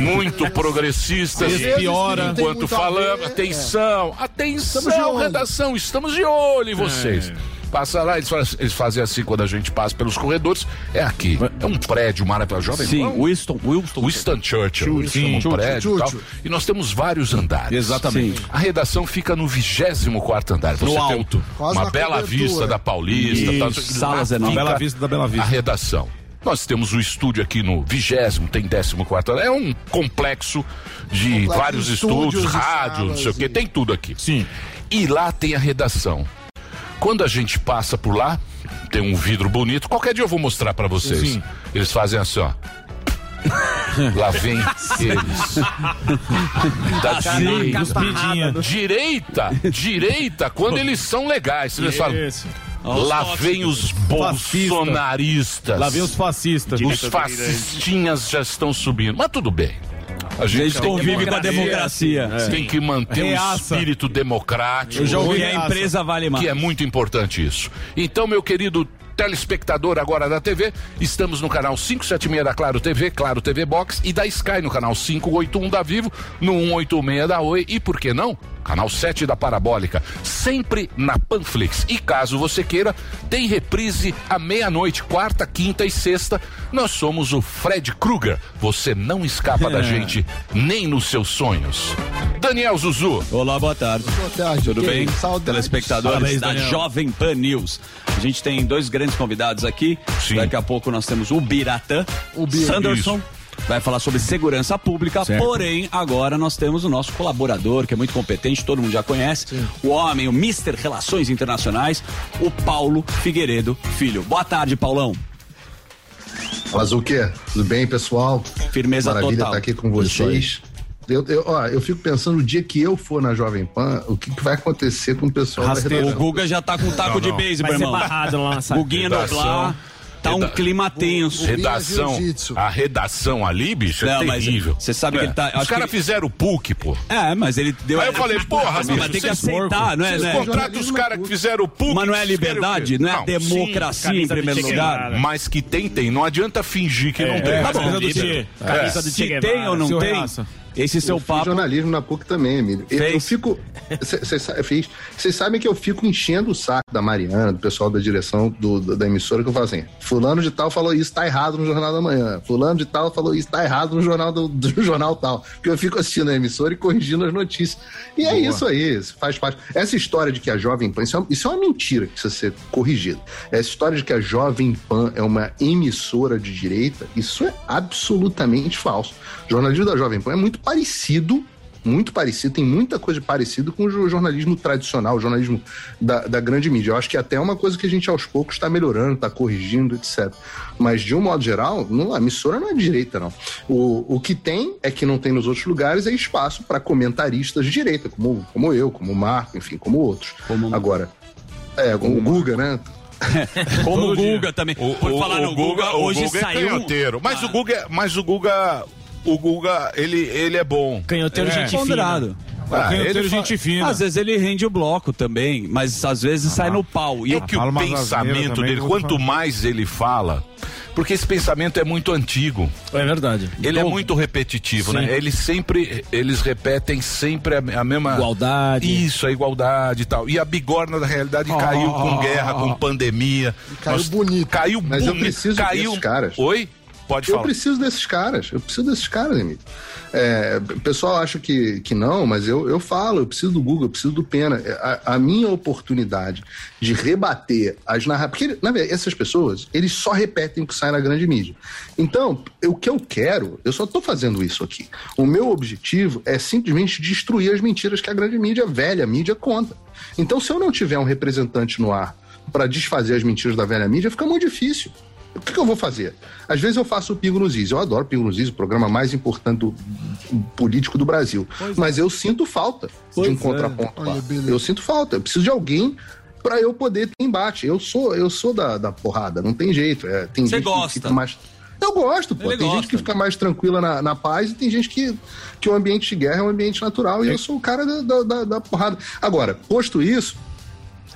Speaker 3: muito progressistas,
Speaker 7: Sim. Piora. Tem
Speaker 3: enquanto
Speaker 7: muito a
Speaker 3: falamos.
Speaker 7: ver,
Speaker 3: Atenção, atenção,
Speaker 7: Estamos de olho.
Speaker 3: redação, estamos de olho em vocês.
Speaker 7: É.
Speaker 3: Passa lá, eles, faz- eles fazem assim quando a gente passa pelos corredores. É aqui. É um prédio, uma área para jovem.
Speaker 7: Sim,
Speaker 3: Winston, Winston. Winston Churchill.
Speaker 7: Churchill.
Speaker 3: Sim, um
Speaker 7: Churchill.
Speaker 3: prédio e tal.
Speaker 7: Churchill.
Speaker 3: E nós temos vários andares.
Speaker 7: Exatamente.
Speaker 3: A redação fica no 24 andar. Você
Speaker 7: No
Speaker 3: tem
Speaker 7: alto. Quase
Speaker 3: Uma
Speaker 7: na
Speaker 3: bela
Speaker 7: cobertura.
Speaker 3: vista da Paulista.
Speaker 7: Isso,
Speaker 3: tal.
Speaker 7: salas é
Speaker 3: Lá
Speaker 7: enormes.
Speaker 3: fica
Speaker 7: Bela vista da Bela Vista.
Speaker 3: A redação. Nós temos o estúdio aqui no vigésimo, tem 14 andar. É um complexo de
Speaker 7: Complexo
Speaker 3: vários
Speaker 7: de
Speaker 3: estúdios,
Speaker 7: estúdios e
Speaker 3: rádio, não sei o
Speaker 7: salas
Speaker 3: quê. Tem tudo aqui. Sim. E lá tem a redação. Quando a gente passa por lá, tem um vidro bonito. Qualquer dia eu vou mostrar pra vocês.
Speaker 7: Sim.
Speaker 3: Eles fazem
Speaker 7: (laughs)
Speaker 3: assim, ó. Lá vem eles.
Speaker 8: Tá
Speaker 3: Da
Speaker 7: Sim,
Speaker 8: assim,
Speaker 3: direita.
Speaker 7: cuspidinha.
Speaker 3: direita. Direita, quando eles são legais. Eles falam,
Speaker 8: Esse.
Speaker 3: lá
Speaker 8: Os
Speaker 3: vem os
Speaker 8: Fascista.
Speaker 3: bolsonaristas.
Speaker 8: Lá vem os fascistas.
Speaker 3: Os fascistinhas já estão subindo. Mas tudo bem. A gente,
Speaker 8: A gente
Speaker 3: tem que
Speaker 8: convive
Speaker 3: manter-
Speaker 8: com a democracia.
Speaker 3: É. Tem que manter um
Speaker 10: Reaça.
Speaker 3: espírito democrático.
Speaker 10: Eu já ouvi
Speaker 3: Que
Speaker 10: é a empresa vale mais.
Speaker 3: Que é muito importante isso. Então, meu querido telespectador agora da TV, estamos no canal 576 da Claro TV, Claro TV Box e da Sky no canal 581 da Vivo, no 186 da Oi e por que não? Canal 7 da Parabólica, sempre na Panflix. E caso você queira, tem reprise à meia-noite, quarta, quinta e sexta. Nós somos o Fred Krueger. Você não escapa da
Speaker 10: (laughs) É.
Speaker 3: gente, nem nos seus sonhos. Daniel Zuzu.
Speaker 10: Olá, boa tarde.
Speaker 4: Boa tarde.
Speaker 10: Tudo
Speaker 4: que
Speaker 10: bem?
Speaker 4: saudades.
Speaker 10: Telespectadores
Speaker 4: Parabéns,
Speaker 10: da
Speaker 4: Daniel.
Speaker 10: Jovem Pan News. A gente tem dois grandes convidados aqui. Daqui a pouco nós temos o Biratã
Speaker 4: O Bira.
Speaker 10: Sanderson.
Speaker 4: Isso.
Speaker 10: Vai falar sobre segurança pública,
Speaker 4: Certo.
Speaker 10: porém agora nós temos o nosso colaborador, que é muito competente, todo mundo já conhece, o homem, o Mister Relações Internacionais, o Paulo Figueiredo Filho. Boa tarde, Paulão.
Speaker 12: Mas o quê? Tudo bem, pessoal?
Speaker 10: Firmeza
Speaker 12: Maravilha
Speaker 10: total.
Speaker 12: estar aqui com
Speaker 10: Isso aí.
Speaker 12: vocês. Eu, eu, ó, eu fico pensando, o dia que eu for na Jovem Pan, o que, que vai acontecer com o pessoal da
Speaker 10: O
Speaker 12: redação?
Speaker 10: Guga já tá com um taco
Speaker 12: Não,
Speaker 10: de
Speaker 12: não.
Speaker 10: beisebol,
Speaker 12: Vai ser
Speaker 10: irmão.
Speaker 12: barrado lá na saída.
Speaker 10: Guguinha
Speaker 3: Redação.
Speaker 10: Noblar. Tá um
Speaker 3: Reda- é
Speaker 10: clima tenso.
Speaker 3: Redação. A redação ali, bicho,
Speaker 10: Não,
Speaker 3: é
Speaker 10: mas
Speaker 3: terrível. É.
Speaker 10: você sabe que ele tá-
Speaker 3: Os
Speaker 10: acho
Speaker 3: caras
Speaker 10: que ele-
Speaker 3: fizeram o PUC, pô.
Speaker 10: É, mas ele deu.
Speaker 3: Aí eu falei, porra,
Speaker 10: Mas,
Speaker 3: bicho,
Speaker 10: mas tem que
Speaker 3: vocês
Speaker 10: aceitar,
Speaker 3: porco.
Speaker 10: não é?
Speaker 3: Vocês
Speaker 10: né?
Speaker 3: contratam os caras que fizeram o PUC.
Speaker 10: Mas não é
Speaker 3: vocês querem
Speaker 10: liberdade,
Speaker 3: o quê?
Speaker 10: não é democracia em
Speaker 3: camisa
Speaker 10: primeiro
Speaker 3: de Che
Speaker 10: lugar.
Speaker 3: Guevara. Mas que tem, tem. Não adianta fingir que
Speaker 10: É,
Speaker 3: não tem.
Speaker 10: é,
Speaker 3: Tá bom.
Speaker 10: camisa do Che. Camisa do Che Guevara. Seu reaça. Esse seu
Speaker 12: eu fiz
Speaker 10: papo-
Speaker 12: jornalismo na PUC também, Emílio. Eu, eu fico. cê- cê sa- fiz. Vocês sabem que eu fico enchendo o saco da Mariana, do pessoal da direção do- do- da emissora, que eu falo assim: Fulano de Tal falou isso, tá errado no Jornal da Manhã. Fulano de Tal falou isso, tá errado no Jornal do, (laughs) do Jornal Tal. Porque eu fico assistindo a emissora e corrigindo as notícias. E é
Speaker 21: Boa.
Speaker 12: isso aí, isso faz parte. Essa história de que a Jovem Pan. Isso é, uma- isso é uma mentira que precisa ser corrigida. Essa história de que a Jovem Pan é uma emissora de direita, isso é absolutamente falso. O jornalismo da Jovem Pan é muito parecido muito parecido, tem muita coisa parecida com o jo- jornalismo tradicional, o jornalismo da, da grande mídia. Eu acho que até é uma coisa que a gente aos poucos está melhorando, está corrigindo, etc. Mas de um modo geral, não, a emissora não é de direita, não. O, o que tem é que não tem nos outros lugares é espaço para comentaristas de direita, como, como eu, como o Marco, enfim, como outros. Agora, é, como o Guga, né?
Speaker 10: (laughs) Como o Guga também. Por falar no Guga,
Speaker 3: o
Speaker 10: hoje
Speaker 3: Guga
Speaker 10: saiu. Ah.
Speaker 3: É canhoteiro. Mas o Guga, é- mas o Guga, o Guga, ele, ele é bom.
Speaker 10: Canhoteiro
Speaker 3: é.
Speaker 10: gente fina.
Speaker 3: Ah, ele fa-
Speaker 10: Às vezes ele rende o bloco também, mas às vezes sai no pau. E
Speaker 3: é que o pensamento dele, quanto mais ele fala, porque esse pensamento é muito antigo.
Speaker 9: É verdade.
Speaker 3: Ele é muito repetitivo,
Speaker 9: Sim.
Speaker 3: né? Ele sempre, eles repetem sempre a, a mesma igualdade. Isso, a igualdade e tal. E a bigorna da realidade caiu com guerra, com pandemia.
Speaker 12: Caiu
Speaker 3: bonito. Caiu
Speaker 12: Mas eu
Speaker 3: bonito,
Speaker 12: preciso
Speaker 3: caiu...
Speaker 12: desses caras.
Speaker 3: Oi? Pode
Speaker 12: eu
Speaker 3: falar.
Speaker 12: preciso desses caras, eu preciso desses caras, Emílio. É, o pessoal acha que, que não, mas eu, eu falo, eu preciso do Google, eu preciso do Pena. É, A, a minha oportunidade de rebater as narrativas. Porque, na verdade, essas pessoas, eles só repetem o que sai na grande mídia. Então, o que eu quero, eu só estou fazendo isso aqui. O meu objetivo é simplesmente destruir as mentiras que a grande mídia, a velha mídia, conta. Então, se eu não tiver um representante no ar para desfazer as mentiras da velha mídia, fica muito difícil. O que, que eu vou fazer? Às vezes eu faço o Pingo nos Is. Eu adoro o Pingo nos Is, o programa mais importante do- político do Brasil. Mas eu sinto falta de um contraponto lá. Eu sinto falta. Eu preciso de alguém para eu poder ter embate. Eu sou, eu sou da, da porrada, não tem jeito. É, tem
Speaker 10: Você
Speaker 12: gente que
Speaker 10: gosta.
Speaker 12: fica mais- Eu gosto, pô.
Speaker 10: Ele
Speaker 12: tem gente que fica mais tranquila na, na paz e tem gente que, que o ambiente de guerra é um ambiente natural. E eu sou o cara da- da- da, da porrada. Agora, posto isso,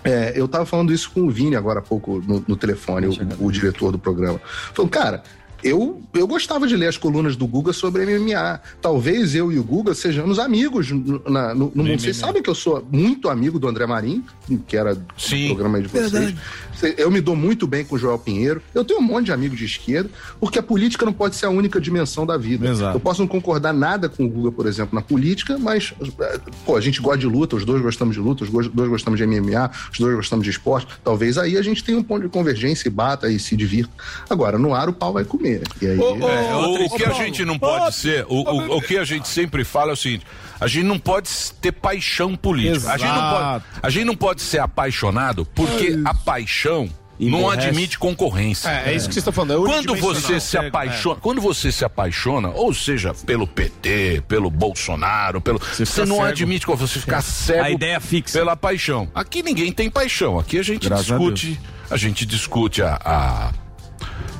Speaker 12: é, eu tava falando isso com o Vini agora há pouco no, no telefone, o, o diretor do programa. Falou, cara, eu, eu gostava de ler as colunas do Guga sobre MMA. Talvez eu e o Guga sejamos amigos no, na- no- no mundo. Vocês sabem que eu sou muito amigo do André Marim, que era do programa de vocês.
Speaker 19: Verdade.
Speaker 12: Cê- Eu me dou muito bem com o Joel Pinheiro. Eu tenho um monte de amigo de esquerda, porque a política não pode ser a única dimensão da vida. Eu posso não concordar nada com o Guga, por exemplo, na política, mas eh, pô, a gente gosta de luta, os dois gostamos de luta, os go- dois gostamos de MMA, os dois gostamos de esporte. Talvez aí a gente tenha um ponto de convergência e bata e se divirta. Agora, no ar o pau vai comer. E aí.
Speaker 3: É, o- o, que a gente não pode ser, o, o- o que a gente sempre fala é o seguinte: a gente não pode ter paixão política. A gente, não pode,
Speaker 8: Exato.
Speaker 3: a gente não pode ser apaixonado porque a paixão. Não
Speaker 11: Emborrece.
Speaker 3: admite concorrência.
Speaker 11: É, é isso que vocês estão falando, é
Speaker 3: quando
Speaker 11: unidimensional.
Speaker 3: você se
Speaker 11: Cego,
Speaker 3: apaixona, quando você se apaixona, ou seja, pelo PT, pelo Bolsonaro, pelo você,
Speaker 11: fica
Speaker 3: não
Speaker 11: cego.
Speaker 3: admite que você ficar cego.
Speaker 11: A ideia
Speaker 3: fixa pela paixão. Aqui ninguém tem paixão. Aqui a gente
Speaker 11: Graças a
Speaker 3: discute, a, gente discute a- a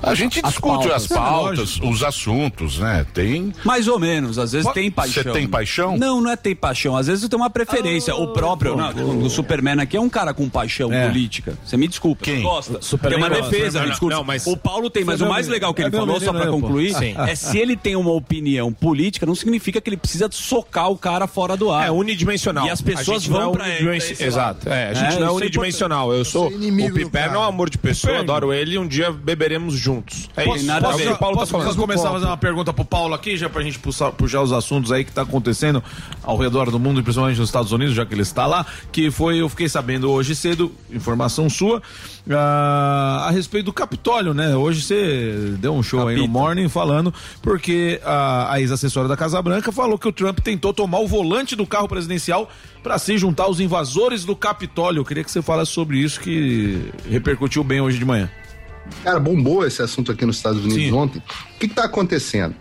Speaker 3: a gente
Speaker 10: As
Speaker 3: discute
Speaker 10: pautas.
Speaker 3: as pautas, os assuntos, né? Tem.
Speaker 10: Mais ou menos, às vezes
Speaker 3: Pô,
Speaker 10: tem paixão.
Speaker 3: Você tem paixão?
Speaker 10: Não, não é tem paixão. Às vezes eu tenho uma preferência. o próprio, não, o Superman aqui é um cara com paixão
Speaker 8: É.
Speaker 10: política. Você me desculpa. Quem? Gosta.
Speaker 8: Superman
Speaker 10: tem uma
Speaker 8: gosta.
Speaker 10: defesa,
Speaker 8: Não,
Speaker 10: me
Speaker 8: não,
Speaker 10: desculpa.
Speaker 8: não, mas-
Speaker 10: O Paulo tem, mas
Speaker 8: Você
Speaker 10: o
Speaker 8: é
Speaker 10: mais
Speaker 8: meu-
Speaker 10: legal que
Speaker 8: é
Speaker 10: ele
Speaker 8: meu
Speaker 10: falou, só
Speaker 8: menino,
Speaker 10: pra
Speaker 8: né, pô?
Speaker 10: concluir,
Speaker 8: Sim.
Speaker 10: é se ele tem uma opinião política, não significa que ele precisa socar o cara fora do ar. É
Speaker 11: unidimensional.
Speaker 10: E as pessoas
Speaker 11: A gente não
Speaker 10: vão
Speaker 11: é
Speaker 10: pra ele.
Speaker 11: unidimensi- Exato. É, a gente não é
Speaker 10: isso
Speaker 11: unidimensional. Eu sou. O Piperno é um amor de pessoa, eu adoro ele e um dia beberemos juntos. É
Speaker 8: Posso,
Speaker 11: isso. Nada
Speaker 8: posso,
Speaker 11: a ver.
Speaker 8: posso, posso começar a fazer uma pergunta pro Paulo aqui, já pra gente puxar, puxar os assuntos aí que tá acontecendo ao redor do mundo, e principalmente nos Estados Unidos, já que ele está lá, que foi, eu fiquei sabendo hoje cedo, informação sua, ah, a respeito do Capitólio, né? Hoje você deu um show aí no Morning falando, porque a, a ex-assessora da Casa Branca falou que o Trump tentou tomar o volante do carro presidencial pra se juntar aos invasores do Capitólio. Eu queria que você falasse sobre isso, que repercutiu bem hoje de manhã.
Speaker 12: Cara, bombou esse assunto aqui nos Estados Unidos ontem. O que está acontecendo?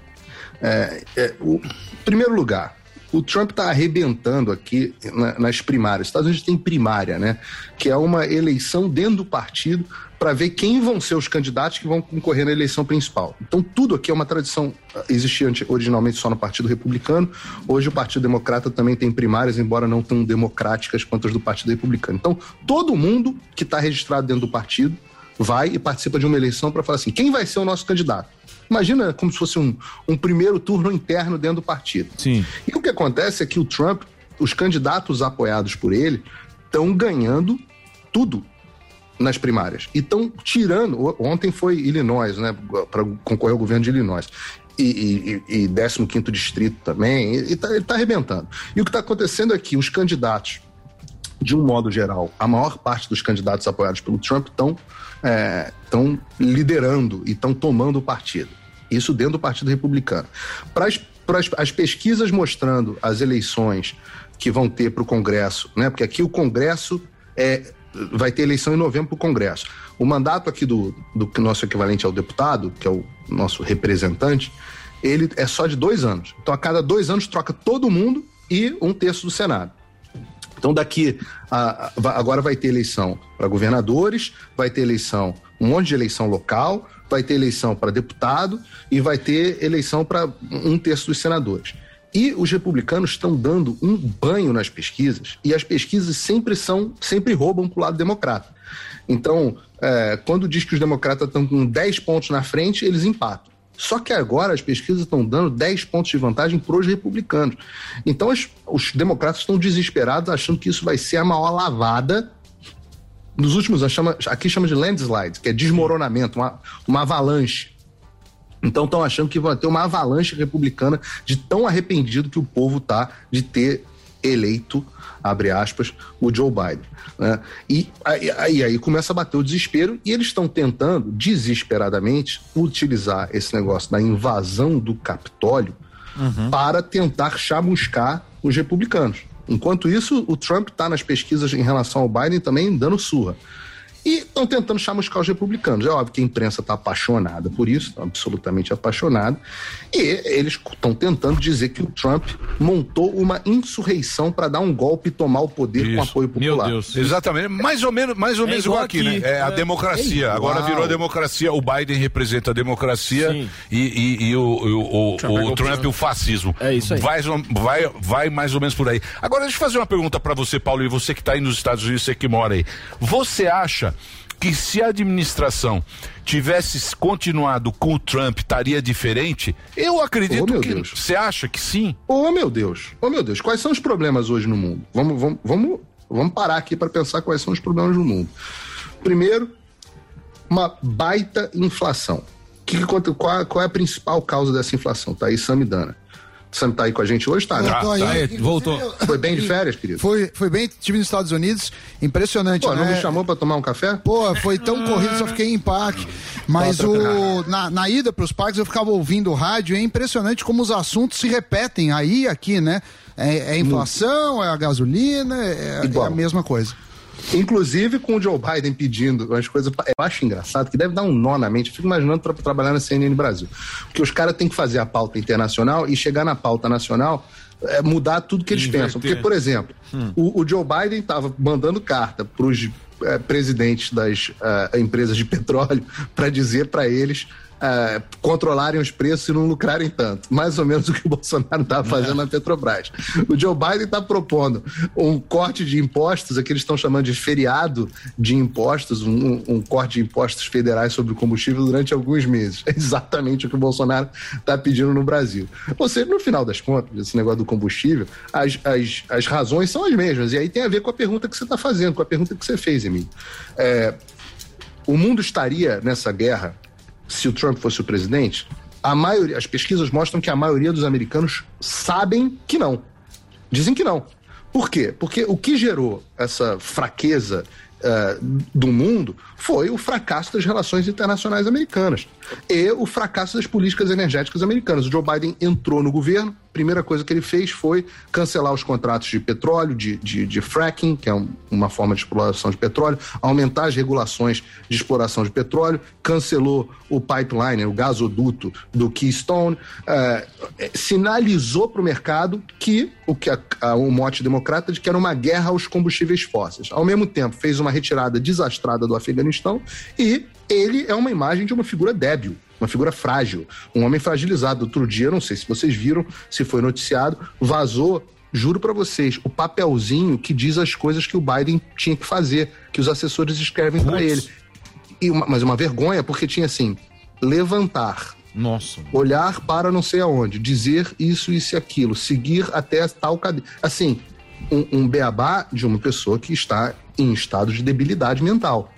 Speaker 12: É, é, o- em primeiro lugar, o Trump está arrebentando aqui na- nas primárias. Os Estados Unidos tem primária, né? Que é uma eleição dentro do partido para ver quem vão ser os candidatos que vão concorrer na eleição principal. Então, tudo aqui é uma tradição. Existia anti- originalmente só no Partido Republicano. Hoje, o Partido Democrata também tem primárias, embora não tão democráticas quanto as do Partido Republicano. Então, todo mundo que está registrado dentro do partido vai e participa de uma eleição para falar assim: quem vai ser o nosso candidato? Imagina como se fosse um, um primeiro turno interno dentro do partido.
Speaker 8: Sim.
Speaker 12: E o que acontece é que o Trump, os candidatos apoiados por ele, estão ganhando tudo nas primárias. E estão tirando. o- Ontem foi Illinois, né? Para concorrer ao governo de Illinois. E, e, e 15 distrito também. E, e tá, ele está arrebentando. E o que está acontecendo é que os candidatos de um modo geral, a maior parte dos candidatos apoiados pelo Trump estão é, tão liderando e estão tomando o partido. Isso dentro do Partido Republicano. Para as, pras- as pesquisas mostrando as eleições que vão ter para o Congresso, né? porque aqui o Congresso é, vai ter eleição em novembro para o Congresso. O mandato aqui do, do nosso equivalente ao deputado, que é o nosso representante, ele é só de dois anos. Então, a cada dois anos, troca todo mundo e um terço do Senado. Então, daqui a- a- va- agora vai ter eleição para governadores, vai ter eleição, um monte de eleição local, vai ter eleição para deputado e vai ter eleição para um terço dos senadores. E os republicanos estão dando um banho nas pesquisas, e as pesquisas sempre são, sempre roubam para o lado democrata. Então, é, quando diz que os democratas estão com 10 pontos na frente, eles empatam. Só que agora as pesquisas estão dando 10 pontos de vantagem para os republicanos. Então os, os democratas estão desesperados, achando que isso vai ser a maior lavada. Nos últimos anos, chama- aqui chama de landslide, que é desmoronamento, uma, uma avalanche. Então estão achando que vai ter uma avalanche republicana de tão arrependido que o povo tá de ter eleito, abre aspas, o Joe Biden. né? E aí, aí- aí começa a bater o desespero e eles estão tentando desesperadamente utilizar esse negócio da invasão do Capitólio para tentar chamuscar os tá republicanos. Enquanto isso, o Trump está nas pesquisas em relação ao Biden também dando surra. E estão tentando chamuscar os republicanos. É óbvio que a imprensa está apaixonada por isso, tá absolutamente apaixonada. E eles estão tentando dizer que o Trump montou uma insurreição para dar um golpe e tomar o poder com apoio popular.
Speaker 3: Exatamente. Mais ou menos, mais ou
Speaker 12: É
Speaker 3: menos
Speaker 12: igual
Speaker 3: igual aqui,
Speaker 12: aqui.
Speaker 3: né? É a
Speaker 12: É.
Speaker 3: democracia.
Speaker 12: Ei,
Speaker 3: Agora
Speaker 12: uau.
Speaker 3: virou a democracia. O Biden representa a democracia e, e- e o, o- o-
Speaker 7: Trump é
Speaker 3: o
Speaker 7: golpista.
Speaker 3: Trump o fascismo. É isso aí. Vai, vai, vai mais ou menos por aí. Agora, deixa eu fazer uma pergunta para você, Paulo, e você que está aí nos Estados Unidos, você que mora aí. Você acha que se a administração tivesse continuado com o Trump, estaria diferente? Eu acredito que. Você acha que sim?
Speaker 12: Oh, meu Deus. Oh, meu Deus. Quais são os problemas hoje no mundo? Vamos, vamos, vamos, vamos parar aqui para pensar quais são os problemas no mundo. Primeiro, uma baita inflação. Que, que conta- qual, qual é a principal causa dessa inflação? Tá aí, Samidana. Sam tá aí com a gente hoje, tá?
Speaker 4: Eu
Speaker 12: né?
Speaker 4: tô aí. Inclusive,
Speaker 12: Foi bem de férias, querido?
Speaker 4: Foi, foi bem, estive nos Estados Unidos, impressionante,
Speaker 12: Pô,
Speaker 4: né?
Speaker 12: não me chamou pra tomar um café?
Speaker 4: Pô, foi tão corrido, só fiquei em parque. Mas
Speaker 12: Tá
Speaker 4: o,
Speaker 12: trocando.
Speaker 4: na, na ida pros parques eu ficava ouvindo o rádio, é impressionante como os assuntos se repetem aí e aqui, né? É, é inflação, é a gasolina, é, é a mesma coisa.
Speaker 12: Inclusive com o Joe Biden pedindo umas coisas. Eu acho engraçado que deve dar um nó na mente. Eu fico imaginando para trabalhar na CNN Brasil. Porque os caras têm que fazer a pauta internacional e chegar na pauta nacional. é, mudar tudo que eles pensam. Porque, por exemplo, o, o Joe Biden estava mandando carta para os presidentes das eh, empresas de petróleo (laughs) para dizer para eles eh, controlarem os preços e não lucrarem tanto. Mais ou menos o (laughs) que o Bolsonaro estava fazendo na Petrobras. O Joe Biden está propondo um corte de impostos, aqui eles estão chamando de feriado de impostos, um, um corte de impostos federais sobre o combustível durante alguns meses. (laughs) É exatamente o que o Bolsonaro está pedindo no Brasil. Ou seja, no final das contas, esse negócio do combustível, as, as, as razões são as mesmas. E aí tem a ver com a pergunta que você está fazendo, com a pergunta que você fez, Emílio. É, o mundo estaria nessa guerra se o Trump fosse o presidente? A maioria, as pesquisas mostram que a maioria dos americanos sabem que não. Dizem que não. Por quê? Porque o que gerou essa fraqueza eh, do mundo foi o fracasso das relações internacionais americanas e o fracasso das políticas energéticas americanas. O Joe Biden entrou no governo, a primeira coisa que ele fez foi cancelar os contratos de petróleo, de, de, de fracking, que é um- uma forma de exploração de petróleo, aumentar as regulações de exploração de petróleo, cancelou o pipeline, o gasoduto do Keystone, eh, sinalizou para o mercado que o que a, a- o mote democrata de que era uma guerra aos combustíveis fósseis. Ao mesmo tempo, fez uma retirada desastrada do Afeganistão e ele é uma imagem de uma figura débil. Uma figura frágil, um homem fragilizado. Outro dia, não sei se vocês viram, se foi noticiado, vazou juro pra vocês, o papelzinho que diz as coisas que o Biden tinha que fazer, que os assessores escrevem pra ele. E uma- mas uma vergonha, porque tinha assim: levantar.
Speaker 8: Nossa.
Speaker 12: Olhar para não sei aonde, dizer isso, isso e aquilo, seguir até tal cadeia. Assim, um, um beabá de uma pessoa que está em estado de debilidade mental.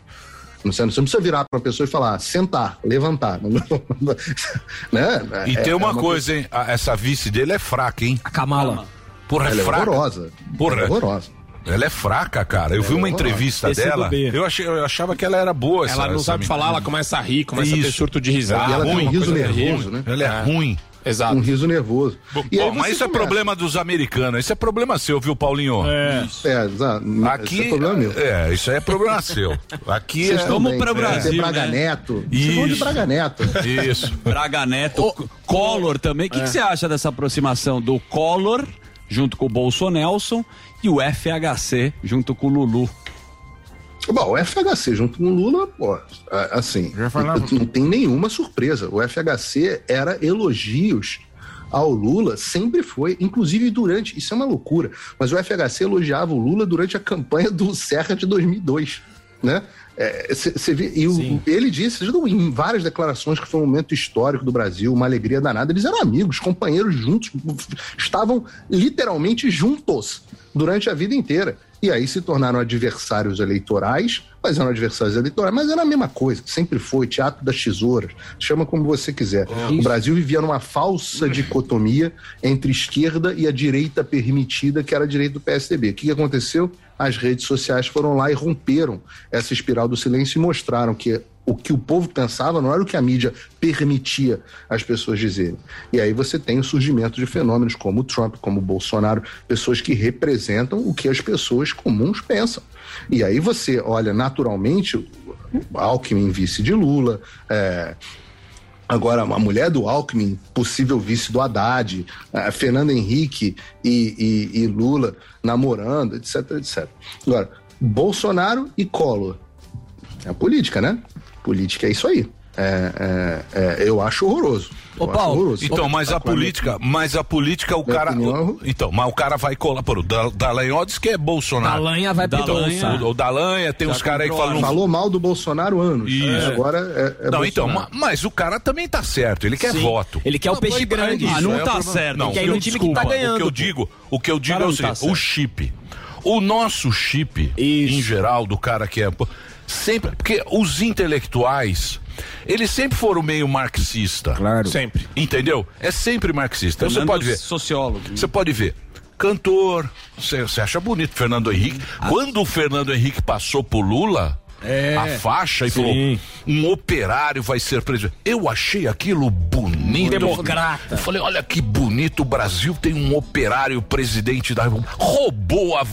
Speaker 12: Não sei, você não precisa virar pra uma pessoa e falar, sentar, levantar. (laughs) né?
Speaker 3: E
Speaker 12: É-
Speaker 3: tem uma,
Speaker 12: é
Speaker 3: coisa, hein? A- essa vice dele é fraca, hein? A
Speaker 12: Kamala.
Speaker 3: Porra,
Speaker 12: Ela é
Speaker 3: fraca.
Speaker 12: horrorosa.
Speaker 3: Porra.
Speaker 12: Ela é horrorosa.
Speaker 3: Ela é fraca, cara. Eu
Speaker 12: Ela
Speaker 3: vi
Speaker 12: é
Speaker 3: uma
Speaker 12: horrorosa.
Speaker 3: entrevista
Speaker 12: Esse é do
Speaker 3: dela.
Speaker 12: B.
Speaker 3: Eu, achei- eu achava que ela era boa. assim.
Speaker 11: Ela não sabe falar, ela começa a rir, começa a ter surto de risada.
Speaker 3: E ela
Speaker 11: Ela
Speaker 3: é
Speaker 11: tem
Speaker 3: ruim,
Speaker 11: um riso
Speaker 3: Ela é
Speaker 11: nervoso,
Speaker 3: ruim.
Speaker 11: né?
Speaker 3: Ela é ruim.
Speaker 11: Exato.
Speaker 12: Um riso nervoso. E aí
Speaker 3: Bom, mas
Speaker 12: você
Speaker 3: isso é
Speaker 12: começa.
Speaker 3: problema dos americanos. Isso é problema seu, viu, Paulinho? É. Aqui,
Speaker 12: isso é problema meu.
Speaker 3: É, isso aí
Speaker 12: (laughs)
Speaker 3: é problema seu. Aqui
Speaker 12: Vocês
Speaker 3: é.
Speaker 12: estão Vamos bem, pra né? Brasil, Tem Braga né? Neto. Vocês vão de
Speaker 3: Isso.
Speaker 12: Braga Neto.
Speaker 3: Isso.
Speaker 10: Braga Neto, Collor também. O que,
Speaker 12: É.
Speaker 10: que você acha dessa aproximação do Collor junto com o Bolsonelson e o FHC junto com o Lulu?
Speaker 12: Bom, o FHC junto com o Lula, pô, a- assim, (laughs) não tem nenhuma surpresa. O FHC era elogios ao Lula, sempre foi, inclusive durante, isso é uma loucura, mas o FHC elogiava o Lula durante a campanha do Serra de 2002, né? É, cê- cê vê- e o- ele disse já deu em várias declarações que foi um momento histórico do Brasil, uma alegria danada. Eles eram amigos, companheiros juntos, estavam literalmente juntos durante a vida inteira. E aí se tornaram adversários eleitorais, mas eram adversários eleitorais, mas era a mesma coisa, sempre foi, teatro das tesouras, chama como você quiser. O Brasil vivia numa falsa dicotomia entre esquerda e a direita permitida, que era a direita do PSDB. O que que aconteceu? as redes sociais foram lá e romperam essa espiral do silêncio e mostraram que o que o povo pensava não era o que a mídia permitia as pessoas dizerem. E aí você tem o surgimento de fenômenos como o Trump, como o Bolsonaro, pessoas que representam o que as pessoas comuns pensam. E aí você olha naturalmente Alckmin vice de Lula, é, Agora, a mulher do Alckmin, possível vice do Haddad, eh, Fernando Henrique e, e- e Lula namorando, etc, etc. Agora, Bolsonaro e Collor. É política, né? Política é isso aí. É, é, é, eu acho horroroso. Eu acho horroroso.
Speaker 3: Então, mas a
Speaker 12: Tá com minha-
Speaker 3: política, mas a política, o cara. o- então, mas o cara vai colar. Pô, o Da- Dallagnol diz que é Bolsonaro.
Speaker 9: Dalanha vai pro
Speaker 3: Então,
Speaker 9: Bolsa.
Speaker 3: O, o Dalanha, tem
Speaker 12: Já
Speaker 3: uns caras aí que
Speaker 12: comprou,
Speaker 3: falam. um
Speaker 12: Falou mal do Bolsonaro anos.
Speaker 3: Isso.
Speaker 12: Agora é, é
Speaker 3: não,
Speaker 12: Bolsonaro.
Speaker 3: então, ma- mas o cara também tá certo. Ele quer
Speaker 12: Sim.
Speaker 3: voto.
Speaker 12: Ele quer o
Speaker 3: Não,
Speaker 12: peixe
Speaker 3: mas-
Speaker 12: grande.
Speaker 3: isso,
Speaker 12: Ah, não
Speaker 3: é o
Speaker 12: tá
Speaker 3: problema.
Speaker 12: certo.
Speaker 3: Não,
Speaker 12: Ele quer ir
Speaker 3: eu-
Speaker 12: no time que tá
Speaker 3: desculpa, O que
Speaker 12: ganhando,
Speaker 3: eu digo, o que eu digo
Speaker 12: Cara,
Speaker 3: é o
Speaker 12: não tá
Speaker 3: seguinte:
Speaker 12: certo.
Speaker 3: o chip. O nosso chip, em geral, do cara que é. pô, Sempre. Porque os intelectuais. Eles sempre foram meio marxista. Claro. Sempre. Entendeu? É sempre marxista. Então, Você
Speaker 10: Fernando
Speaker 3: pode ver.
Speaker 10: Sociólogo.
Speaker 3: Você pode ver. Cantor, você você acha bonito Fernando Henrique. Quando o Fernando Henrique passou por Lula,
Speaker 8: Ah. É.
Speaker 3: a faixa e
Speaker 8: Sim.
Speaker 3: falou: um operário vai ser presidente. Eu achei aquilo bonito.
Speaker 9: Democrata.
Speaker 3: Eu falei: olha que bonito, o Brasil tem um operário presidente da República. Roubou a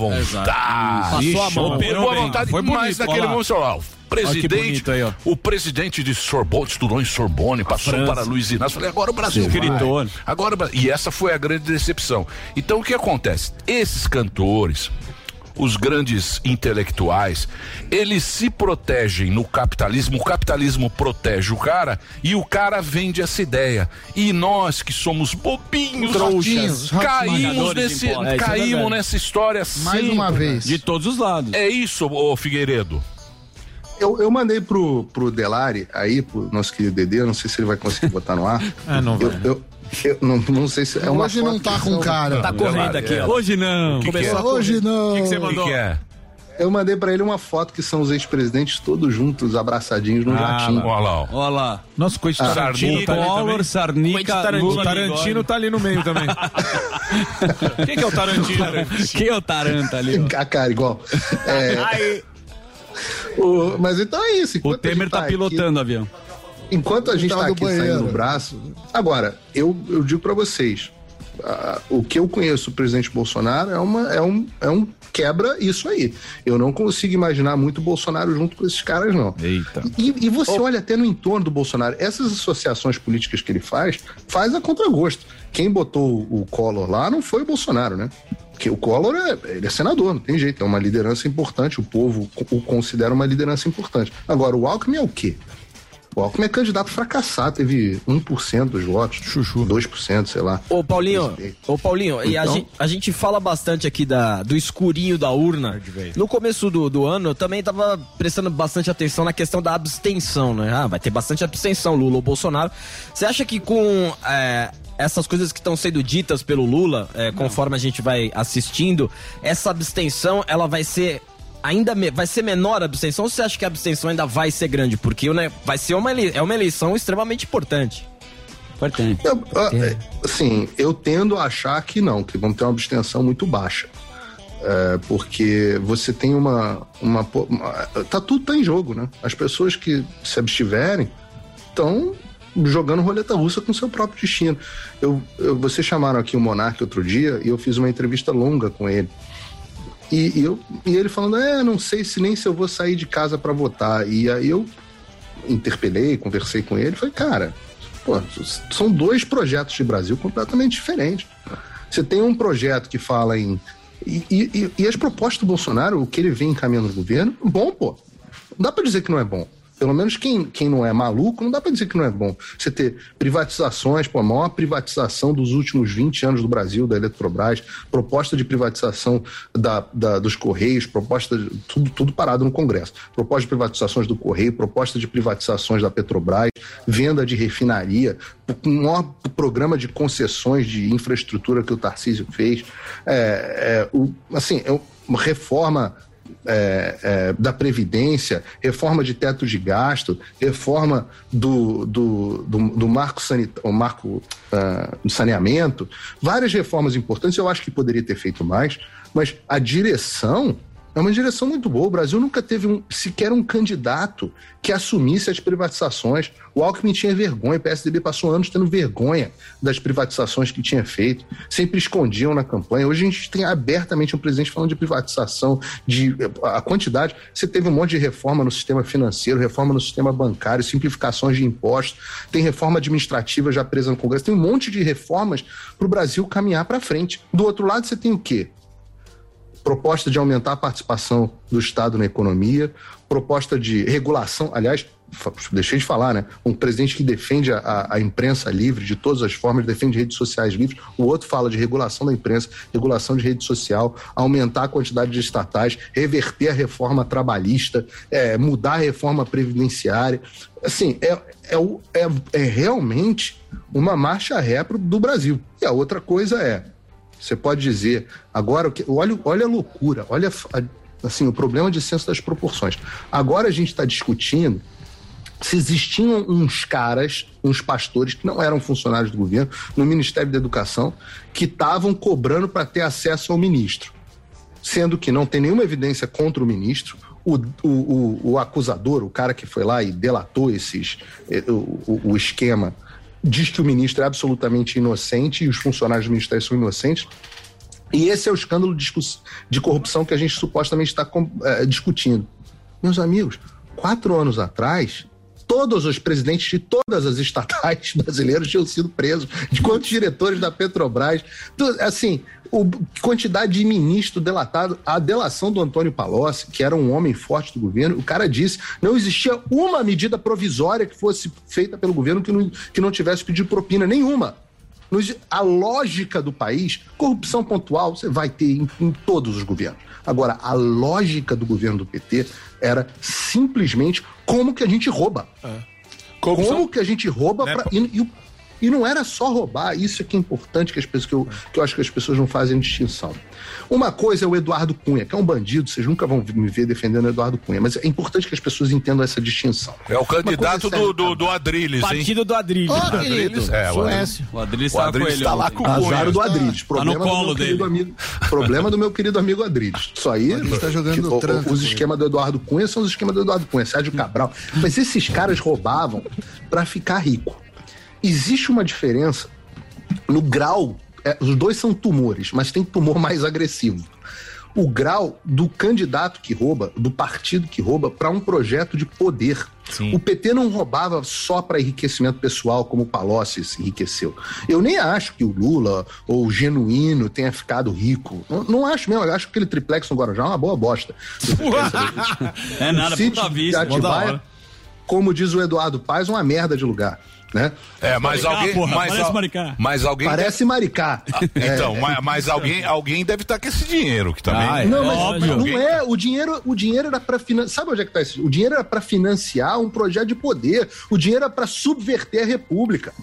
Speaker 3: vontade.
Speaker 8: Isso. Passou a mão. Operou
Speaker 3: Roubou a
Speaker 8: bem.
Speaker 3: vontade.
Speaker 8: Foi bonito,
Speaker 3: mas naquele
Speaker 8: olha lá.
Speaker 3: momento, olha lá, o
Speaker 8: Olha que
Speaker 3: presidente,
Speaker 8: bonito aí, ó.
Speaker 3: o presidente de Sorbonne, estudou em Sorbonne, passou
Speaker 8: França.
Speaker 3: para Luiz Inácio. Falei, agora o Brasil. vai.
Speaker 8: Escritor.
Speaker 3: Agora, o Brasil- e essa foi a grande decepção. Então, o que acontece? Esses cantores, os grandes intelectuais, eles se protegem no capitalismo, o capitalismo protege o cara e o cara vende essa ideia. E nós que somos bobinhos,
Speaker 4: Trouxas,
Speaker 3: caímos
Speaker 4: pagadores de
Speaker 3: nesse,
Speaker 4: impostos. É, isso é
Speaker 3: caímos
Speaker 4: verdade.
Speaker 8: né?
Speaker 3: nessa história
Speaker 4: Mais
Speaker 3: sempre.
Speaker 4: uma vez.
Speaker 3: De
Speaker 10: todos os lados.
Speaker 3: É isso, ô Figueiredo.
Speaker 12: Eu, eu mandei pro, pro Delari aí, pro nosso querido Dedê, eu não sei se ele vai conseguir botar no ar.
Speaker 8: Ah, não
Speaker 12: Eu, eu, eu não, não sei se é uma
Speaker 4: Hoje não
Speaker 12: foto
Speaker 4: tá
Speaker 12: que
Speaker 4: com
Speaker 12: são-
Speaker 4: cara. Tá correndo aqui, ó. Hoje
Speaker 10: não.
Speaker 4: Que que Começou é? a correr. Hoje não. Que que você mandou?
Speaker 12: Que que
Speaker 3: é?
Speaker 12: Eu mandei pra ele uma foto que são os ex-presidentes todos juntos, abraçadinhos num jatinho.
Speaker 10: Olha lá.
Speaker 8: Nossa, Quentin
Speaker 12: Ah,
Speaker 8: Tarantino
Speaker 12: Sarnica
Speaker 8: tá ali
Speaker 12: Collor,
Speaker 8: também.
Speaker 10: Sarnica,
Speaker 8: Quentin Tarantino.
Speaker 10: Lula,
Speaker 8: Tarantino tá ali no meio
Speaker 3: (laughs)
Speaker 8: também. Quem que é o Tarantino?
Speaker 10: Quem é o Taranta
Speaker 12: (laughs)
Speaker 10: ali? ó?
Speaker 12: A cara igual. É, o- mas então é isso.
Speaker 10: O Temer tá pilotando o avião.
Speaker 12: Enquanto a gente
Speaker 10: Tava
Speaker 12: tá
Speaker 10: no
Speaker 12: aqui saindo
Speaker 10: banheiro.
Speaker 12: o braço. Agora, eu, eu digo pra vocês: ah, o que eu conheço do presidente Bolsonaro é, uma, é, um, é um quebra isso aí. Eu não consigo imaginar muito Bolsonaro junto com esses caras, não.
Speaker 10: Eita.
Speaker 12: E, e você olha até no entorno do Bolsonaro, essas associações políticas que ele faz, faz a contragosto. Quem botou o Collor lá não foi o Bolsonaro, né? Porque o Collor é, ele é senador, não tem jeito, é uma liderança importante, o povo co- o considera uma liderança importante. Agora, o Alckmin é o quê? O Alckmin é candidato fracassado, teve 1% dos votos, Chuchu. 2%, sei lá.
Speaker 21: Ô Paulinho, ô Paulinho, e a,
Speaker 12: Então?
Speaker 21: gente, a gente fala bastante aqui da, do escurinho da urna. No começo do, do ano, eu também tava prestando bastante atenção na questão da abstenção, né? Ah, vai ter bastante abstenção, Lula ou Bolsonaro. Você acha que com é, essas coisas que estão sendo ditas pelo Lula, é, conforme a gente vai assistindo, essa abstenção ela vai ser ainda me- vai ser menor a abstenção ou você acha que a abstenção ainda vai ser grande? Porque né, vai ser uma, ele- é uma eleição extremamente importante.
Speaker 10: Importante.
Speaker 12: Eu, ah, assim, eu tendo a achar que não, que vamos ter uma abstenção muito baixa. É, porque você tem uma, uma, po- uma- Tá tudo tá em jogo, né? As pessoas que se abstiverem estão jogando roleta russa com seu próprio destino. Eu, eu, vocês chamaram aqui o Monark outro dia e eu fiz uma entrevista longa com ele. E, e eu, e ele falando, é, não sei se nem se eu vou sair de casa para votar. E aí eu interpelei, conversei com ele, falei, cara, pô, s- são dois projetos de Brasil completamente diferentes. Você tem um projeto que fala em. E, e- e- e as propostas do Bolsonaro, o que ele vem encaminhando no governo, bom, pô. Não dá pra dizer que não é bom. Pelo menos quem, quem não é maluco, não dá pra dizer que não é bom. Você ter privatizações, pô, a maior privatização dos últimos 20 anos do Brasil, da Eletrobras, proposta de privatização da, da- dos Correios, proposta de, tudo, tudo parado no Congresso. Proposta de privatizações do Correio, proposta de privatizações da Petrobras, venda de refinaria, o maior programa de concessões de infraestrutura que o Tarcísio fez. É, é, o- assim, é uma reforma é, é, da Previdência, reforma de teto de gasto, reforma do, do, do, do marco, sanita, o marco ah, do saneamento, várias reformas importantes, eu acho que poderia ter feito mais, mas a direção É uma direção muito boa. O Brasil nunca teve um- sequer um candidato que assumisse as privatizações. O Alckmin tinha vergonha, o PSDB passou anos tendo vergonha das privatizações que tinha feito, sempre escondiam na campanha. Hoje a gente tem abertamente um presidente falando de privatização, de eh, a quantidade. Você teve um monte de reforma no sistema financeiro, reforma no sistema bancário, simplificações de impostos, tem reforma administrativa já presa no Congresso, tem um monte de reformas para o Brasil caminhar para frente. Do outro lado, você tem o quê? proposta de aumentar a participação do Estado na economia, proposta de regulação, aliás, fa- deixei de falar, né? Um presidente que defende a- a, a imprensa livre de todas as formas, defende redes sociais livres, o outro fala de regulação da imprensa, regulação de rede social, aumentar a quantidade de estatais, reverter a reforma trabalhista, eh, mudar a reforma previdenciária. Assim, é, é, o- é, é realmente uma marcha ré pro- do Brasil. E a outra coisa é, você pode dizer. Agora, o que- olha, olha a loucura, olha a- assim, o problema de senso das proporções. Agora a gente está discutindo se existiam uns caras, uns pastores que não eram funcionários do governo, no Ministério da Educação, que estavam cobrando para ter acesso ao ministro. Sendo que não tem nenhuma evidência contra o ministro, o, o, o- o acusador, o cara que foi lá e delatou esses, eh, o- o- o esquema, diz que o ministro é absolutamente inocente e os funcionários do ministério são inocentes. E esse é o escândalo de discuss- de corrupção que a gente supostamente está com- eh, discutindo. Meus amigos, quatro anos atrás, todos os presidentes de todas as estatais (laughs) brasileiras tinham sido presos, de quantos diretores da Petrobras, do- assim, o, que quantidade de ministro delatado, a delação do Antônio Palocci, que era um homem forte do governo, o cara disse, não existia uma medida provisória que fosse feita pelo governo que não, que não tivesse pedido propina nenhuma. Nos- a lógica do país, corrupção pontual, você vai ter em, em todos os governos. Agora, a lógica do governo do PT era simplesmente como que a gente rouba.
Speaker 11: É.
Speaker 12: Como que a gente rouba pra- e, e o- e não era só roubar, isso é que é importante que, as pessoas, que, eu, que eu acho que as pessoas não fazem distinção. Uma coisa é o Eduardo Cunha, que é um bandido, vocês nunca vão me ver defendendo o Eduardo Cunha, mas é importante que as pessoas entendam essa distinção.
Speaker 3: É o
Speaker 12: Uma coisa
Speaker 3: candidato
Speaker 12: séria,
Speaker 3: do, do, do Adrilles, hein?
Speaker 12: Partido do Adrilles. Ô, querido,
Speaker 3: é, o
Speaker 12: Suécia.
Speaker 3: Adrilles.
Speaker 12: O
Speaker 3: Adrilles
Speaker 12: O
Speaker 3: tá com
Speaker 12: Adriles
Speaker 3: ele.
Speaker 12: está lá
Speaker 3: ontem.
Speaker 12: com o Azar do Adriles. Problema
Speaker 7: no colo
Speaker 12: do meu querido
Speaker 7: dele.
Speaker 12: Amigo, problema do meu querido amigo Adriles. Isso aí,
Speaker 4: Adriles tá jogando
Speaker 12: tipo,
Speaker 4: no tranco
Speaker 12: os
Speaker 4: com
Speaker 12: esquemas do Eduardo Cunha são os esquemas do Eduardo Cunha, Sérgio Cabral. Mas esses caras roubavam para ficar rico. Existe uma diferença no grau. é, os dois são tumores, mas tem tumor (laughs) mais agressivo. O grau do candidato que rouba, do partido que rouba, para um projeto de poder. O PT não roubava só para enriquecimento pessoal, como o Palocci se enriqueceu. Eu nem acho que o Lula ou o Genuíno tenha ficado rico. Não, não acho mesmo. Eu acho que aquele triplex no Guarujá é uma boa bosta.
Speaker 10: (laughs) É nada,
Speaker 12: O sítio
Speaker 10: puta
Speaker 12: de
Speaker 10: vista, mó da
Speaker 12: Atibaia,
Speaker 10: hora.
Speaker 12: como diz o Eduardo Paes, uma merda de lugar. Né?
Speaker 3: É, mas alguém. mas, al- mas alguém.
Speaker 12: Parece Maricá.
Speaker 3: Então,
Speaker 12: É.
Speaker 3: ma- mas alguém, alguém deve estar com esse dinheiro que também.
Speaker 12: Ah, é. Não, mas, mas não é. O dinheiro, o dinheiro era para financiar. Sabe onde é que tá isso? O dinheiro era para financiar um projeto de poder. O dinheiro era para subverter a República.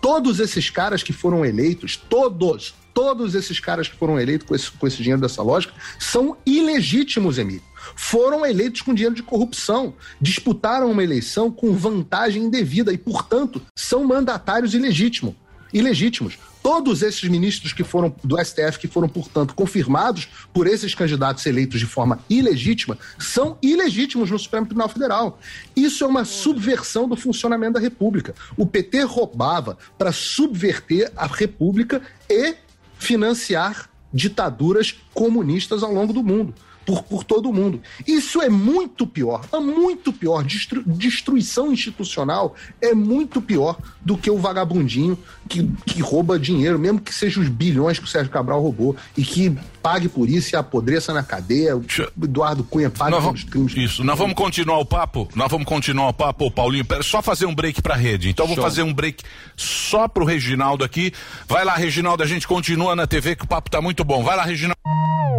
Speaker 12: Todos esses caras que foram eleitos, todos, todos esses caras que foram eleitos com esse, com esse dinheiro dessa lógica, são ilegítimos, Emílio. Foram eleitos com dinheiro de corrupção, disputaram uma eleição com vantagem indevida e, portanto, são mandatários ilegítimos ilegítimos. Todos esses ministros que foram do STF, que foram, portanto, confirmados por esses candidatos eleitos de forma ilegítima, são ilegítimos no Supremo Tribunal Federal. Isso é uma subversão do funcionamento da República. O PT roubava para subverter a República e financiar ditaduras comunistas ao longo do mundo. Por, por todo o mundo. Isso é muito pior, é muito pior. Destru- destruição institucional é muito pior do que o vagabundinho que, que rouba dinheiro, mesmo que seja os bilhões que o Sérgio Cabral roubou e que pague por isso e apodreça na cadeia. O Eduardo Cunha paga
Speaker 3: Nós
Speaker 12: pelos
Speaker 3: vamos,
Speaker 12: crimes.
Speaker 3: isso, nós vamos continuar o papo? Nós vamos continuar o papo, Ô, Paulinho. Pera, só fazer um break pra rede. Então eu vou
Speaker 12: Show.
Speaker 3: fazer um break só pro Reginaldo aqui. Vai lá, Reginaldo, a gente continua na TV que o papo tá muito bom. Vai lá, Reginaldo.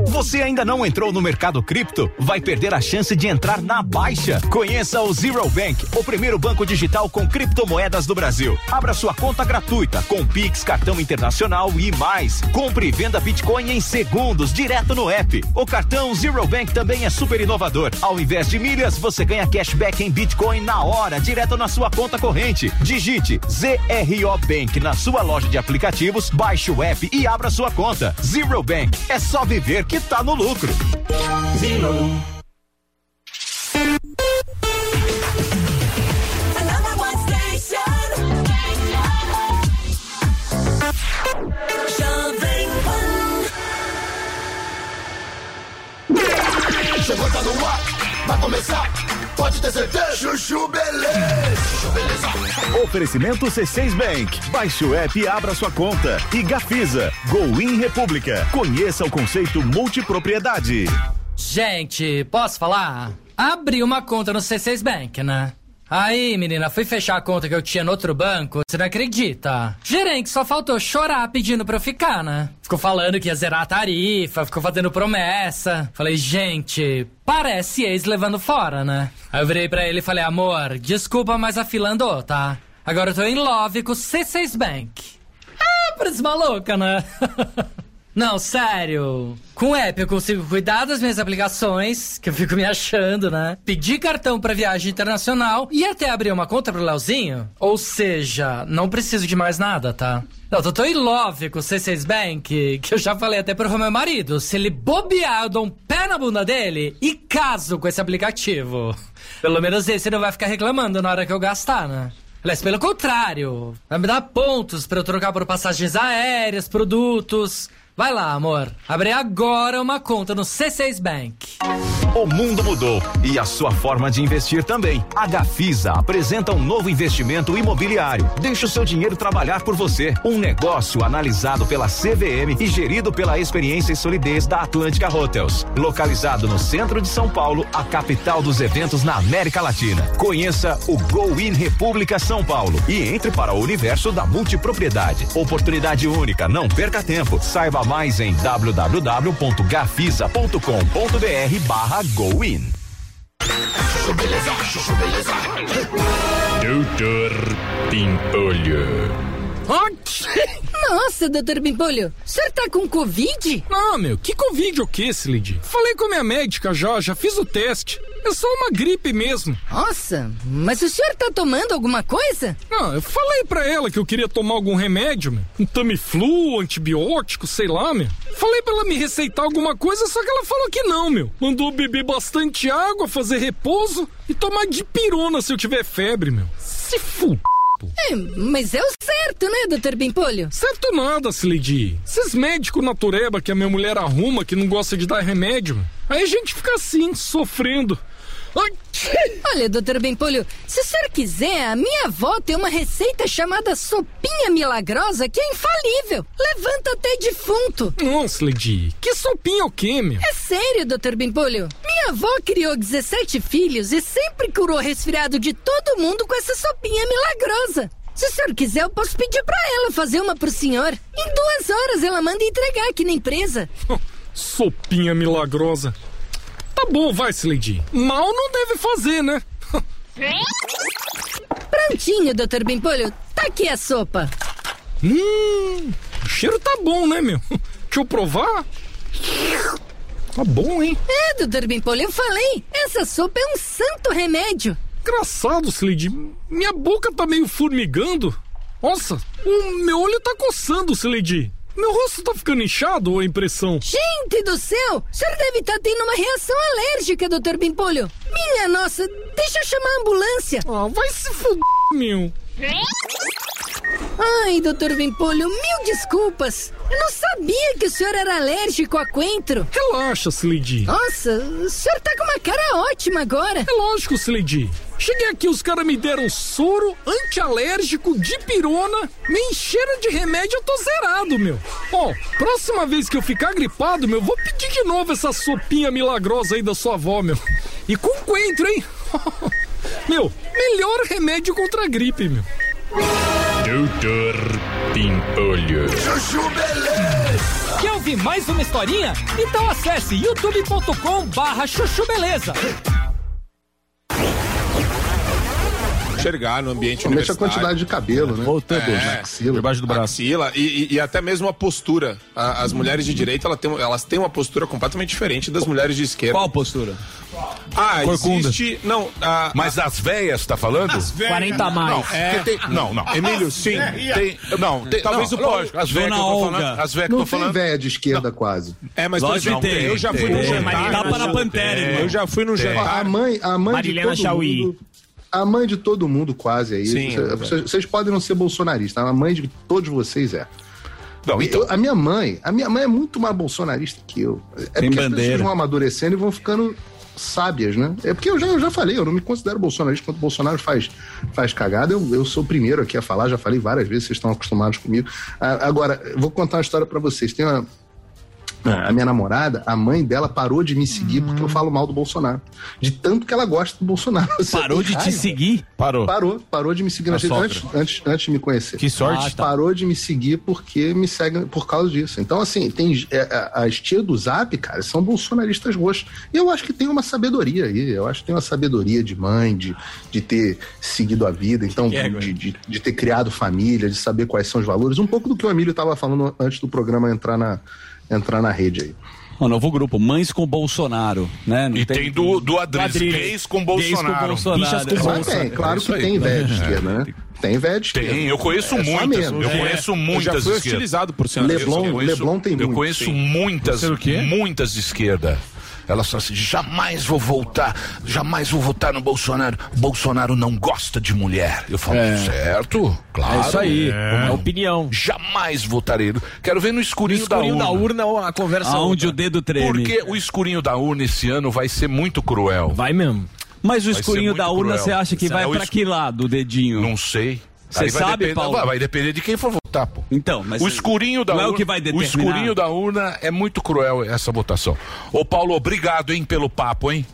Speaker 17: Você ainda não entrou no mercado cripto? Vai perder a chance de entrar na baixa. Conheça o Zero Bank, o primeiro banco digital com criptomoedas do Brasil. Abra sua conta gratuita com Pix, cartão internacional e mais. Compre e venda Bitcoin em segundos. segundos direto no app. O cartão Zero Bank também é super inovador. Ao invés de milhas, você ganha cashback em Bitcoin na hora, direto na sua conta corrente. Digite ZRO Bank na sua loja de aplicativos, baixe o app e abra sua conta. Zero Bank é só viver que tá no lucro. Zero.
Speaker 5: Chegou, tá no ar, vai começar. Pode ter certeza. Chuchu Beleza. Chuchu Beleza.
Speaker 13: Oferecimento C6 Bank. Baixe o app e abra sua conta. E Gafisa, Go In República. Conheça o conceito multipropriedade.
Speaker 22: Gente, posso falar? Abri uma conta no C6 Bank, né? Aí, menina, fui fechar a conta que eu tinha no outro banco, você não acredita? Gerente só faltou chorar pedindo pra eu ficar, né? Ficou falando que ia zerar a tarifa, ficou fazendo promessa. Falei, gente, parece ex levando fora, né? Aí eu virei pra ele e falei, amor, desculpa, mas a fila andou, tá? Agora eu tô em love com o C6 Bank. Ah, parece maluca, né? Não, sério. Com o app eu consigo cuidar das minhas aplicações, que eu fico me achando, né? Pedir cartão pra viagem internacional e até abrir uma conta pro Leozinho. Ou seja, não preciso de mais nada, tá? Não, eu tô em love com o C6 Bank, que eu já falei até pro meu marido. Se ele bobear, eu dou um pé na bunda dele e caso com esse aplicativo. Pelo menos esse não vai ficar reclamando na hora que eu gastar, né? Aliás, pelo contrário, vai me dar pontos pra eu trocar por passagens aéreas, produtos. Vai lá, amor. Abre agora uma conta no C6 Bank.
Speaker 17: O mundo mudou e a sua forma de investir também. A Gafisa apresenta um novo investimento imobiliário. Deixe o seu dinheiro trabalhar por você. Um negócio analisado pela CVM e gerido pela experiência e solidez da Atlântica Hotels. Localizado no centro de São Paulo, a capital dos eventos na América Latina. Conheça o Go In República São Paulo e entre para o universo da multipropriedade. Oportunidade única, não perca tempo. Saiba mais em www.gafisa.com.br barra Go In.
Speaker 5: Chuchu Beleza. Chuchu Beleza.
Speaker 23: Doutor Pimpolho.
Speaker 24: Nossa, doutor Bimpolho, o senhor tá com Covid?
Speaker 23: Ah, meu, que Covid o que, Slid? Falei com a minha médica já, já fiz o teste. É só uma gripe mesmo.
Speaker 24: Nossa, mas o senhor tá tomando alguma coisa?
Speaker 23: Ah, eu falei pra ela que eu queria tomar algum remédio, meu. Um Tamiflu, antibiótico, sei lá, meu. Falei pra ela me receitar alguma coisa, só que ela falou que não, meu. Mandou beber bastante água, fazer repouso e tomar dipirona se eu tiver febre, meu. Se fu...
Speaker 24: É, mas é o certo, né, doutor Bimpolho?
Speaker 23: Certo nada, Slidi. Esses médicos natureba que a minha mulher arruma que não gosta de dar remédio. Aí a gente fica assim, sofrendo. Ai,
Speaker 24: Olha, doutor Bimpolho, se o senhor quiser, a minha avó tem uma receita chamada sopinha milagrosa que é infalível. Levanta até defunto.
Speaker 23: não, Slidi. Que sopinha o quê, meu?
Speaker 24: É sério, doutor Bimpolho. Minha avó criou 17 filhos e sempre curou resfriado de todo mundo com essa sopinha milagrosa. Se o senhor quiser, eu posso pedir pra ela fazer uma pro senhor. Em duas horas ela manda entregar aqui na empresa.
Speaker 23: Sopinha milagrosa. Tá bom, vai, Slidi. Mal não deve fazer, né?
Speaker 24: Prontinho, doutor Bimpolho. Tá aqui a sopa.
Speaker 23: Hum, o cheiro tá bom, né, meu? (laughs) Deixa eu provar. Tá bom, hein?
Speaker 24: É, doutor Bimpolho, eu falei. Essa sopa é um santo remédio.
Speaker 23: Engraçado, Slid. Minha boca tá meio formigando. Nossa, o meu olho tá coçando, Slid. Meu rosto tá ficando inchado ou é impressão?
Speaker 24: Gente do céu, o senhor deve estar tendo uma reação alérgica, doutor Bimpolho. Minha nossa, deixa eu chamar a ambulância.
Speaker 23: Ah, vai se fuder, meu.
Speaker 24: Ai, doutor Bimpolho, mil desculpas. Eu não sabia que o senhor era alérgico a coentro.
Speaker 23: Relaxa, Slid.
Speaker 24: Nossa, o senhor tá com uma cara ótima agora.
Speaker 23: É lógico, Slid. Cheguei aqui, os caras me deram soro antialérgico, dipirona, me encheram de remédio, eu tô zerado, meu. Ó, próxima vez que eu ficar gripado, meu, vou pedir de novo essa sopinha milagrosa aí da sua avó, meu. E com coentro, hein? (laughs) meu, melhor remédio contra a gripe, meu. Doutor Pimpolho.
Speaker 5: Chuchu Beleza.
Speaker 23: Quer ouvir mais uma historinha? Então acesse youtube.com barra chuchu beleza.
Speaker 11: enxergar no
Speaker 12: Principalmente a
Speaker 11: ambiente universitário.
Speaker 12: quantidade de cabelo, né? na
Speaker 11: Voltando,
Speaker 3: É.
Speaker 12: axila.
Speaker 11: Debaixo do braço. Axila, e, e- e até mesmo a postura. A- as mulheres de direita, ela tem- um, elas têm uma postura completamente diferente das mulheres de esquerda. Qual
Speaker 10: postura?
Speaker 11: Ah,
Speaker 3: Corcunda.
Speaker 11: existe... Não, a,
Speaker 3: Mas as véias, tá falando?
Speaker 11: As véias. 40 a mais.
Speaker 3: Não, porque tem- não, não.
Speaker 11: Emílio, sim,
Speaker 3: tem- não, tem-
Speaker 11: Talvez
Speaker 3: não,
Speaker 11: o lógico.
Speaker 3: as véias que eu tô falando- as véias que eu
Speaker 12: não
Speaker 3: tô falando-
Speaker 12: tem véia de esquerda quase.
Speaker 11: É, mas, por Lógico exemplo, que tem, eu já fui né? tem, num tem, jantar- mas tá tapa na Pantera, irmão. É, Eu já fui num
Speaker 12: Tem. Ah,
Speaker 11: jantar-
Speaker 12: A mãe, a mãe
Speaker 11: Marilena
Speaker 12: de todo
Speaker 11: Chauí.
Speaker 12: mundo... A mãe de todo mundo quase aí.
Speaker 11: Sim,
Speaker 12: Cê-
Speaker 11: é.
Speaker 12: vocês, vocês podem não ser bolsonaristas, mas a mãe de todos vocês é.
Speaker 3: Não,
Speaker 12: então... a minha mãe, a minha mãe é muito mais bolsonarista que eu. É
Speaker 10: Tem
Speaker 12: porque as pessoas
Speaker 10: bandeira.
Speaker 12: vão amadurecendo e vão ficando sábias, né? É porque eu já, eu já falei, eu não me considero bolsonarista, quando o Bolsonaro faz, faz cagada, eu, eu sou o primeiro aqui a falar, já falei várias vezes, vocês estão acostumados comigo. Ah, Agora, eu vou contar uma história pra vocês. Tem uma,
Speaker 10: É.
Speaker 12: a minha namorada, a mãe dela parou de me seguir porque eu falo mal do Bolsonaro. De tanto que ela gosta do Bolsonaro.
Speaker 10: Parou de te seguir?
Speaker 12: Parou. Parou, parou de me seguir
Speaker 10: A
Speaker 12: nas redes
Speaker 10: sogra.
Speaker 12: antes, antes, antes de me conhecer.
Speaker 10: Que sorte.
Speaker 12: Ela Ah, tá. Parou de me seguir porque me segue por causa disso. Então, assim, tem é, a- as tias do Zap, cara, são bolsonaristas roxos. E eu acho que tem uma sabedoria aí. Eu acho que tem uma sabedoria de mãe, de, de ter seguido a vida, então, de, de, de ter criado família, de saber quais são os valores. Um pouco do que o Emílio estava falando antes do programa entrar na, entrar na rede aí.
Speaker 10: Um novo grupo, Mães com Bolsonaro, né? Não
Speaker 12: E tem do- do Adriles,
Speaker 3: gays com Bolsonaro.
Speaker 10: Bichas com
Speaker 12: Mas
Speaker 10: Bolsonaro.
Speaker 12: tem, claro
Speaker 10: É isso
Speaker 12: que
Speaker 10: aí.
Speaker 12: tem velho de
Speaker 10: É.
Speaker 12: esquerda, né? Tem velho de esquerda.
Speaker 3: Tem, eu conheço
Speaker 12: É só
Speaker 3: muitas.
Speaker 12: menos.
Speaker 3: Eu conheço muitas de esquerda.
Speaker 12: Leblon,
Speaker 3: Eu conheço-
Speaker 12: Leblon tem
Speaker 3: Eu
Speaker 12: muito,
Speaker 3: conheço
Speaker 12: sim.
Speaker 3: muitas,
Speaker 12: Você o quê?
Speaker 3: muitas de esquerda. Elas falam assim, jamais vou voltar, jamais vou votar no Bolsonaro. Bolsonaro não gosta de mulher. Eu falo,
Speaker 21: É.
Speaker 3: certo? Claro.
Speaker 21: É isso aí, é
Speaker 3: opinião. Jamais votarei. Quero ver no escurinho,
Speaker 21: No escurinho da urna ou a conversa
Speaker 3: Aonde
Speaker 21: outra.
Speaker 3: o dedo treme. Porque o escurinho da urna esse ano vai ser muito cruel. Vai mesmo.
Speaker 10: Mas o escurinho da urna, você acha que
Speaker 3: é
Speaker 10: vai pra que lado, o dedinho? Não
Speaker 3: sei.
Speaker 10: Você
Speaker 3: Aí vai
Speaker 10: sabe,
Speaker 3: depender-
Speaker 10: Paulo?
Speaker 3: Vai, vai depender de quem for votar, pô.
Speaker 10: Então, mas
Speaker 3: o escurinho da
Speaker 10: não é
Speaker 3: urna,
Speaker 10: o que vai
Speaker 3: o
Speaker 10: determinar.
Speaker 3: escurinho da urna é muito cruel essa votação. Ô Paulo, obrigado, hein, pelo papo, hein?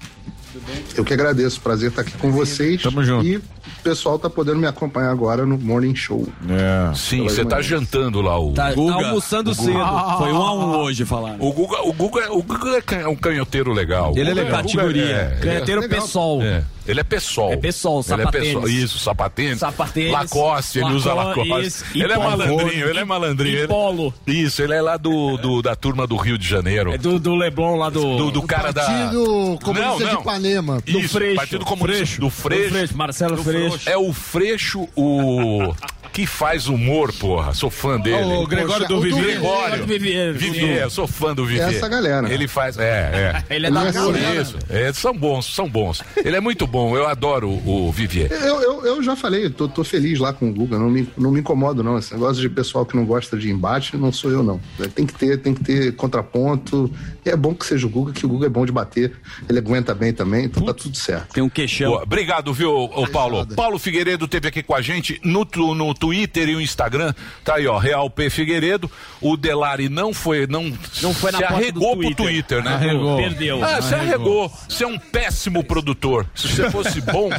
Speaker 12: Eu que agradeço, prazer tá estar aqui com vocês. Tamo junto. E o pessoal tá podendo me acompanhar agora no Morning Show.
Speaker 3: É. Sim,
Speaker 12: Pelas
Speaker 3: você tá
Speaker 12: manhãs.
Speaker 3: jantando lá o
Speaker 12: Tá- tá
Speaker 3: Guga.
Speaker 12: almoçando
Speaker 3: O Guga. Ah.
Speaker 12: cedo. Foi um a um
Speaker 10: hoje falar.
Speaker 3: O Guga, o Guga, o Guga é can- é um canhoteiro legal.
Speaker 21: Ele é
Speaker 3: O Guga-
Speaker 21: legal.
Speaker 3: o Guga
Speaker 21: Categoria.
Speaker 3: é-
Speaker 21: Canhoteiro
Speaker 3: ele é legal.
Speaker 21: PSOL.
Speaker 3: É. Ele é PSOL.
Speaker 21: É PSOL,
Speaker 3: Ele
Speaker 21: sapatênis.
Speaker 3: Isso, sapatênis.
Speaker 21: Sapatênis.
Speaker 3: Lacoste, ele usa
Speaker 21: Laco-
Speaker 3: Lacoste.
Speaker 21: isso, e
Speaker 3: Ele é
Speaker 21: polo.
Speaker 3: malandrinho, ele é malandrinho. ele-
Speaker 21: polo.
Speaker 3: Isso, ele é lá do, do- da turma do Rio de Janeiro. É
Speaker 21: do, do Leblon lá do...
Speaker 3: Do, cara da...
Speaker 4: Partido Comunista
Speaker 3: Não, não.
Speaker 4: de Ipanema.
Speaker 3: Isso, Partido Comunista do Freixo.
Speaker 21: Marcelo
Speaker 3: Do
Speaker 21: Freixo.
Speaker 3: É o Freixo, o. Que faz humor, porra. Sou fã dele.
Speaker 21: O Gregório do Vivier.
Speaker 3: Gregório.
Speaker 21: Gregório do
Speaker 6: é,
Speaker 21: Vivier.
Speaker 3: Vivier, eu sou fã do Vivier.
Speaker 21: Essa galera.
Speaker 3: Ele faz. É, é.
Speaker 21: Ele é da
Speaker 3: Por
Speaker 21: galera.
Speaker 3: Isso. É, são bons, são bons. Ele é muito bom, eu adoro o, o Vivier.
Speaker 12: Eu, eu, eu já falei, eu tô, tô feliz lá com o Guga, não me, não me incomodo não. Esse negócio de pessoal que não gosta de embate, não sou eu não. É, Tem que ter, tem que ter contraponto. E é bom que seja o Guga, que o Guga é bom de bater. Ele aguenta bem também, então tá tudo certo.
Speaker 10: Tem um queixão.
Speaker 3: Boa. Obrigado, viu, ô Paulo? Paulo Figueiredo teve aqui com a gente no, tu- no Twitter e no Instagram. Tá aí, ó, Real P Figueiredo. O Delari não foi, não,
Speaker 21: Não foi na
Speaker 3: se
Speaker 21: porta do
Speaker 3: arregou pro
Speaker 21: Twitter.
Speaker 3: Twitter, né?
Speaker 21: Arregou. Perdeu.
Speaker 3: Ah, você
Speaker 21: Arregou.
Speaker 3: arregou. Você é um péssimo produtor. Se você
Speaker 21: (laughs)
Speaker 3: fosse bom,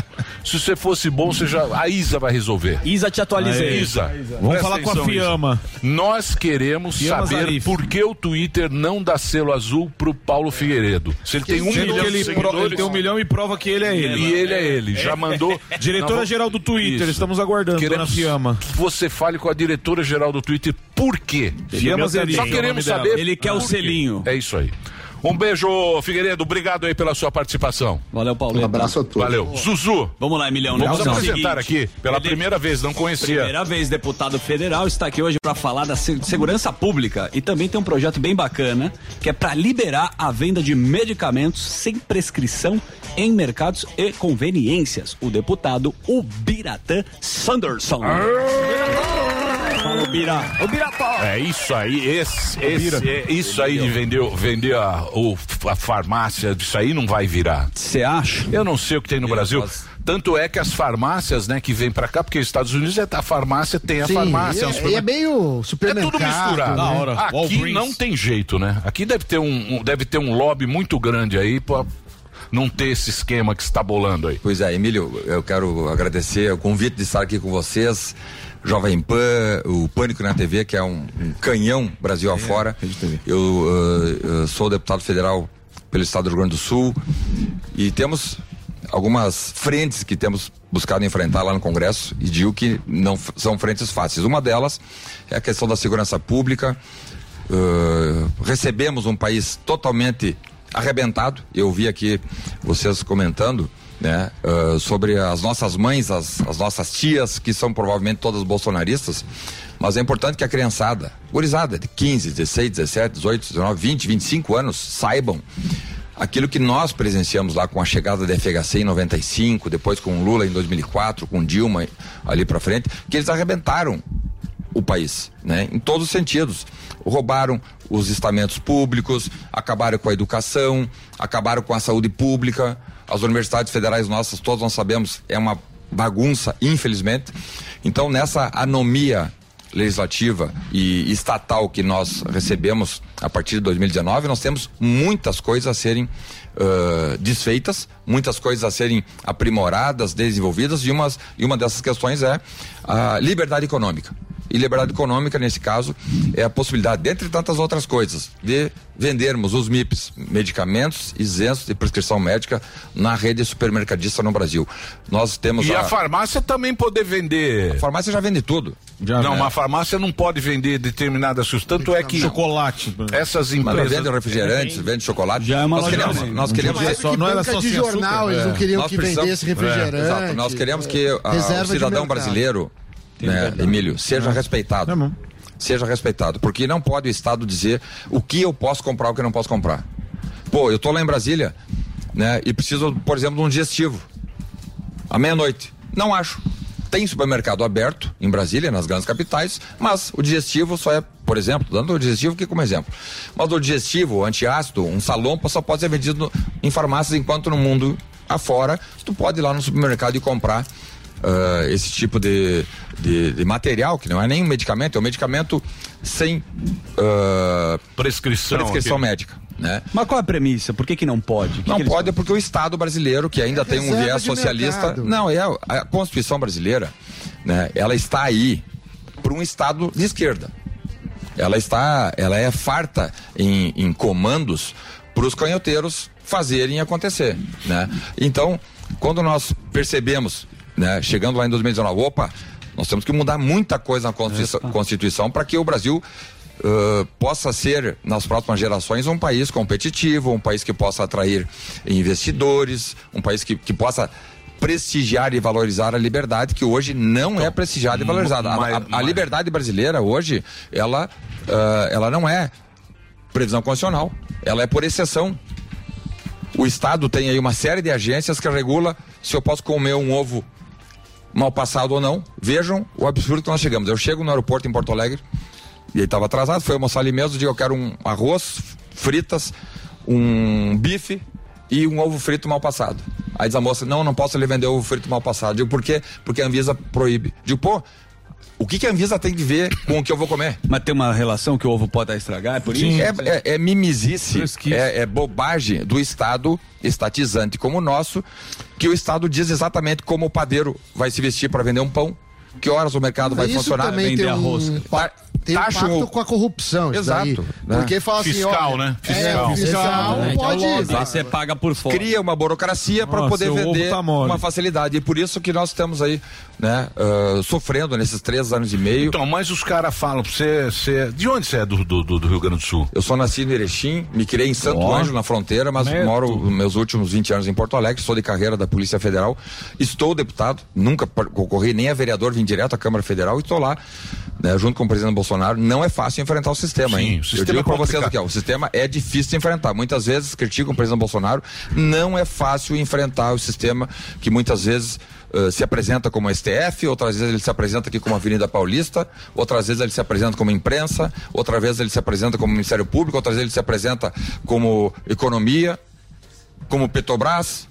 Speaker 3: se você fosse bom, você já a Isa vai resolver.
Speaker 21: Isa te atualizei.
Speaker 3: Isa.
Speaker 21: Vamos
Speaker 3: presta
Speaker 21: falar com a
Speaker 3: atenção, Isa.
Speaker 21: Fiamma.
Speaker 3: Nós queremos
Speaker 21: Fiamma
Speaker 3: saber
Speaker 21: Zarif.
Speaker 3: por que o Twitter não dá selo azul pro Paulo Figueiredo. Se ele tem um
Speaker 8: Sendo
Speaker 3: milhão
Speaker 8: que
Speaker 3: de
Speaker 8: ele, pro-
Speaker 3: seguidores,
Speaker 8: ele tem um milhão e prova que ele é ele.
Speaker 3: E ele é ele, já mandou.
Speaker 8: Diretora-geral do Twitter,
Speaker 3: Isso.
Speaker 8: estamos aguardando,
Speaker 3: Queremos
Speaker 8: dona Fiamma.
Speaker 3: que você fale com a diretora-geral do Twitter por quê.
Speaker 8: Fiamma Zelim.
Speaker 3: Só
Speaker 8: É o nome
Speaker 3: queremos
Speaker 8: dela.
Speaker 3: saber.
Speaker 8: Ele quer o
Speaker 3: por quê.
Speaker 8: selinho.
Speaker 3: É isso aí. Um beijo, Figueiredo. Obrigado aí pela sua participação.
Speaker 10: Valeu, Paulo. Um
Speaker 12: abraço a todos.
Speaker 3: Valeu. Zuzu.
Speaker 10: Vamos lá,
Speaker 8: né?
Speaker 10: Emiliano.
Speaker 3: Vamos
Speaker 10: Nelson.
Speaker 3: apresentar
Speaker 10: Seguinte,
Speaker 3: aqui, pela primeira vez, não conhecia.
Speaker 10: Primeira vez, deputado federal está aqui hoje para falar da se- segurança pública e também tem um projeto bem bacana que é para liberar a venda de medicamentos sem prescrição em mercados e conveniências. O deputado Ubiratã Sanderson.
Speaker 3: Ah!
Speaker 10: Fala, Ubira. Ubiratã.
Speaker 3: É isso aí, esse, esse, é isso aí de vender, o- vender a, o- a farmácia, isso aí não vai virar.
Speaker 10: Você acha?
Speaker 3: Eu não sei o que tem no Brasil. Tanto é que as farmácias, né, que vêm pra cá, porque os Estados Unidos é, a farmácia tem a
Speaker 4: Sim,
Speaker 3: farmácia.
Speaker 4: e é, e
Speaker 3: um
Speaker 4: é
Speaker 3: supermercado.
Speaker 4: meio
Speaker 3: É
Speaker 4: supermercado.
Speaker 3: tudo misturado.
Speaker 4: né?
Speaker 3: Aqui não tem jeito, né? Aqui deve ter um, um- deve ter um lobby muito grande aí pra não ter esse esquema que está bolando aí.
Speaker 1: Pois é, Emílio, eu quero agradecer o convite de estar aqui com vocês. Jovem Pan, o Pânico na TV, que é um, um canhão Brasil afora. Eu uh, ah, ah, sou deputado federal pelo estado do Rio Grande do Sul e temos algumas frentes que temos buscado enfrentar lá no Congresso e digo que não f- são frentes fáceis. Uma delas é a questão da segurança pública. Uh, recebemos um país totalmente arrebentado. Eu vi aqui vocês comentando né, uh, sobre as nossas mães, as, as nossas tias, que são provavelmente todas bolsonaristas. Mas é importante que a criançada, gurizada, de 15, 16, 17, 18, 19, 20, 25 anos, saibam aquilo que nós presenciamos lá com a chegada da FHC em 95, depois com Lula em 2004, com Dilma ali para frente, que eles arrebentaram o país, né? Em todos os sentidos. Roubaram os estamentos públicos, acabaram com a educação, acabaram com a saúde pública, as universidades federais nossas, todos nós sabemos, é uma bagunça, infelizmente. Então, nessa anomia legislativa e estatal que nós recebemos a partir de 2019, nós temos muitas coisas a serem ãh, desfeitas, muitas coisas a serem aprimoradas, desenvolvidas, e, umas, e uma dessas questões é a liberdade econômica. E liberdade econômica, nesse caso, é a possibilidade, dentre tantas outras coisas, de vendermos os MIPs, medicamentos isentos de prescrição médica, na rede supermercadista no Brasil. Nós temos
Speaker 3: E a farmácia também poder vender. A
Speaker 1: farmácia já vende tudo.
Speaker 3: não,
Speaker 1: né?
Speaker 3: uma farmácia não pode vender determinadas substâncias. Tanto é que. Chocolate. Essas
Speaker 1: né? Mas
Speaker 3: empresas.
Speaker 1: vende refrigerantes, vende chocolate. Já
Speaker 3: é uma
Speaker 1: nós
Speaker 3: loja
Speaker 1: queremos,
Speaker 3: grande.
Speaker 1: nós queremos
Speaker 3: Não é só- não era só
Speaker 4: de sem açúcar. jornal, eles não queriam que vendesse refrigerante,
Speaker 1: é, exato. Nós queremos que
Speaker 4: é,
Speaker 1: ah,
Speaker 4: reserva
Speaker 1: o
Speaker 4: de
Speaker 1: cidadão
Speaker 4: mercado. Tá.
Speaker 1: brasileiro, né, Emílio, seja respeitado. Seja respeitado, porque não pode o Estado dizer o que eu posso comprar, o que eu não posso comprar. Pô, eu tô lá em Brasília, né, e preciso, por exemplo, de um digestivo. À meia-noite. Não acho. Tem supermercado aberto em Brasília, nas grandes capitais, mas o digestivo só é, por exemplo, dando o digestivo aqui como exemplo. Mas o digestivo, o antiácido, um salompa só pode ser vendido no- em farmácias, enquanto no mundo afora, tu pode ir lá no supermercado e comprar ah, esse tipo de, de, de material, que não é nem um medicamento, é um medicamento sem ah,
Speaker 3: prescrição,
Speaker 1: prescrição
Speaker 3: ok.
Speaker 1: médica. Né?
Speaker 10: Mas qual é a premissa? Por que, que não pode?
Speaker 1: não pode porque o Estado brasileiro, que ainda tem um
Speaker 10: É reserva
Speaker 1: viés
Speaker 10: de
Speaker 1: socialista.
Speaker 10: mercado.
Speaker 1: Não, é a- a Constituição brasileira, né? Ela está aí para um Estado de esquerda. Ela está, ela é farta em, em comandos para os canhoteiros fazerem acontecer, né? Então, quando nós percebemos, né, chegando lá em 2019, opa, nós temos que mudar muita coisa na Constituição, Constituição para que o Brasil ãh, possa ser nas próximas gerações um país competitivo, um país que possa atrair investidores, um país que, que possa prestigiar e valorizar a liberdade que hoje não é prestigiada e valorizada. A- a- a, liberdade brasileira hoje ela ãh, ela não é previsão constitucional, ela é por exceção. O Estado tem aí uma série de agências que regula se eu posso comer um ovo mal passado ou não. Vejam o absurdo que nós chegamos. Eu chego no aeroporto em Porto Alegre e ele estava atrasado, foi almoçar ali mesmo, digo, eu quero um arroz, fritas, um bife e um ovo frito mal passado. Aí diz a moça, não, não posso lhe vender ovo frito mal passado. Digo, por quê? Porque a Anvisa proíbe. Digo, pô, o que, que a Anvisa tem de ver com o que eu vou comer?
Speaker 10: Mas tem uma relação que o ovo pode estragar, é por isso?
Speaker 1: É, é- é mimizice, é, é bobagem do Estado estatizante como o nosso, que o Estado diz exatamente como o padeiro vai se vestir para vender um pão, que horas o mercado vai
Speaker 4: Mas isso
Speaker 1: funcionar,
Speaker 4: também tem um, pa- tem um
Speaker 1: Taxam
Speaker 4: pacto
Speaker 1: o-
Speaker 4: com a corrupção, isso
Speaker 1: tá Exato,
Speaker 4: daí.
Speaker 1: né?
Speaker 4: Porque fala assim,
Speaker 1: Fiscal,
Speaker 4: ó,
Speaker 1: né?
Speaker 4: É,
Speaker 1: Fiscal.
Speaker 4: o fiscal
Speaker 1: Exato, né?
Speaker 4: pode...
Speaker 1: Então,
Speaker 10: Aí você paga por fora.
Speaker 1: Cria uma burocracia para
Speaker 10: Nossa,
Speaker 1: poder
Speaker 10: o ovo
Speaker 1: vender
Speaker 10: tá mole.
Speaker 1: uma facilidade. E por isso que nós estamos aí, né, ah, sofrendo nesses três anos e meio.
Speaker 3: Então, mas os caras falam pra você, você- De onde você é do, do- do- do Rio Grande do Sul?
Speaker 1: Eu sou nascido em Erechim, me criei em Santo
Speaker 3: Ó.
Speaker 1: Ângelo, na fronteira, mas
Speaker 3: Neto.
Speaker 1: moro os meus últimos 20 anos em Porto Alegre, sou de carreira da Polícia Federal, estou deputado, nunca par- concorri nem a vereador, vim direto à Câmara Federal e estou lá, né, junto com o presidente Bolsonaro. Não é fácil enfrentar o sistema,
Speaker 3: Sim,
Speaker 1: hein?
Speaker 3: o sistema
Speaker 1: Eu
Speaker 3: é
Speaker 1: digo para
Speaker 3: complicado.
Speaker 1: vocês aqui, ó, o sistema é difícil de enfrentar. Muitas vezes criticam o presidente Bolsonaro, não é fácil enfrentar o sistema que muitas vezes. eh, se apresenta como STF, outras vezes ele se apresenta aqui como Avenida Paulista, outras vezes ele se apresenta como imprensa, outra vez ele se apresenta como Ministério Público, outras vezes ele se apresenta como economia, como Petrobras.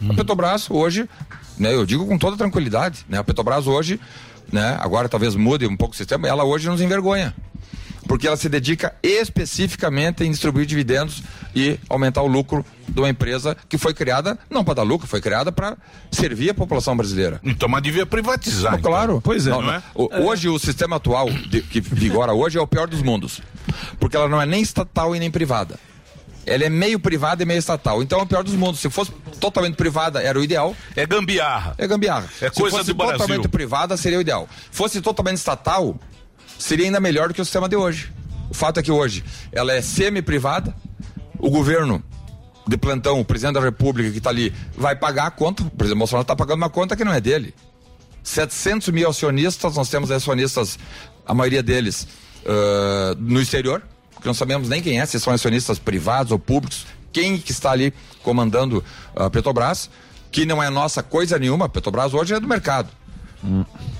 Speaker 3: Uhum.
Speaker 1: A Petrobras hoje, né, eu digo com toda tranquilidade, né, a Petrobras hoje, né, agora talvez mude um pouco o sistema, ela hoje nos envergonha. Porque ela se dedica especificamente em distribuir dividendos e aumentar o lucro de uma empresa que foi criada, não para dar lucro, foi criada para servir a população brasileira.
Speaker 3: Então, mas devia privatizar.
Speaker 1: Ah,
Speaker 3: então.
Speaker 1: claro. Pois é.
Speaker 3: Não, não é?
Speaker 1: Hoje, o sistema atual de- que vigora hoje é o pior dos mundos. Porque ela não é nem estatal e nem privada. Ela é meio privada e meio estatal. Então é o pior dos mundos. Se fosse totalmente privada, era o ideal.
Speaker 3: É gambiarra.
Speaker 1: É gambiarra.
Speaker 3: É coisa
Speaker 1: Se fosse
Speaker 3: do Brasil.
Speaker 1: totalmente privada, seria o ideal. Fosse totalmente estatal, seria ainda melhor do que o sistema de hoje. O fato é que hoje ela é semi-privada, o governo de plantão, o presidente da república que está ali, vai pagar a conta. O presidente Bolsonaro está pagando uma conta que não é dele. 700 mil acionistas, nós temos acionistas, a maioria deles, ah, no exterior, que não sabemos nem quem é, se são acionistas privados ou públicos, quem que está ali comandando a Petrobras, que não é nossa coisa nenhuma, a Petrobras hoje é do mercado.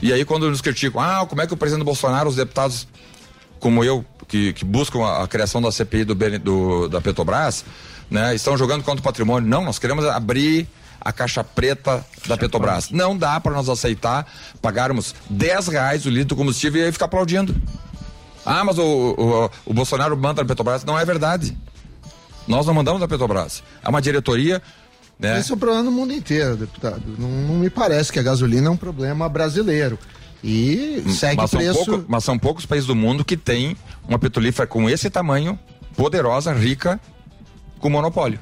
Speaker 1: E aí quando nos criticam, ah, como é que o presidente Bolsonaro, os deputados como eu, que, que buscam a, a criação da CPI do, BN do- da Petrobras, né, estão jogando contra o patrimônio. Não, nós queremos abrir a caixa preta da Petrobras. Não dá para nós aceitar pagarmos 10 reais o litro do combustível e aí ficar aplaudindo. Ah, mas o, o, o Bolsonaro manda na Petrobras. Não é verdade. Nós não mandamos na Petrobras. É uma diretoria. Né?
Speaker 6: Esse é um problema no mundo inteiro, deputado. Não, não me parece que a gasolina é um problema brasileiro. E segue
Speaker 1: Hum, mas, são
Speaker 6: preço.
Speaker 1: pouco- mas são poucos países do mundo que têm uma petrolífera com esse tamanho, poderosa, rica, com monopólio.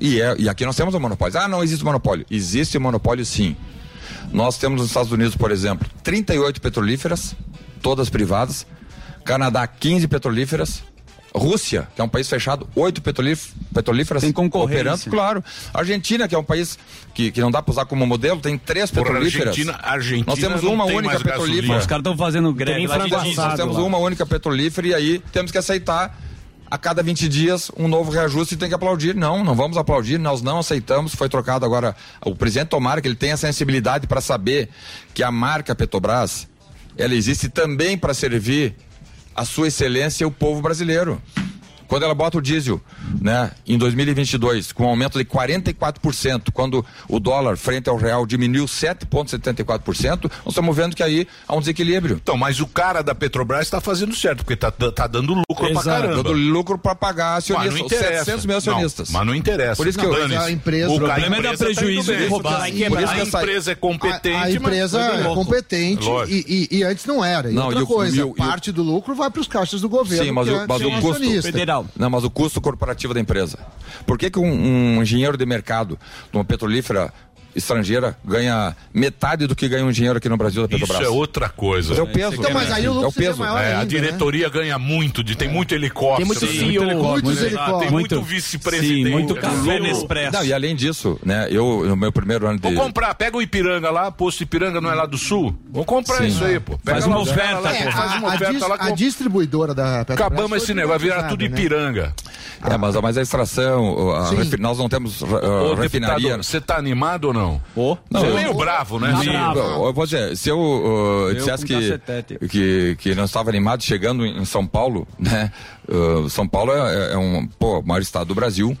Speaker 1: E, é- e aqui nós temos um monopólio. Ah, não existe monopólio. Existe monopólio sim. Nós temos nos Estados Unidos, por exemplo, 38 petrolíferas, todas privadas. Canadá, 15 petrolíferas. Rússia, que é um país fechado, 8 petrolíf petrolíferas Tem
Speaker 10: concorrência.
Speaker 1: Claro. Argentina, que é um país que, que não dá para usar como modelo, tem três
Speaker 3: Porra,
Speaker 1: petrolíferas.
Speaker 3: Argentina- Argentina
Speaker 1: Nós temos
Speaker 3: não
Speaker 1: uma
Speaker 3: tem
Speaker 1: única
Speaker 3: mais gasolina.
Speaker 1: petrolífera.
Speaker 3: Os caras tão fazendo
Speaker 10: greve
Speaker 1: Tem
Speaker 10: lá de
Speaker 1: frango
Speaker 10: assado
Speaker 1: Nós temos
Speaker 10: lá.
Speaker 1: uma única petrolífera e aí temos que aceitar a cada 20 dias um novo reajuste e tem que aplaudir. Não, não vamos aplaudir, nós não aceitamos. Foi trocado agora. O presidente tomara que ele tenha sensibilidade para saber que a marca Petrobras ela existe também para servir a sua excelência o povo brasileiro. Quando ela bota o diesel, né, em 2022, com um aumento de 44%, quando o dólar frente ao real diminuiu 7,74%, nós estamos vendo que aí há um desequilíbrio.
Speaker 3: Então, mas o cara da Petrobras está fazendo certo, porque tá, tá dando lucro
Speaker 1: Exato.
Speaker 3: pra caramba.
Speaker 1: Dando lucro pra pagar acionistas,
Speaker 3: Mas não
Speaker 1: os
Speaker 3: interessa.
Speaker 1: 700 mil acionistas.
Speaker 3: Não, mas não interessa.
Speaker 1: Por isso que eu-
Speaker 3: Dane-se.
Speaker 1: Mas a empresa-
Speaker 3: o
Speaker 1: O
Speaker 3: cara-
Speaker 1: problema é dar
Speaker 3: empresa tá
Speaker 1: prejuízo,
Speaker 3: indo bem.
Speaker 1: é roubar.
Speaker 3: A
Speaker 1: Por isso que
Speaker 3: empresa- a
Speaker 1: eu saí-
Speaker 3: empresa
Speaker 6: A,
Speaker 3: é
Speaker 6: a
Speaker 3: competente, mas-
Speaker 6: empresa
Speaker 3: mas é
Speaker 6: é
Speaker 3: louco.
Speaker 6: competente
Speaker 3: Lógico.
Speaker 6: e, e- e antes não era. E
Speaker 1: Não,
Speaker 6: outra
Speaker 1: e o-
Speaker 6: coisa,
Speaker 1: e o- e o-
Speaker 6: parte do lucro vai para os caixas do governo.
Speaker 1: Sim, mas
Speaker 6: que
Speaker 1: o,
Speaker 6: antes
Speaker 1: mas o
Speaker 6: era
Speaker 1: custo
Speaker 6: acionista.
Speaker 1: Não, mas o custo corporativo da empresa. Por que, que um, um engenheiro de mercado de uma petrolífera estrangeira ganha metade do que ganha um engenheiro aqui no Brasil da
Speaker 3: Isso
Speaker 1: Petrobras?
Speaker 3: é outra coisa.
Speaker 1: Mas é o peso. Então, mas aí o lucro
Speaker 3: é o
Speaker 1: seria
Speaker 3: peso. É,
Speaker 1: maior
Speaker 3: a
Speaker 1: ainda, né?
Speaker 3: diretoria ganha muito, de, tem muito helicóptero.
Speaker 1: Tem muito
Speaker 3: né?
Speaker 1: CEO, muitos
Speaker 3: né?
Speaker 1: helicópteros.
Speaker 3: Tem muito,
Speaker 1: Muito-
Speaker 3: vice-presidente. Tem muito-
Speaker 1: Não, e além disso, né? Eu, no meu primeiro ano de.
Speaker 3: Vou comprar, pega o Ipiranga lá, posto Ipiranga não é lá do sul? Vou comprar
Speaker 1: Sim.
Speaker 3: isso aí, pô. Pega
Speaker 1: Faz
Speaker 3: lá
Speaker 1: uma
Speaker 3: os caras lá,
Speaker 1: oferta,
Speaker 3: é,
Speaker 1: pô.
Speaker 3: Faz uma
Speaker 6: A,
Speaker 3: oferta
Speaker 6: dis-
Speaker 3: lá.
Speaker 6: a distribuidora da Petrobras.
Speaker 3: Acabamos esse
Speaker 6: foi
Speaker 3: negócio, vai virar
Speaker 6: privatizada,
Speaker 3: tudo
Speaker 6: né?
Speaker 3: Ipiranga.
Speaker 1: É, mas, mas a extração, a
Speaker 3: Sim.
Speaker 1: refi- nós não temos uh,
Speaker 3: Ô,
Speaker 1: refinaria.
Speaker 3: deputado, você tá animado ou não?
Speaker 1: Não,
Speaker 3: você é
Speaker 1: eu-
Speaker 3: meio bravo, né?
Speaker 1: Sim, eu- eu vou dizer, se eu uh,
Speaker 3: Eu
Speaker 1: dissesse
Speaker 3: com
Speaker 1: que,
Speaker 3: cacetete.
Speaker 1: que, que não estava animado chegando em São Paulo, né? Uh, São Paulo é, é- é um pô, o maior estado do Brasil.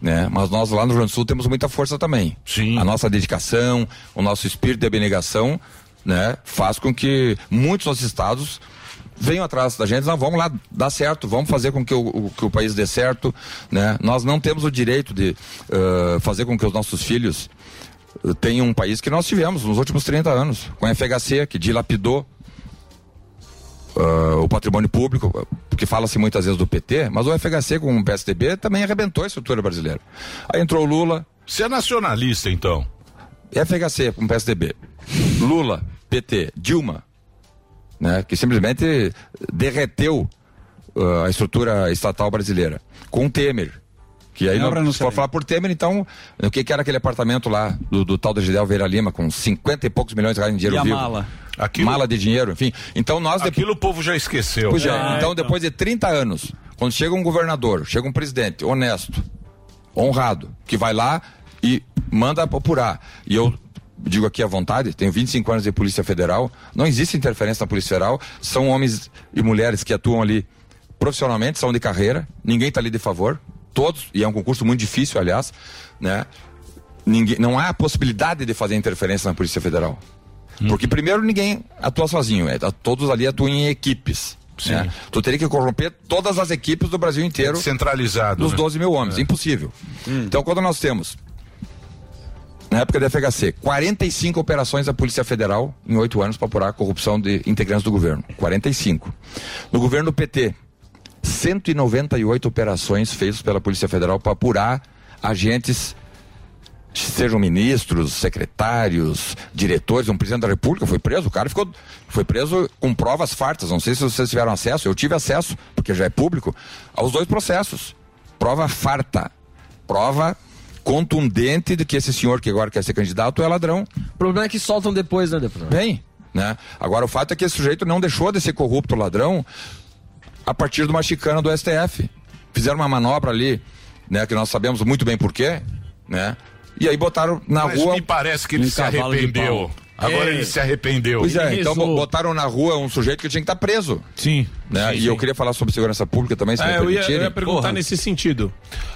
Speaker 1: Né? Mas nós lá no Rio Grande do Sul temos muita força também. Sim. A nossa dedicação, o nosso espírito de abnegação né? faz com que muitos dos estados venham atrás da gente, não, vamos lá, dá certo, vamos fazer com que o, o- que o país dê certo. Né? Nós não temos o direito de uh, fazer com que os nossos filhos tem um país que nós tivemos nos últimos 30 anos, com a FHC, que dilapidou ah, o patrimônio público, porque fala-se muitas vezes do PT, mas o FHC com o PSDB também arrebentou a estrutura brasileira. Aí entrou o Lula.
Speaker 3: Você é nacionalista, então?
Speaker 1: FHC com o PSDB. Lula, PT, Dilma, né, que simplesmente derreteu ah, a estrutura estatal brasileira. Com o Temer. Que aí,
Speaker 10: Não,
Speaker 1: não,
Speaker 10: pra não
Speaker 1: se for falar por Temer, então, o que, que era aquele apartamento lá do, do tal da Gisel Veira Lima, com 50 e poucos milhões de reais em dinheiro
Speaker 3: E a
Speaker 1: vivo?
Speaker 3: mala?
Speaker 1: Mala de dinheiro, enfim. Então nós depois.
Speaker 3: Aquilo o povo já esqueceu. né?
Speaker 1: Pois é, então, depois de 30 anos, quando chega um governador, chega um presidente honesto, honrado, que vai lá e manda apurar. E eu digo aqui à vontade, tenho 25 anos de Polícia Federal, não existe interferência na Polícia Federal, são homens e mulheres que atuam ali profissionalmente, são de carreira, ninguém está ali de favor, todos, e é um concurso muito difícil, aliás, né? Ninguém, não há possibilidade de fazer interferência na Polícia Federal. Porque primeiro ninguém atua sozinho, é, a- todos ali atuam em equipes. Né? Tu teria que corromper todas as equipes do Brasil inteiro.
Speaker 3: Centralizado.
Speaker 1: Dos
Speaker 3: né?
Speaker 1: 12 mil homens, impossível. Então quando nós temos, na época da FHC, 45 operações da Polícia Federal em oito anos para apurar a corrupção de integrantes do governo. 45. No governo do PT, 198 operações feitas pela Polícia Federal para apurar agentes sejam ministros, secretários, diretores, um presidente da República foi preso, o cara ficou foi preso com provas fartas. Não sei se vocês tiveram acesso, eu tive acesso, porque já é público, aos dois processos. Prova farta, prova contundente de que esse senhor que agora quer ser candidato é ladrão.
Speaker 21: O problema é que soltam depois, né, deputado?
Speaker 1: Bem, né? Agora o fato é que esse sujeito não deixou de ser corrupto ladrão a partir de uma chicana do STF. Fizeram uma manobra ali, né, que nós sabemos muito bem porquê, né? E aí botaram na
Speaker 3: Mas
Speaker 1: rua.
Speaker 3: me parece que ele
Speaker 1: um
Speaker 3: se
Speaker 1: cavalo de
Speaker 3: arrependeu.
Speaker 1: pau.
Speaker 3: Agora ele se arrependeu.
Speaker 1: Pois é,
Speaker 3: Ele
Speaker 1: então
Speaker 3: rezou.
Speaker 1: botaram na rua um sujeito que tinha que estar preso. Sim. Né? e eu queria falar sobre segurança pública também, se
Speaker 3: Ah,
Speaker 11: É,
Speaker 1: me
Speaker 11: eu, ia,
Speaker 1: permitirem.
Speaker 11: eu ia perguntar
Speaker 1: Porra.
Speaker 11: nesse sentido.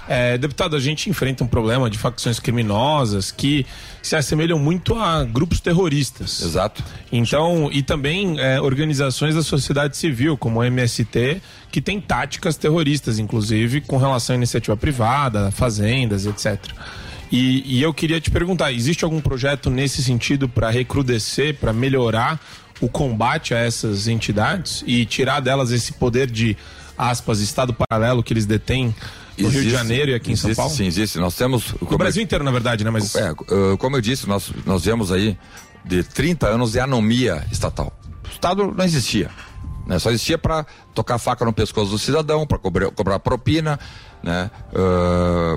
Speaker 11: É, deputado, a gente enfrenta um problema de facções criminosas que se assemelham muito a grupos terroristas.
Speaker 1: Exato.
Speaker 11: Então, e também é, organizações da sociedade civil, como o MST, que tem táticas terroristas, inclusive, com relação à iniciativa privada, fazendas, etc. E, e eu queria te perguntar, existe algum projeto nesse sentido para recrudescer, para melhorar o combate a essas entidades e tirar delas esse poder de aspas, estado paralelo que eles detêm no Rio de
Speaker 1: Existe,
Speaker 11: Janeiro e aqui em São
Speaker 1: existe,
Speaker 11: Paulo?
Speaker 1: Sim, existe. Nós temos.
Speaker 11: No Brasil inteiro, na verdade, né? Mas...
Speaker 1: É, uh, como eu disse, nós, nós viemos aí de 30 anos de anomia estatal. O Estado não existia. Né? Só existia para tocar a faca no pescoço do cidadão, para cobrar, cobrar propina, né?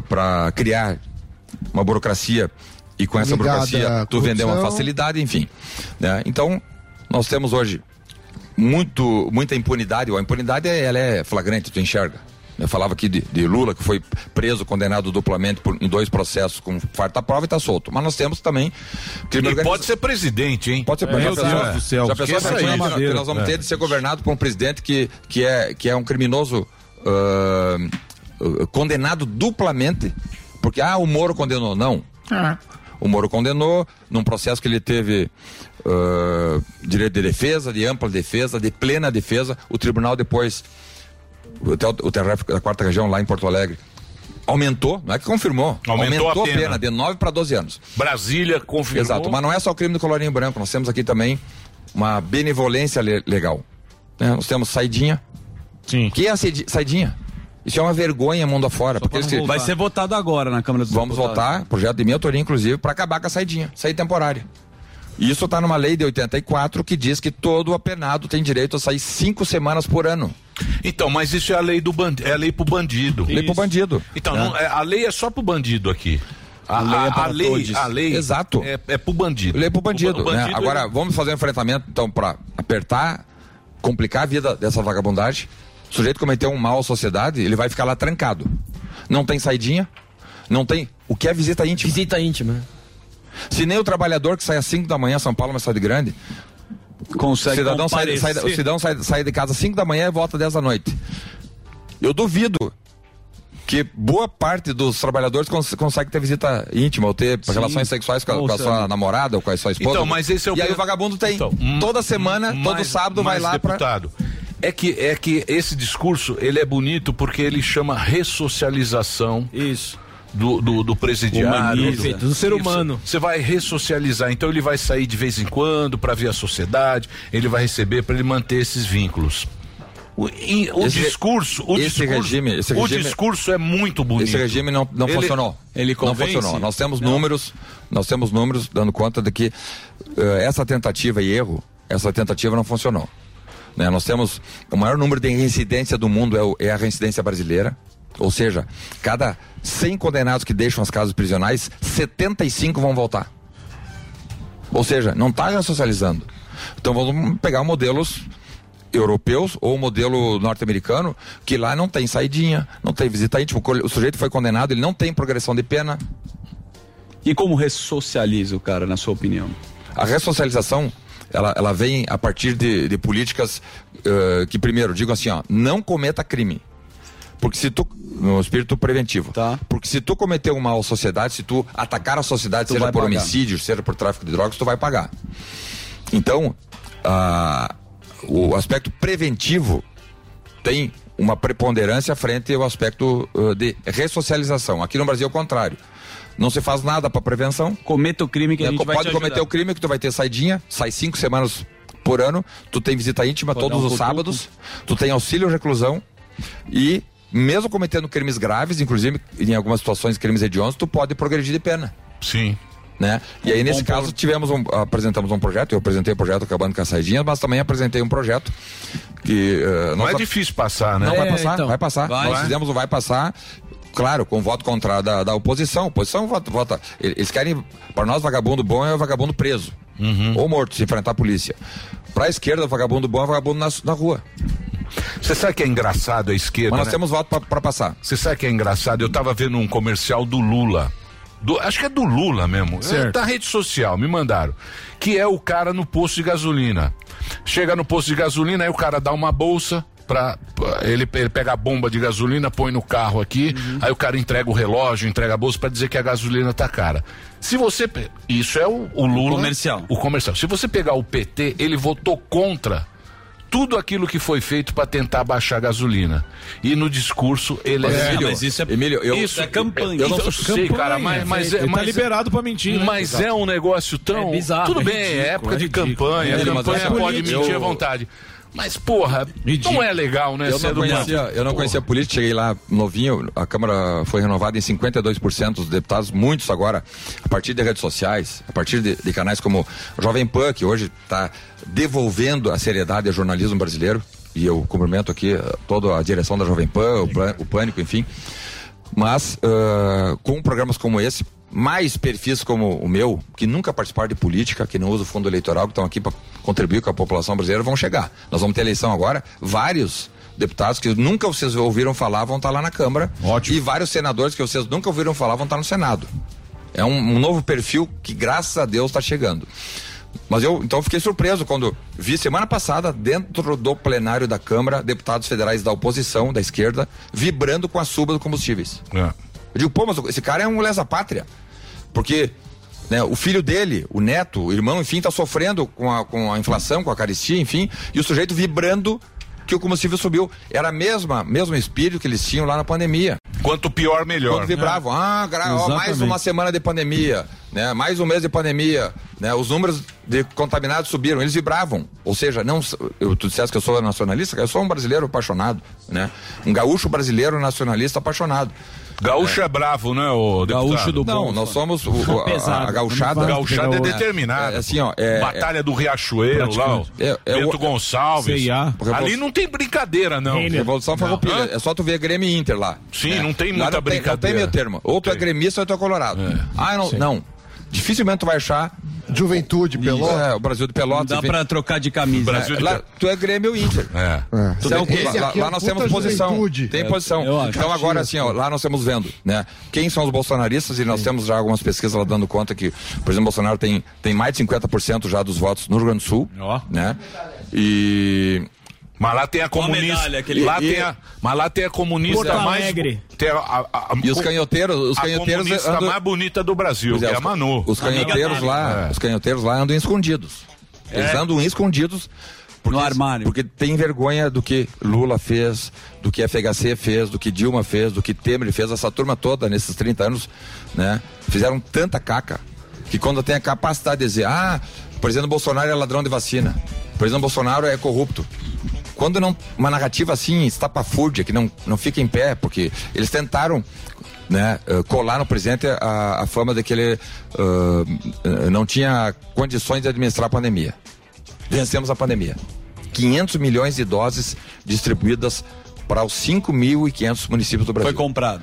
Speaker 1: para criar uma burocracia e com essa
Speaker 6: Ligada
Speaker 1: burocracia
Speaker 6: à
Speaker 1: tu vender uma
Speaker 6: corrupção.
Speaker 1: facilidade, enfim. né? Então, nós temos hoje muito, muita impunidade. A impunidade ela é flagrante, tu enxerga. Eu falava aqui de, de Lula, que foi preso, condenado duplamente por, em dois processos com farta prova e está solto. Mas nós temos também
Speaker 3: E
Speaker 1: crime organizado.
Speaker 3: pode ser presidente, hein?
Speaker 1: Pode ser
Speaker 3: Meu
Speaker 1: presidente. Já
Speaker 3: Deus
Speaker 1: pensou-
Speaker 3: do céu.
Speaker 1: Já pensou
Speaker 3: Esqueça
Speaker 1: que
Speaker 3: isso.
Speaker 1: nós, que nós vamos
Speaker 3: É.
Speaker 1: ter de ser governado por um presidente que, que, é, que é um criminoso ah, ah, condenado duplamente? Porque, ah, o Moro condenou. Não. O Moro condenou num processo que ele teve ah, direito de defesa, de ampla defesa, de plena defesa. O tribunal depois, até o, o TRF da quarta região lá em Porto Alegre, aumentou, não é que confirmou,
Speaker 3: Aumentou a
Speaker 1: a pena.
Speaker 3: pena
Speaker 1: de 9 para 12 anos.
Speaker 3: Brasília confirmou.
Speaker 1: Exato, mas não é só o crime do colorinho branco, nós temos aqui também uma benevolência le- legal. né? Nós temos saidinha. Sim. que é a saidi- saidinha? Isso é uma vergonha mundo afora. Porque eles-
Speaker 10: Vai ser votado agora na Câmara dos
Speaker 1: Vamos
Speaker 10: Deputados.
Speaker 1: votar, projeto de minha autoria, inclusive, para acabar com a saidinha, saída temporária. E Isso está numa lei de 84 que diz que todo apenado tem direito a sair cinco semanas por ano.
Speaker 3: Então, mas isso é a lei do bandido. É a lei pro bandido.
Speaker 1: Lei pro bandido.
Speaker 3: Então,
Speaker 1: Tá.
Speaker 3: não, é- a lei é só pro bandido aqui. A,
Speaker 1: A lei é
Speaker 3: a- a
Speaker 1: para
Speaker 3: lei,
Speaker 1: todos.
Speaker 3: a lei
Speaker 1: Exato.
Speaker 3: É, é pro bandido.
Speaker 1: Lei pro bandido.
Speaker 3: O ba- o
Speaker 1: né?
Speaker 3: bandido, é-
Speaker 1: Agora,
Speaker 3: ele-
Speaker 1: vamos fazer um enfrentamento, então, para apertar, complicar a vida dessa vagabundagem. O sujeito cometeu um mal à sociedade, ele vai ficar lá trancado. Não tem saidinha, não tem. O que é visita íntima?
Speaker 21: Visita íntima.
Speaker 1: Se nem o trabalhador que sai às 5 da manhã, São Paulo é uma cidade grande.
Speaker 10: Consegue
Speaker 1: o cidadão sai,
Speaker 10: comparecer.
Speaker 1: sai- o cidadão sai, sai de casa às 5 da manhã e volta às 10 da noite. Eu duvido que boa parte dos trabalhadores cons consegue ter visita íntima ou ter
Speaker 3: Sim.
Speaker 1: relações sexuais com a,
Speaker 3: Ou
Speaker 1: com a
Speaker 3: seja,
Speaker 1: sua namorada ou com a sua esposa.
Speaker 3: Então, mas esse é o
Speaker 1: e aí
Speaker 3: pro-
Speaker 1: o vagabundo tem.
Speaker 3: Então,
Speaker 1: toda semana, todo
Speaker 3: mas-
Speaker 1: sábado vai
Speaker 3: mas,
Speaker 1: lá pra.
Speaker 3: deputado, É que, é que esse discurso ele é bonito porque ele chama ressocialização.
Speaker 10: Isso.
Speaker 3: Do, do, do presidiário.
Speaker 10: Humaniza. Do ser
Speaker 3: Isso.
Speaker 10: humano.
Speaker 3: Você vai ressocializar, então ele vai sair de vez em quando para ver a sociedade, ele vai receber para ele manter esses vínculos. O, e- o
Speaker 1: Esse-
Speaker 3: discurso, o
Speaker 1: esse
Speaker 3: discurso,
Speaker 1: regime- esse
Speaker 3: o
Speaker 1: regime-
Speaker 3: discurso é muito bonito.
Speaker 1: Esse regime não, não
Speaker 3: Ele-
Speaker 1: funcionou.
Speaker 3: Ele
Speaker 1: não
Speaker 3: convence?
Speaker 1: funcionou. Nós temos números, nós temos números dando conta de que eh, essa tentativa e erro, essa tentativa não funcionou. Né? Nós temos o maior número de reincidência do mundo é, o- é a reincidência brasileira. Ou seja, cada 100 condenados que deixam as casas prisionais, 75 vão voltar. Ou seja, não está ressocializando. Então vamos pegar modelos europeus ou modelo norte-americano que lá não tem saidinha, não tem visita íntima. O col- O sujeito foi condenado, ele não tem progressão de pena.
Speaker 10: E como ressocializa o cara, na sua opinião?
Speaker 1: A ressocialização, ela, ela vem a partir de, de políticas eh, que, primeiro, digam assim, ó, não cometa crime. Porque se tu. No espírito preventivo. Tá. Porque se tu cometer um mal à sociedade, se tu atacar a
Speaker 10: Tu
Speaker 1: sociedade, seja
Speaker 10: vai
Speaker 1: por
Speaker 10: pagar.
Speaker 1: homicídio, seja por tráfico de drogas, tu vai pagar. Então, ah, o aspecto preventivo tem uma preponderância frente ao aspecto ah, de ressocialização. Aqui no Brasil é o contrário. Não se faz nada para prevenção. Né,
Speaker 10: Cometa o crime que a gente vai
Speaker 1: Pode
Speaker 10: te
Speaker 1: cometer
Speaker 10: ajudar.
Speaker 1: o crime que tu vai ter saidinha, sai cinco semanas por ano, tu tem visita íntima
Speaker 10: Pode dar
Speaker 1: todos
Speaker 10: um
Speaker 1: os
Speaker 10: cutuco.
Speaker 1: sábados, tu tem auxílio reclusão, E mesmo cometendo crimes graves, inclusive em algumas situações crimes hediondos, tu pode progredir de pena.
Speaker 3: Sim.
Speaker 1: Né? E
Speaker 3: É,
Speaker 1: aí, nesse
Speaker 3: então,
Speaker 1: caso, tivemos um- apresentamos um projeto, eu apresentei o projeto acabando com as saidinhas, mas também apresentei um projeto que. eh,
Speaker 3: Não
Speaker 1: nós
Speaker 3: é
Speaker 1: ap-
Speaker 3: difícil passar, né?
Speaker 1: Não vai
Speaker 3: É,
Speaker 1: passar,
Speaker 3: então.
Speaker 1: vai passar.
Speaker 3: Vai.
Speaker 1: Nós fizemos o vai passar, claro, com voto contrário da, da oposição. A oposição vota, vota. Eles querem, para nós, vagabundo bom é o vagabundo preso
Speaker 3: Uhum.
Speaker 1: ou morto, se enfrentar a polícia. Para a esquerda, vagabundo bom é vagabundo na, na rua.
Speaker 3: Você sabe que é engraçado a esquerda?
Speaker 1: Mas nós
Speaker 3: né?
Speaker 1: temos voto para passar.
Speaker 3: Você sabe que é engraçado? Eu tava vendo um comercial do Lula. Do- acho que é do Lula mesmo.
Speaker 11: Certo.
Speaker 3: É Da rede social, me mandaram. Que é o cara no posto de gasolina. Chega no posto de gasolina, aí o cara dá uma bolsa. Pra, pra- ele, ele pega a bomba de gasolina, põe no carro aqui,
Speaker 1: Uhum.
Speaker 3: aí o cara entrega o relógio, entrega a bolsa pra dizer que a gasolina tá cara. Se você. pe- Isso é o, o Lula.
Speaker 7: comercial.
Speaker 3: O comercial. Se você pegar o PT, ele votou contra tudo aquilo que foi feito pra tentar baixar a gasolina. E no discurso ele
Speaker 7: Mas,
Speaker 3: é.
Speaker 7: Emílio, mas isso é-
Speaker 1: Emílio, eu-
Speaker 3: isso
Speaker 1: é campanha.
Speaker 3: Eu não
Speaker 1: Então,
Speaker 3: sei, cara, mas, mas é.
Speaker 1: Ele tá
Speaker 3: mas é-
Speaker 1: liberado pra mentir, né?
Speaker 3: Mas
Speaker 1: Exato.
Speaker 3: é um negócio tão.
Speaker 1: É bizarro,
Speaker 3: Tudo
Speaker 1: é
Speaker 3: bem,
Speaker 1: ridículo,
Speaker 3: é época
Speaker 1: é
Speaker 3: de
Speaker 1: ridículo.
Speaker 3: campanha,
Speaker 1: Emílio, mas
Speaker 3: campanha
Speaker 1: é
Speaker 3: pode
Speaker 1: político.
Speaker 3: mentir à
Speaker 1: Eu-
Speaker 3: vontade. Mas, porra, não
Speaker 1: Ridículo.
Speaker 3: é legal, né?
Speaker 1: Eu não,
Speaker 3: sendo humano?
Speaker 1: conhecia, eu não conhecia política, cheguei lá novinho, a Câmara foi renovada em 52% dos deputados, muitos agora, a partir de redes sociais, a partir de, de canais como Jovem Pan, que hoje está devolvendo a seriedade ao jornalismo brasileiro, e eu cumprimento aqui eh, toda a direção da Jovem Pan, o, Pan- o Pânico, enfim. Mas ah, com programas como esse, mais perfis como o meu, que nunca participaram de política, que não usam o fundo eleitoral, que estão aqui para contribuir com a população brasileira, vão chegar. Nós vamos ter eleição agora, vários deputados que nunca vocês ouviram falar vão estar lá na Câmara. Ótimo. E vários senadores que vocês nunca ouviram falar vão estar no Senado. É um, um novo perfil que, graças a Deus, está chegando. Mas eu então fiquei surpreso quando vi semana passada, dentro do plenário da Câmara, deputados federais da oposição, da esquerda, vibrando com a suba dos combustíveis. Eu digo, pô, mas esse cara é um lesa pátria. Porque né, o filho dele, o neto, o irmão, enfim, está sofrendo com a, com a inflação, com a caristia, enfim, e o sujeito vibrando que o combustível subiu. Era a mesma, mesmo espírito que eles tinham lá na pandemia.
Speaker 3: Quanto pior, melhor. né?
Speaker 1: Quando vibravam, ah, gra- ó, mais
Speaker 3: Exatamente.
Speaker 1: uma semana de pandemia, né? Mais um mês de pandemia, né? Os números de contaminados subiram, eles vibravam. Ou seja, não, s- eu, tu disseste que eu sou nacionalista, eu sou um brasileiro apaixonado, né? Um gaúcho brasileiro nacionalista apaixonado.
Speaker 3: Gaúcho é, bravo, né, o deputado?
Speaker 1: Gaúcho do bom. Não, é nós somos o- o- a-
Speaker 3: Pesado.
Speaker 1: a gauchada.
Speaker 3: Não vai Gauchada pegar é o- determinada,
Speaker 1: É, assim, ó, é-
Speaker 3: Batalha
Speaker 1: é-
Speaker 3: do Riachuelo, lá, ó.
Speaker 1: É- é
Speaker 3: Bento
Speaker 1: o-
Speaker 3: Gonçalves.
Speaker 1: CIA.
Speaker 3: Ali não tem brincadeira, não.
Speaker 1: Revolução Farroupilha.
Speaker 3: Hã?
Speaker 1: É só tu ver Grêmio e Inter lá.
Speaker 3: Sim,
Speaker 1: né?
Speaker 3: não tem
Speaker 1: Lá
Speaker 3: muita
Speaker 1: não não tem
Speaker 3: brincadeira.
Speaker 1: meio termo. Ou tu é gremista ou tu é colorado. Ah, não, não. Dificilmente tu vai achar.
Speaker 6: Juventude,
Speaker 1: Pelotas. É, o Brasil de Pelotas.
Speaker 10: Dá
Speaker 1: enfim.
Speaker 10: pra trocar de camisa.
Speaker 1: É, lá, tu é Grêmio ou Inter.
Speaker 3: É.
Speaker 1: Tu tem-
Speaker 6: Esse
Speaker 1: lá,
Speaker 6: aqui é
Speaker 1: lá
Speaker 6: um
Speaker 1: nós
Speaker 6: puta
Speaker 1: temos posição.
Speaker 6: juventude.
Speaker 1: Tem
Speaker 6: É,
Speaker 1: posição.
Speaker 6: eu acho.
Speaker 1: Então agora assim, ó, lá nós estamos vendo, né? Quem são os bolsonaristas e nós temos já algumas pesquisas lá dando conta que o presidente Bolsonaro tem, tem mais de 50% já dos votos no Rio Grande do Sul, né? E
Speaker 3: Mas lá tem a
Speaker 1: Uma
Speaker 3: comunista.
Speaker 1: medalha, aquele-
Speaker 3: lá
Speaker 1: e-
Speaker 3: tem a, mas lá tem a comunista
Speaker 1: Porto
Speaker 3: mais.
Speaker 1: Alegre.
Speaker 3: Tem a- a- a-
Speaker 1: E os canhoteiros, os
Speaker 3: a
Speaker 1: canhoteiros
Speaker 3: comunista
Speaker 1: andam-
Speaker 3: mais bonita do Brasil,
Speaker 1: Pois é,
Speaker 3: que é a
Speaker 1: os-
Speaker 3: Manu.
Speaker 1: Os
Speaker 3: Amiga
Speaker 1: canhoteiros
Speaker 3: dela.
Speaker 1: lá,
Speaker 3: É.
Speaker 1: os canhoteiros lá andam escondidos. Eles andam escondidos porque, no armário. Porque tem vergonha do que Lula fez, do que FHC fez, do que Dilma fez, do que Temer fez, essa turma toda nesses 30 anos, né? Fizeram tanta caca que quando tem a capacidade de dizer, ah, o presidente Bolsonaro é ladrão de vacina, o presidente Bolsonaro é corrupto. Quando não, uma narrativa assim, estapafúrdia, que não, não fica em pé, porque eles tentaram né, eh, colar no presidente a, a fama de que ele ah, não tinha condições de administrar a pandemia. Vencemos a pandemia. 500 milhões de doses distribuídas para os 5.500 municípios do Brasil. Foi
Speaker 10: comprado.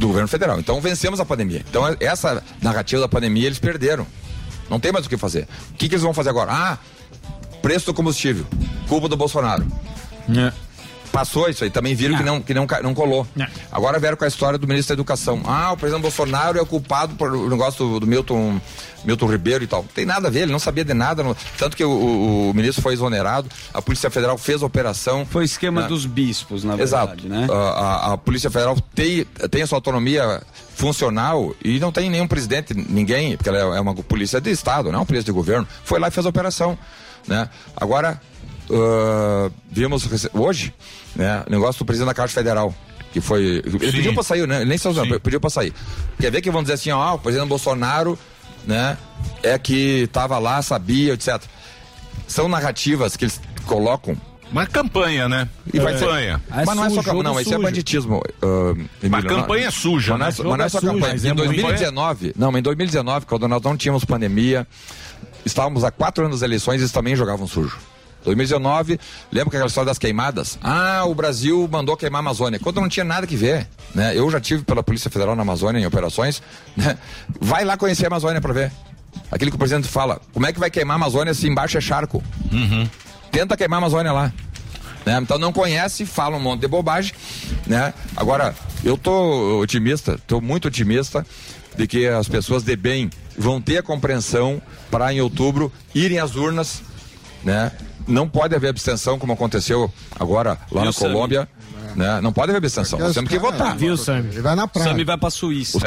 Speaker 1: Do governo federal. Então vencemos a pandemia. Então eh, essa narrativa da pandemia eles perderam. Não tem mais o que fazer. O que, que eles vão fazer agora? Ah, preço do combustível. Culpa do Bolsonaro. Passou isso aí, também viram
Speaker 10: É.
Speaker 1: que, não, que não, ca- não colou. Agora vieram com a história do ministro da Educação. Ah, o presidente Bolsonaro é o culpado por o negócio do, do Milton, Milton Ribeiro e tal. Tem nada a ver, ele não sabia de nada. não- tanto que o, o- o ministro foi exonerado, a Polícia Federal fez a operação. Foi
Speaker 10: esquema dos bispos, na verdade,
Speaker 1: Exato.
Speaker 10: né?
Speaker 1: A, a- a Polícia Federal tem, tem a sua autonomia funcional e não tem nenhum presidente, ninguém, porque ela é- é uma polícia de Estado, não é uma polícia de governo. Foi lá e fez a operação. Né? Agora, ah, vimos rece- hoje né, o negócio do presidente da Caixa Federal. Que foi. Ele
Speaker 3: Sim.
Speaker 1: pediu pra sair, né? Ele nem se usou, pediu pra sair. Quer ver que vão dizer assim, ó, o presidente Bolsonaro, né? É que tava lá, sabia, etc são narrativas que eles colocam
Speaker 3: Mas campanha, né?
Speaker 1: E vai ser-
Speaker 3: campanha.
Speaker 1: mas
Speaker 23: Assim,
Speaker 1: não é só campanha, não, isso é banditismo. ah, Emílio, não-
Speaker 3: campanha é suja,
Speaker 1: mas não é
Speaker 3: né?
Speaker 1: só- Mas não é só
Speaker 3: Jogo é
Speaker 1: campanha.
Speaker 3: sujo,
Speaker 1: Em
Speaker 3: mas é muito-
Speaker 1: 2019, não, em 2019, quando nós não tínhamos pandemia, estávamos há quatro anos das eleições e eles também jogavam sujo. 2019, lembra que aquela história das queimadas? Ah, o Brasil mandou queimar a Amazônia. Quando não tinha nada que ver, né? Eu já tive pela Polícia Federal na Amazônia em operações, né? Vai lá conhecer a Amazônia para ver. Aquilo que o presidente fala, como é que vai queimar a Amazônia se embaixo é charco? Tenta queimar a Amazônia lá. né? Então não conhece, fala um monte de bobagem, né? Agora, eu tô otimista, tô muito otimista de que as pessoas de bem vão ter a compreensão para em outubro irem às urnas, né? Não pode haver abstenção como aconteceu agora lá
Speaker 7: Viu,
Speaker 1: na
Speaker 7: Sammy?
Speaker 1: Colômbia, né? Não pode haver abstenção, nós temos que votar.
Speaker 6: Viu, Sammy? Ele vai na praia.
Speaker 1: Sammy
Speaker 10: vai pra Suíça.
Speaker 1: Os
Speaker 10: É,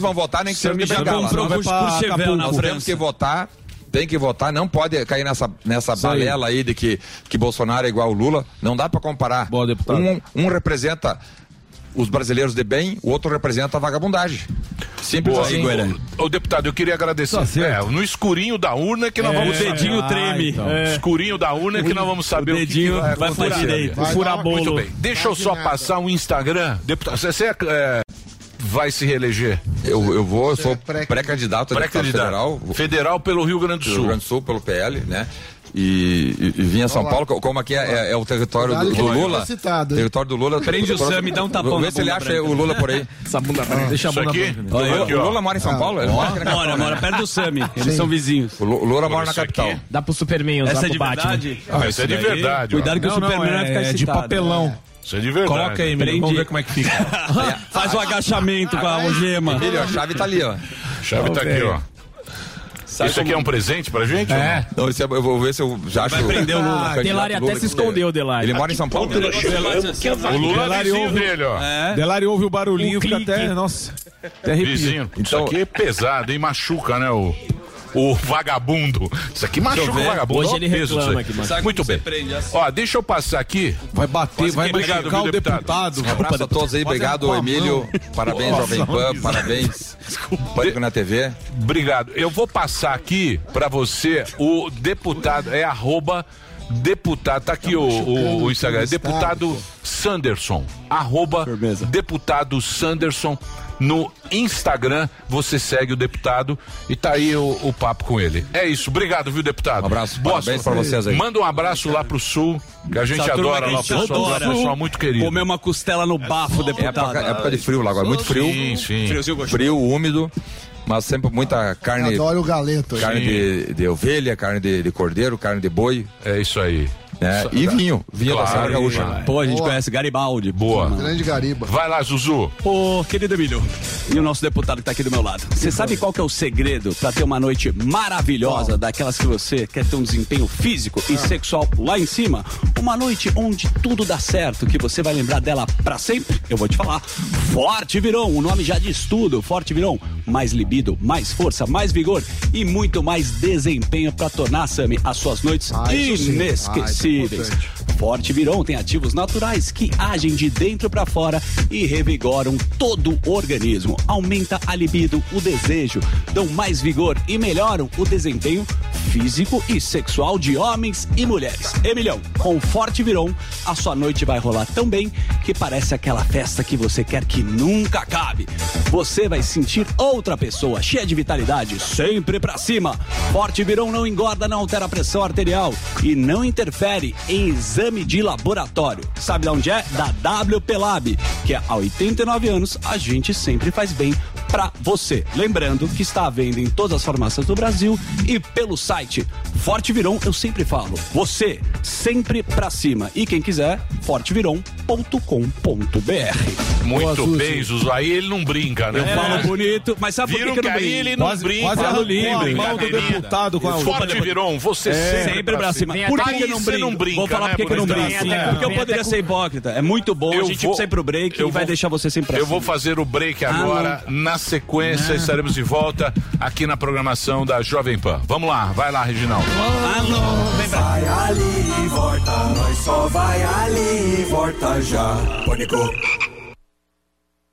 Speaker 10: Sammy-
Speaker 1: vão votar nem que seja
Speaker 10: Sammy
Speaker 1: de
Speaker 10: já
Speaker 1: bengala.
Speaker 10: comprou
Speaker 1: Nós
Speaker 10: voz por Chevel na
Speaker 1: Nós temos
Speaker 10: França.
Speaker 1: que votar, tem que votar, não pode cair nessa, nessa
Speaker 10: Isso aí.
Speaker 1: balela aí de que, que Bolsonaro é igual ao Lula. Não dá para comparar. Um, um representa os brasileiros de bem, o outro representa a vagabundagem. Simples
Speaker 3: Boa,
Speaker 1: assim.
Speaker 3: Igor. Ô, deputado, eu queria agradecer.
Speaker 1: Tá certo.
Speaker 3: É, no escurinho da urna que nós
Speaker 1: É,
Speaker 3: vamos
Speaker 1: o
Speaker 3: saber.
Speaker 1: dedinho treme. É.
Speaker 3: Escurinho da urna que nós vamos saber o,
Speaker 10: dedinho
Speaker 3: que que
Speaker 10: vai
Speaker 3: acontecer.
Speaker 10: fazer direito. Vai Furar dar uma-
Speaker 3: Muito
Speaker 10: bolo.
Speaker 3: bem. Deixa eu só passar um Instagram. Deputado, você, você é, é, vai se reeleger?
Speaker 1: Eu, eu vou, eu sou pré-candidato a deputado
Speaker 3: Pré-candidato.
Speaker 1: federal.
Speaker 3: Federal pelo Rio Grande do
Speaker 1: Pelo
Speaker 3: Sul.
Speaker 1: Rio Grande do Sul, pelo PL, né? E, e, e vim a São
Speaker 3: Olá.
Speaker 1: Paulo, co- como aqui é, é- é o território do,
Speaker 3: Cuidado que
Speaker 1: do
Speaker 3: ele
Speaker 1: Lula.
Speaker 3: foi citado, hein?
Speaker 1: território do Lula.
Speaker 3: Prende o Sam e dá um tapão
Speaker 1: Vê
Speaker 3: na
Speaker 1: se ele
Speaker 3: bunda
Speaker 1: acha
Speaker 3: branca.
Speaker 1: o Lula por aí.
Speaker 10: Essa bunda branca.
Speaker 1: Deixa a
Speaker 10: Isso
Speaker 1: bunda
Speaker 10: aqui?
Speaker 1: branca.
Speaker 10: Olha
Speaker 1: O
Speaker 10: aqui,
Speaker 1: Lula-
Speaker 10: ó.
Speaker 1: o Lula mora em
Speaker 9: Ah.
Speaker 1: São Paulo? Ele mora aqui na
Speaker 10: Mora,
Speaker 1: capital,
Speaker 10: mora
Speaker 1: né?
Speaker 10: perto do Sami. Eles
Speaker 1: Sim.
Speaker 10: são vizinhos.
Speaker 1: O Lu- Loura mora na
Speaker 10: Isso aqui
Speaker 1: capital.
Speaker 3: é
Speaker 9: Dá pro Superman usar
Speaker 10: Essa é
Speaker 9: pro
Speaker 10: de
Speaker 9: Batman.
Speaker 10: verdade?
Speaker 9: Ah,
Speaker 10: Ah,
Speaker 9: isso
Speaker 10: isso
Speaker 9: é de
Speaker 10: daí-
Speaker 9: verdade, ó.
Speaker 10: Cuidado que o
Speaker 9: Não, não,
Speaker 10: Superman vai
Speaker 9: é-
Speaker 10: ficar
Speaker 9: é de
Speaker 10: excitado. né?
Speaker 9: papelão.
Speaker 3: Isso é de verdade.
Speaker 9: Coloca aí, menino. Vamos ver como é que fica.
Speaker 10: (laughs) Faz o agachamento com a algema.
Speaker 1: Filho, é a chave tá ali, ó.
Speaker 3: A chave tá aqui, ó. Isso aqui é um presente pra gente?
Speaker 1: É. Não, esse é- eu vou ver se eu já acho. Ah,
Speaker 3: Vai prender o Lula.
Speaker 1: candidato
Speaker 3: Delari até
Speaker 1: Lula
Speaker 3: se
Speaker 1: que-
Speaker 3: escondeu,
Speaker 9: Delari.
Speaker 1: Ele
Speaker 21: Ah,
Speaker 1: mora em São Paulo?
Speaker 3: O Lula é
Speaker 9: Delari
Speaker 3: vizinho
Speaker 9: ouve-
Speaker 3: dele, ó.
Speaker 9: Delari ouve o barulhinho,
Speaker 3: Um
Speaker 9: fica
Speaker 3: clique.
Speaker 9: até. Nossa. Até arrepia.
Speaker 3: Vizinho.
Speaker 1: Então-
Speaker 3: Isso aqui é pesado, hein? Machuca, né? O, o vagabundo. Isso aqui
Speaker 9: Deixa eu
Speaker 3: machuca o
Speaker 9: ver.
Speaker 3: vagabundo.
Speaker 9: Hoje
Speaker 3: Ó,
Speaker 9: ele
Speaker 3: peso isso
Speaker 9: reclama
Speaker 3: aí.
Speaker 9: aqui, mano.
Speaker 3: Sabe Muito bem. Ó, assim? deixa eu passar aqui.
Speaker 9: Vai bater, vai machucar o deputado.
Speaker 1: Um abraço a todos aí, obrigado, Emílio. Parabéns, Jovem Pan, parabéns. Pânico na TV.
Speaker 3: Obrigado. Eu vou passar aqui pra você o deputado, é arroba deputado, tá aqui o, o, o Instagram, é deputado Sanderson, arroba deputado Sanderson no Instagram, você segue o deputado e tá aí o, o papo com ele. É isso, obrigado, viu, deputado? Um abraço,
Speaker 1: parabéns pra vocês aí.
Speaker 3: Manda um abraço lá pro Sul, que a gente
Speaker 10: Essa turma
Speaker 3: adora
Speaker 10: que a
Speaker 3: lá,
Speaker 10: gente
Speaker 3: pessoal,
Speaker 10: adora.
Speaker 3: lá, pessoal muito querido.
Speaker 10: Comer uma costela
Speaker 3: É
Speaker 10: no bafo, deputado.
Speaker 1: época, época de É frio lá agora, muito frio.
Speaker 10: Sim, sim. Friozinho gostoso.
Speaker 1: Frio, úmido, mas sempre muita
Speaker 6: né?
Speaker 1: carne.
Speaker 4: Adoro o galeto.
Speaker 1: Carne de, de ovelha, carne de, de cordeiro, carne de boi.
Speaker 3: É isso é aí.
Speaker 1: E vinho, vinho da Serra Gaúcha.
Speaker 10: Pô, a gente
Speaker 4: Boa.
Speaker 10: conhece Garibaldi. Boa.
Speaker 4: Grande gariba.
Speaker 3: Vai lá, Zuzu.
Speaker 10: Ô, querido Emílio, e o nosso deputado que tá aqui do meu lado. Você sabe qual que é o segredo pra ter uma noite maravilhosa, daquelas que você quer ter um desempenho físico
Speaker 17: Ah.
Speaker 10: e sexual lá em cima? Uma noite onde tudo dá certo, que você vai lembrar dela pra sempre? Eu vou te falar. Forte Virão, o nome já diz tudo. Forte Virão, mais libido, mais força, mais vigor e muito mais desempenho pra tornar, Sami, as suas noites
Speaker 17: Ah, isso sim. Ah,
Speaker 10: inesquecíveis.
Speaker 17: isso é importante.
Speaker 10: Forte Viron tem ativos naturais que agem de dentro para fora e revigoram todo o organismo. Aumenta a libido, o desejo, dão mais vigor e melhoram o desempenho físico e sexual de homens e mulheres. Emilhão, com Forte Viron, a sua noite vai rolar tão bem que parece aquela festa que você quer que nunca acabe. Você vai sentir outra pessoa cheia de vitalidade, sempre pra cima. Forte Viron não engorda, não altera a pressão arterial e não interfere em exame de laboratório. Sabe de onde é? Da WP Lab, que há 89 anos a gente sempre faz bem pra você. Lembrando que está à venda em todas as farmácias do Brasil e pelo site Forte Viron, eu sempre falo, você sempre pra cima. E quem quiser, forteviron.com.br.
Speaker 3: Muito bem, Zuzu. Aí ele não brinca, né?
Speaker 10: Eu falo bonito, mas sabe por
Speaker 3: Viram
Speaker 10: que que eu
Speaker 3: que
Speaker 10: não
Speaker 3: aí
Speaker 10: brinco?
Speaker 3: ele não
Speaker 10: Quase-
Speaker 3: brinca.
Speaker 10: quase
Speaker 3: não
Speaker 10: arranhei
Speaker 3: tem
Speaker 10: a mão do
Speaker 3: brincadeira.
Speaker 10: deputado com a
Speaker 3: Forte
Speaker 10: outra.
Speaker 3: Viron, um, você
Speaker 10: É,
Speaker 3: sempre,
Speaker 10: sempre pra cima.
Speaker 3: Por
Speaker 10: Por
Speaker 3: que
Speaker 10: que
Speaker 3: que
Speaker 10: não
Speaker 3: você não
Speaker 10: brinca?
Speaker 3: brinca?
Speaker 10: Vou falar
Speaker 3: né,
Speaker 10: por que que eu não
Speaker 3: bonitão?
Speaker 10: brinco. É, porque eu poderia ser hipócrita. É muito bom, a gente sempre pro break
Speaker 3: eu
Speaker 10: e vai
Speaker 3: vou-
Speaker 10: deixar você sempre pra
Speaker 3: Eu
Speaker 10: cima.
Speaker 3: vou fazer o break
Speaker 10: Ah,
Speaker 3: agora. na sequência, estaremos de volta aqui na programação da Jovem Pan. Vamos lá, vai lá, Reginaldo.
Speaker 14: Vai ali e volta, nós só vai ali e volta já. Pânico.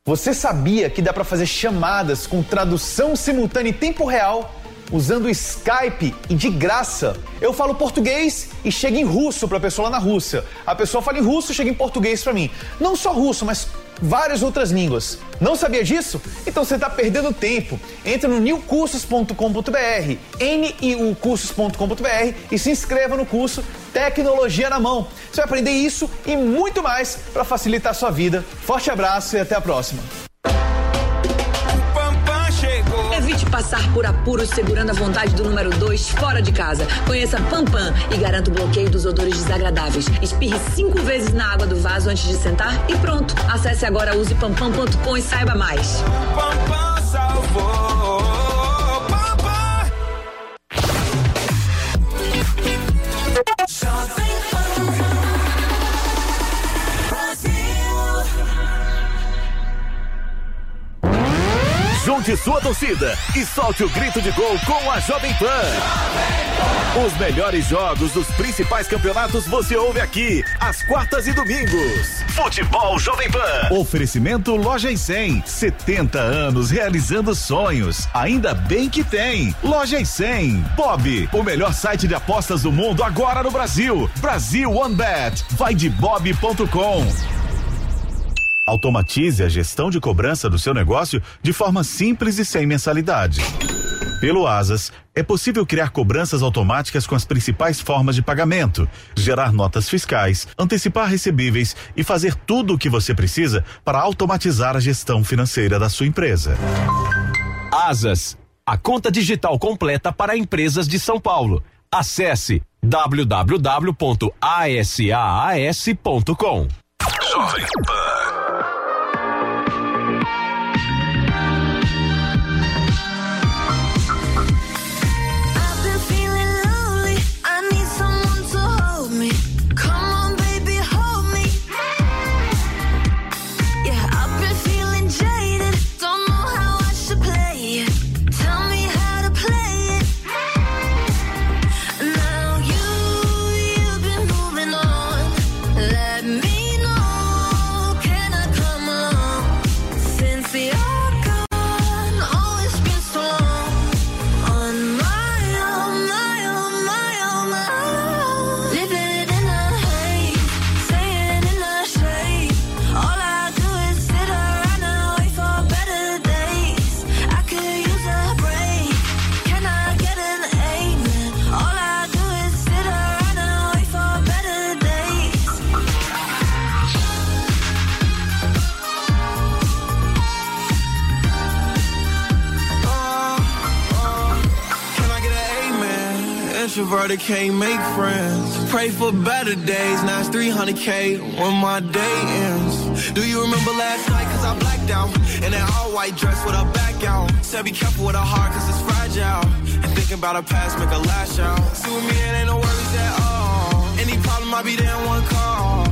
Speaker 15: Você sabia que dá pra fazer chamadas com tradução simultânea em tempo real usando o Skype e de graça. Eu falo português e chega em russo para a pessoa lá na Rússia. A pessoa fala em russo, chega em português para mim. Não só russo, mas várias outras línguas. Não sabia disso? Então você está perdendo tempo. Entre no newcursos.com.br, niucursos.com.br e se inscreva no curso Tecnologia na Mão. Você vai aprender isso e muito mais para facilitar a sua vida. Forte abraço e até a próxima.
Speaker 25: Evite passar por apuros segurando a vontade do número 2 fora de casa. Conheça Pampam e garanta o bloqueio dos odores desagradáveis. Espirre cinco vezes na água do vaso antes de sentar e pronto. Acesse agora usepampam.com e saiba mais.
Speaker 2: Pampam salvou. Pampam. Jovem Pan Brasil.
Speaker 26: Junte sua torcida e solte o grito de gol com a Jovem Pan. Os melhores jogos dos principais campeonatos você ouve aqui, às quartas e domingos. Futebol Jovem Pan.
Speaker 13: Oferecimento Loja em 100. 70 anos realizando sonhos. Ainda bem que tem. Loja em 100. Bob, o melhor site de apostas do mundo agora no Brasil. Brasil OneBet. Vai de bob.com. Automatize a gestão de cobrança do seu negócio de forma simples e sem mensalidade. Pelo Asas, é possível criar cobranças automáticas com as principais formas de pagamento, gerar notas fiscais, antecipar recebíveis e fazer tudo o que você precisa para automatizar a gestão financeira da sua empresa.
Speaker 17: Asas, a conta digital completa para empresas de São Paulo. Acesse www.asaas.com.
Speaker 2: Jovem Pan. I've been feeling lonely. I need someone to hold me. Come on, baby, hold me. Yeah, I've been feeling jaded. Don't know how I should play it. Tell me how to play it. Now you, you've been moving on. Let me know. Can I come along? Since you're gone, oh, it's been so long. On my own, my own, my own, my own. Living it in the hate, staying in the shade. All I do is sit around and wait for better days. I could use a break. Can I get an amen? All I do is sit around and wait for better days.
Speaker 27: Can I get an amen? Introverted can't make friends. Pray for better days. Now it's 300K when my day ends. Do you remember last night? Cause I blacked out. In an all white dress with a back out. Said be careful with a heart cause it's fragile. And thinking about her past make a lash out. See with me, it ain't no worries at all. Any problem, I be there in one call.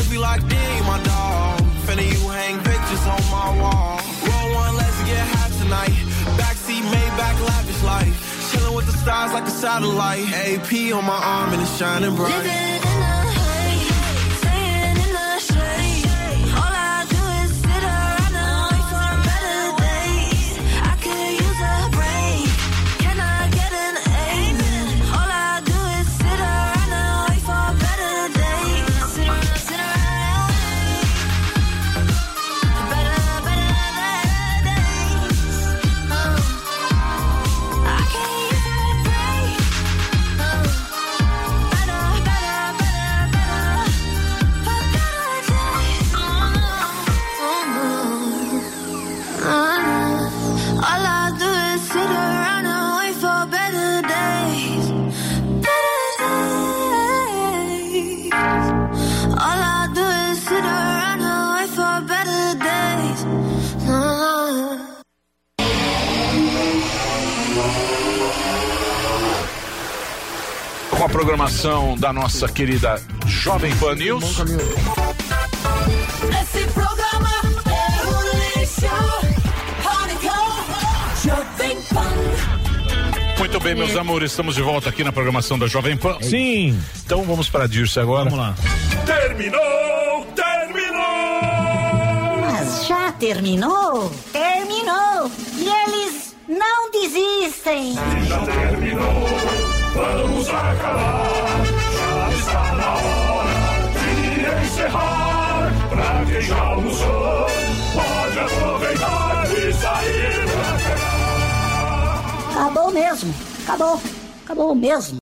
Speaker 27: If we locked in, you my dog. Finna you hang pictures on my wall. Roll one, let's get high tonight. Backseat Maybach, lavish life. Chillin' with the stars like a satellite. AP on my arm and it's shining bright.
Speaker 2: Staying in the shade. All I do is sit around and wait for better days. I could use a break. Can I get an amen? All I do is sit around and wait for better days. Sit around, sit around. Better, better, better days. Uh. I could use a break. Better, better, better, better. All I do is sit around and wait for better days. Better days. All I do is sit around and wait for better days. Uh-huh.
Speaker 3: Com a programação da nossa querida Jovem Pan News.
Speaker 2: Esse programa é um lixo. Honeycomb, Jovem Pan.
Speaker 3: Muito bem, meus amores, estamos de volta aqui na programação da Jovem Pan. Sim. Então vamos para a Dirce agora. Vamos lá.
Speaker 2: Terminou, terminou.
Speaker 28: Mas já terminou? Terminou! E eles
Speaker 29: não desistem.
Speaker 2: Se já terminou, vamos acabar. Já está na hora de encerrar. Pra quem já almoçou, pode aproveitar e sair pra cá.
Speaker 29: Acabou mesmo. Acabou. Acabou mesmo.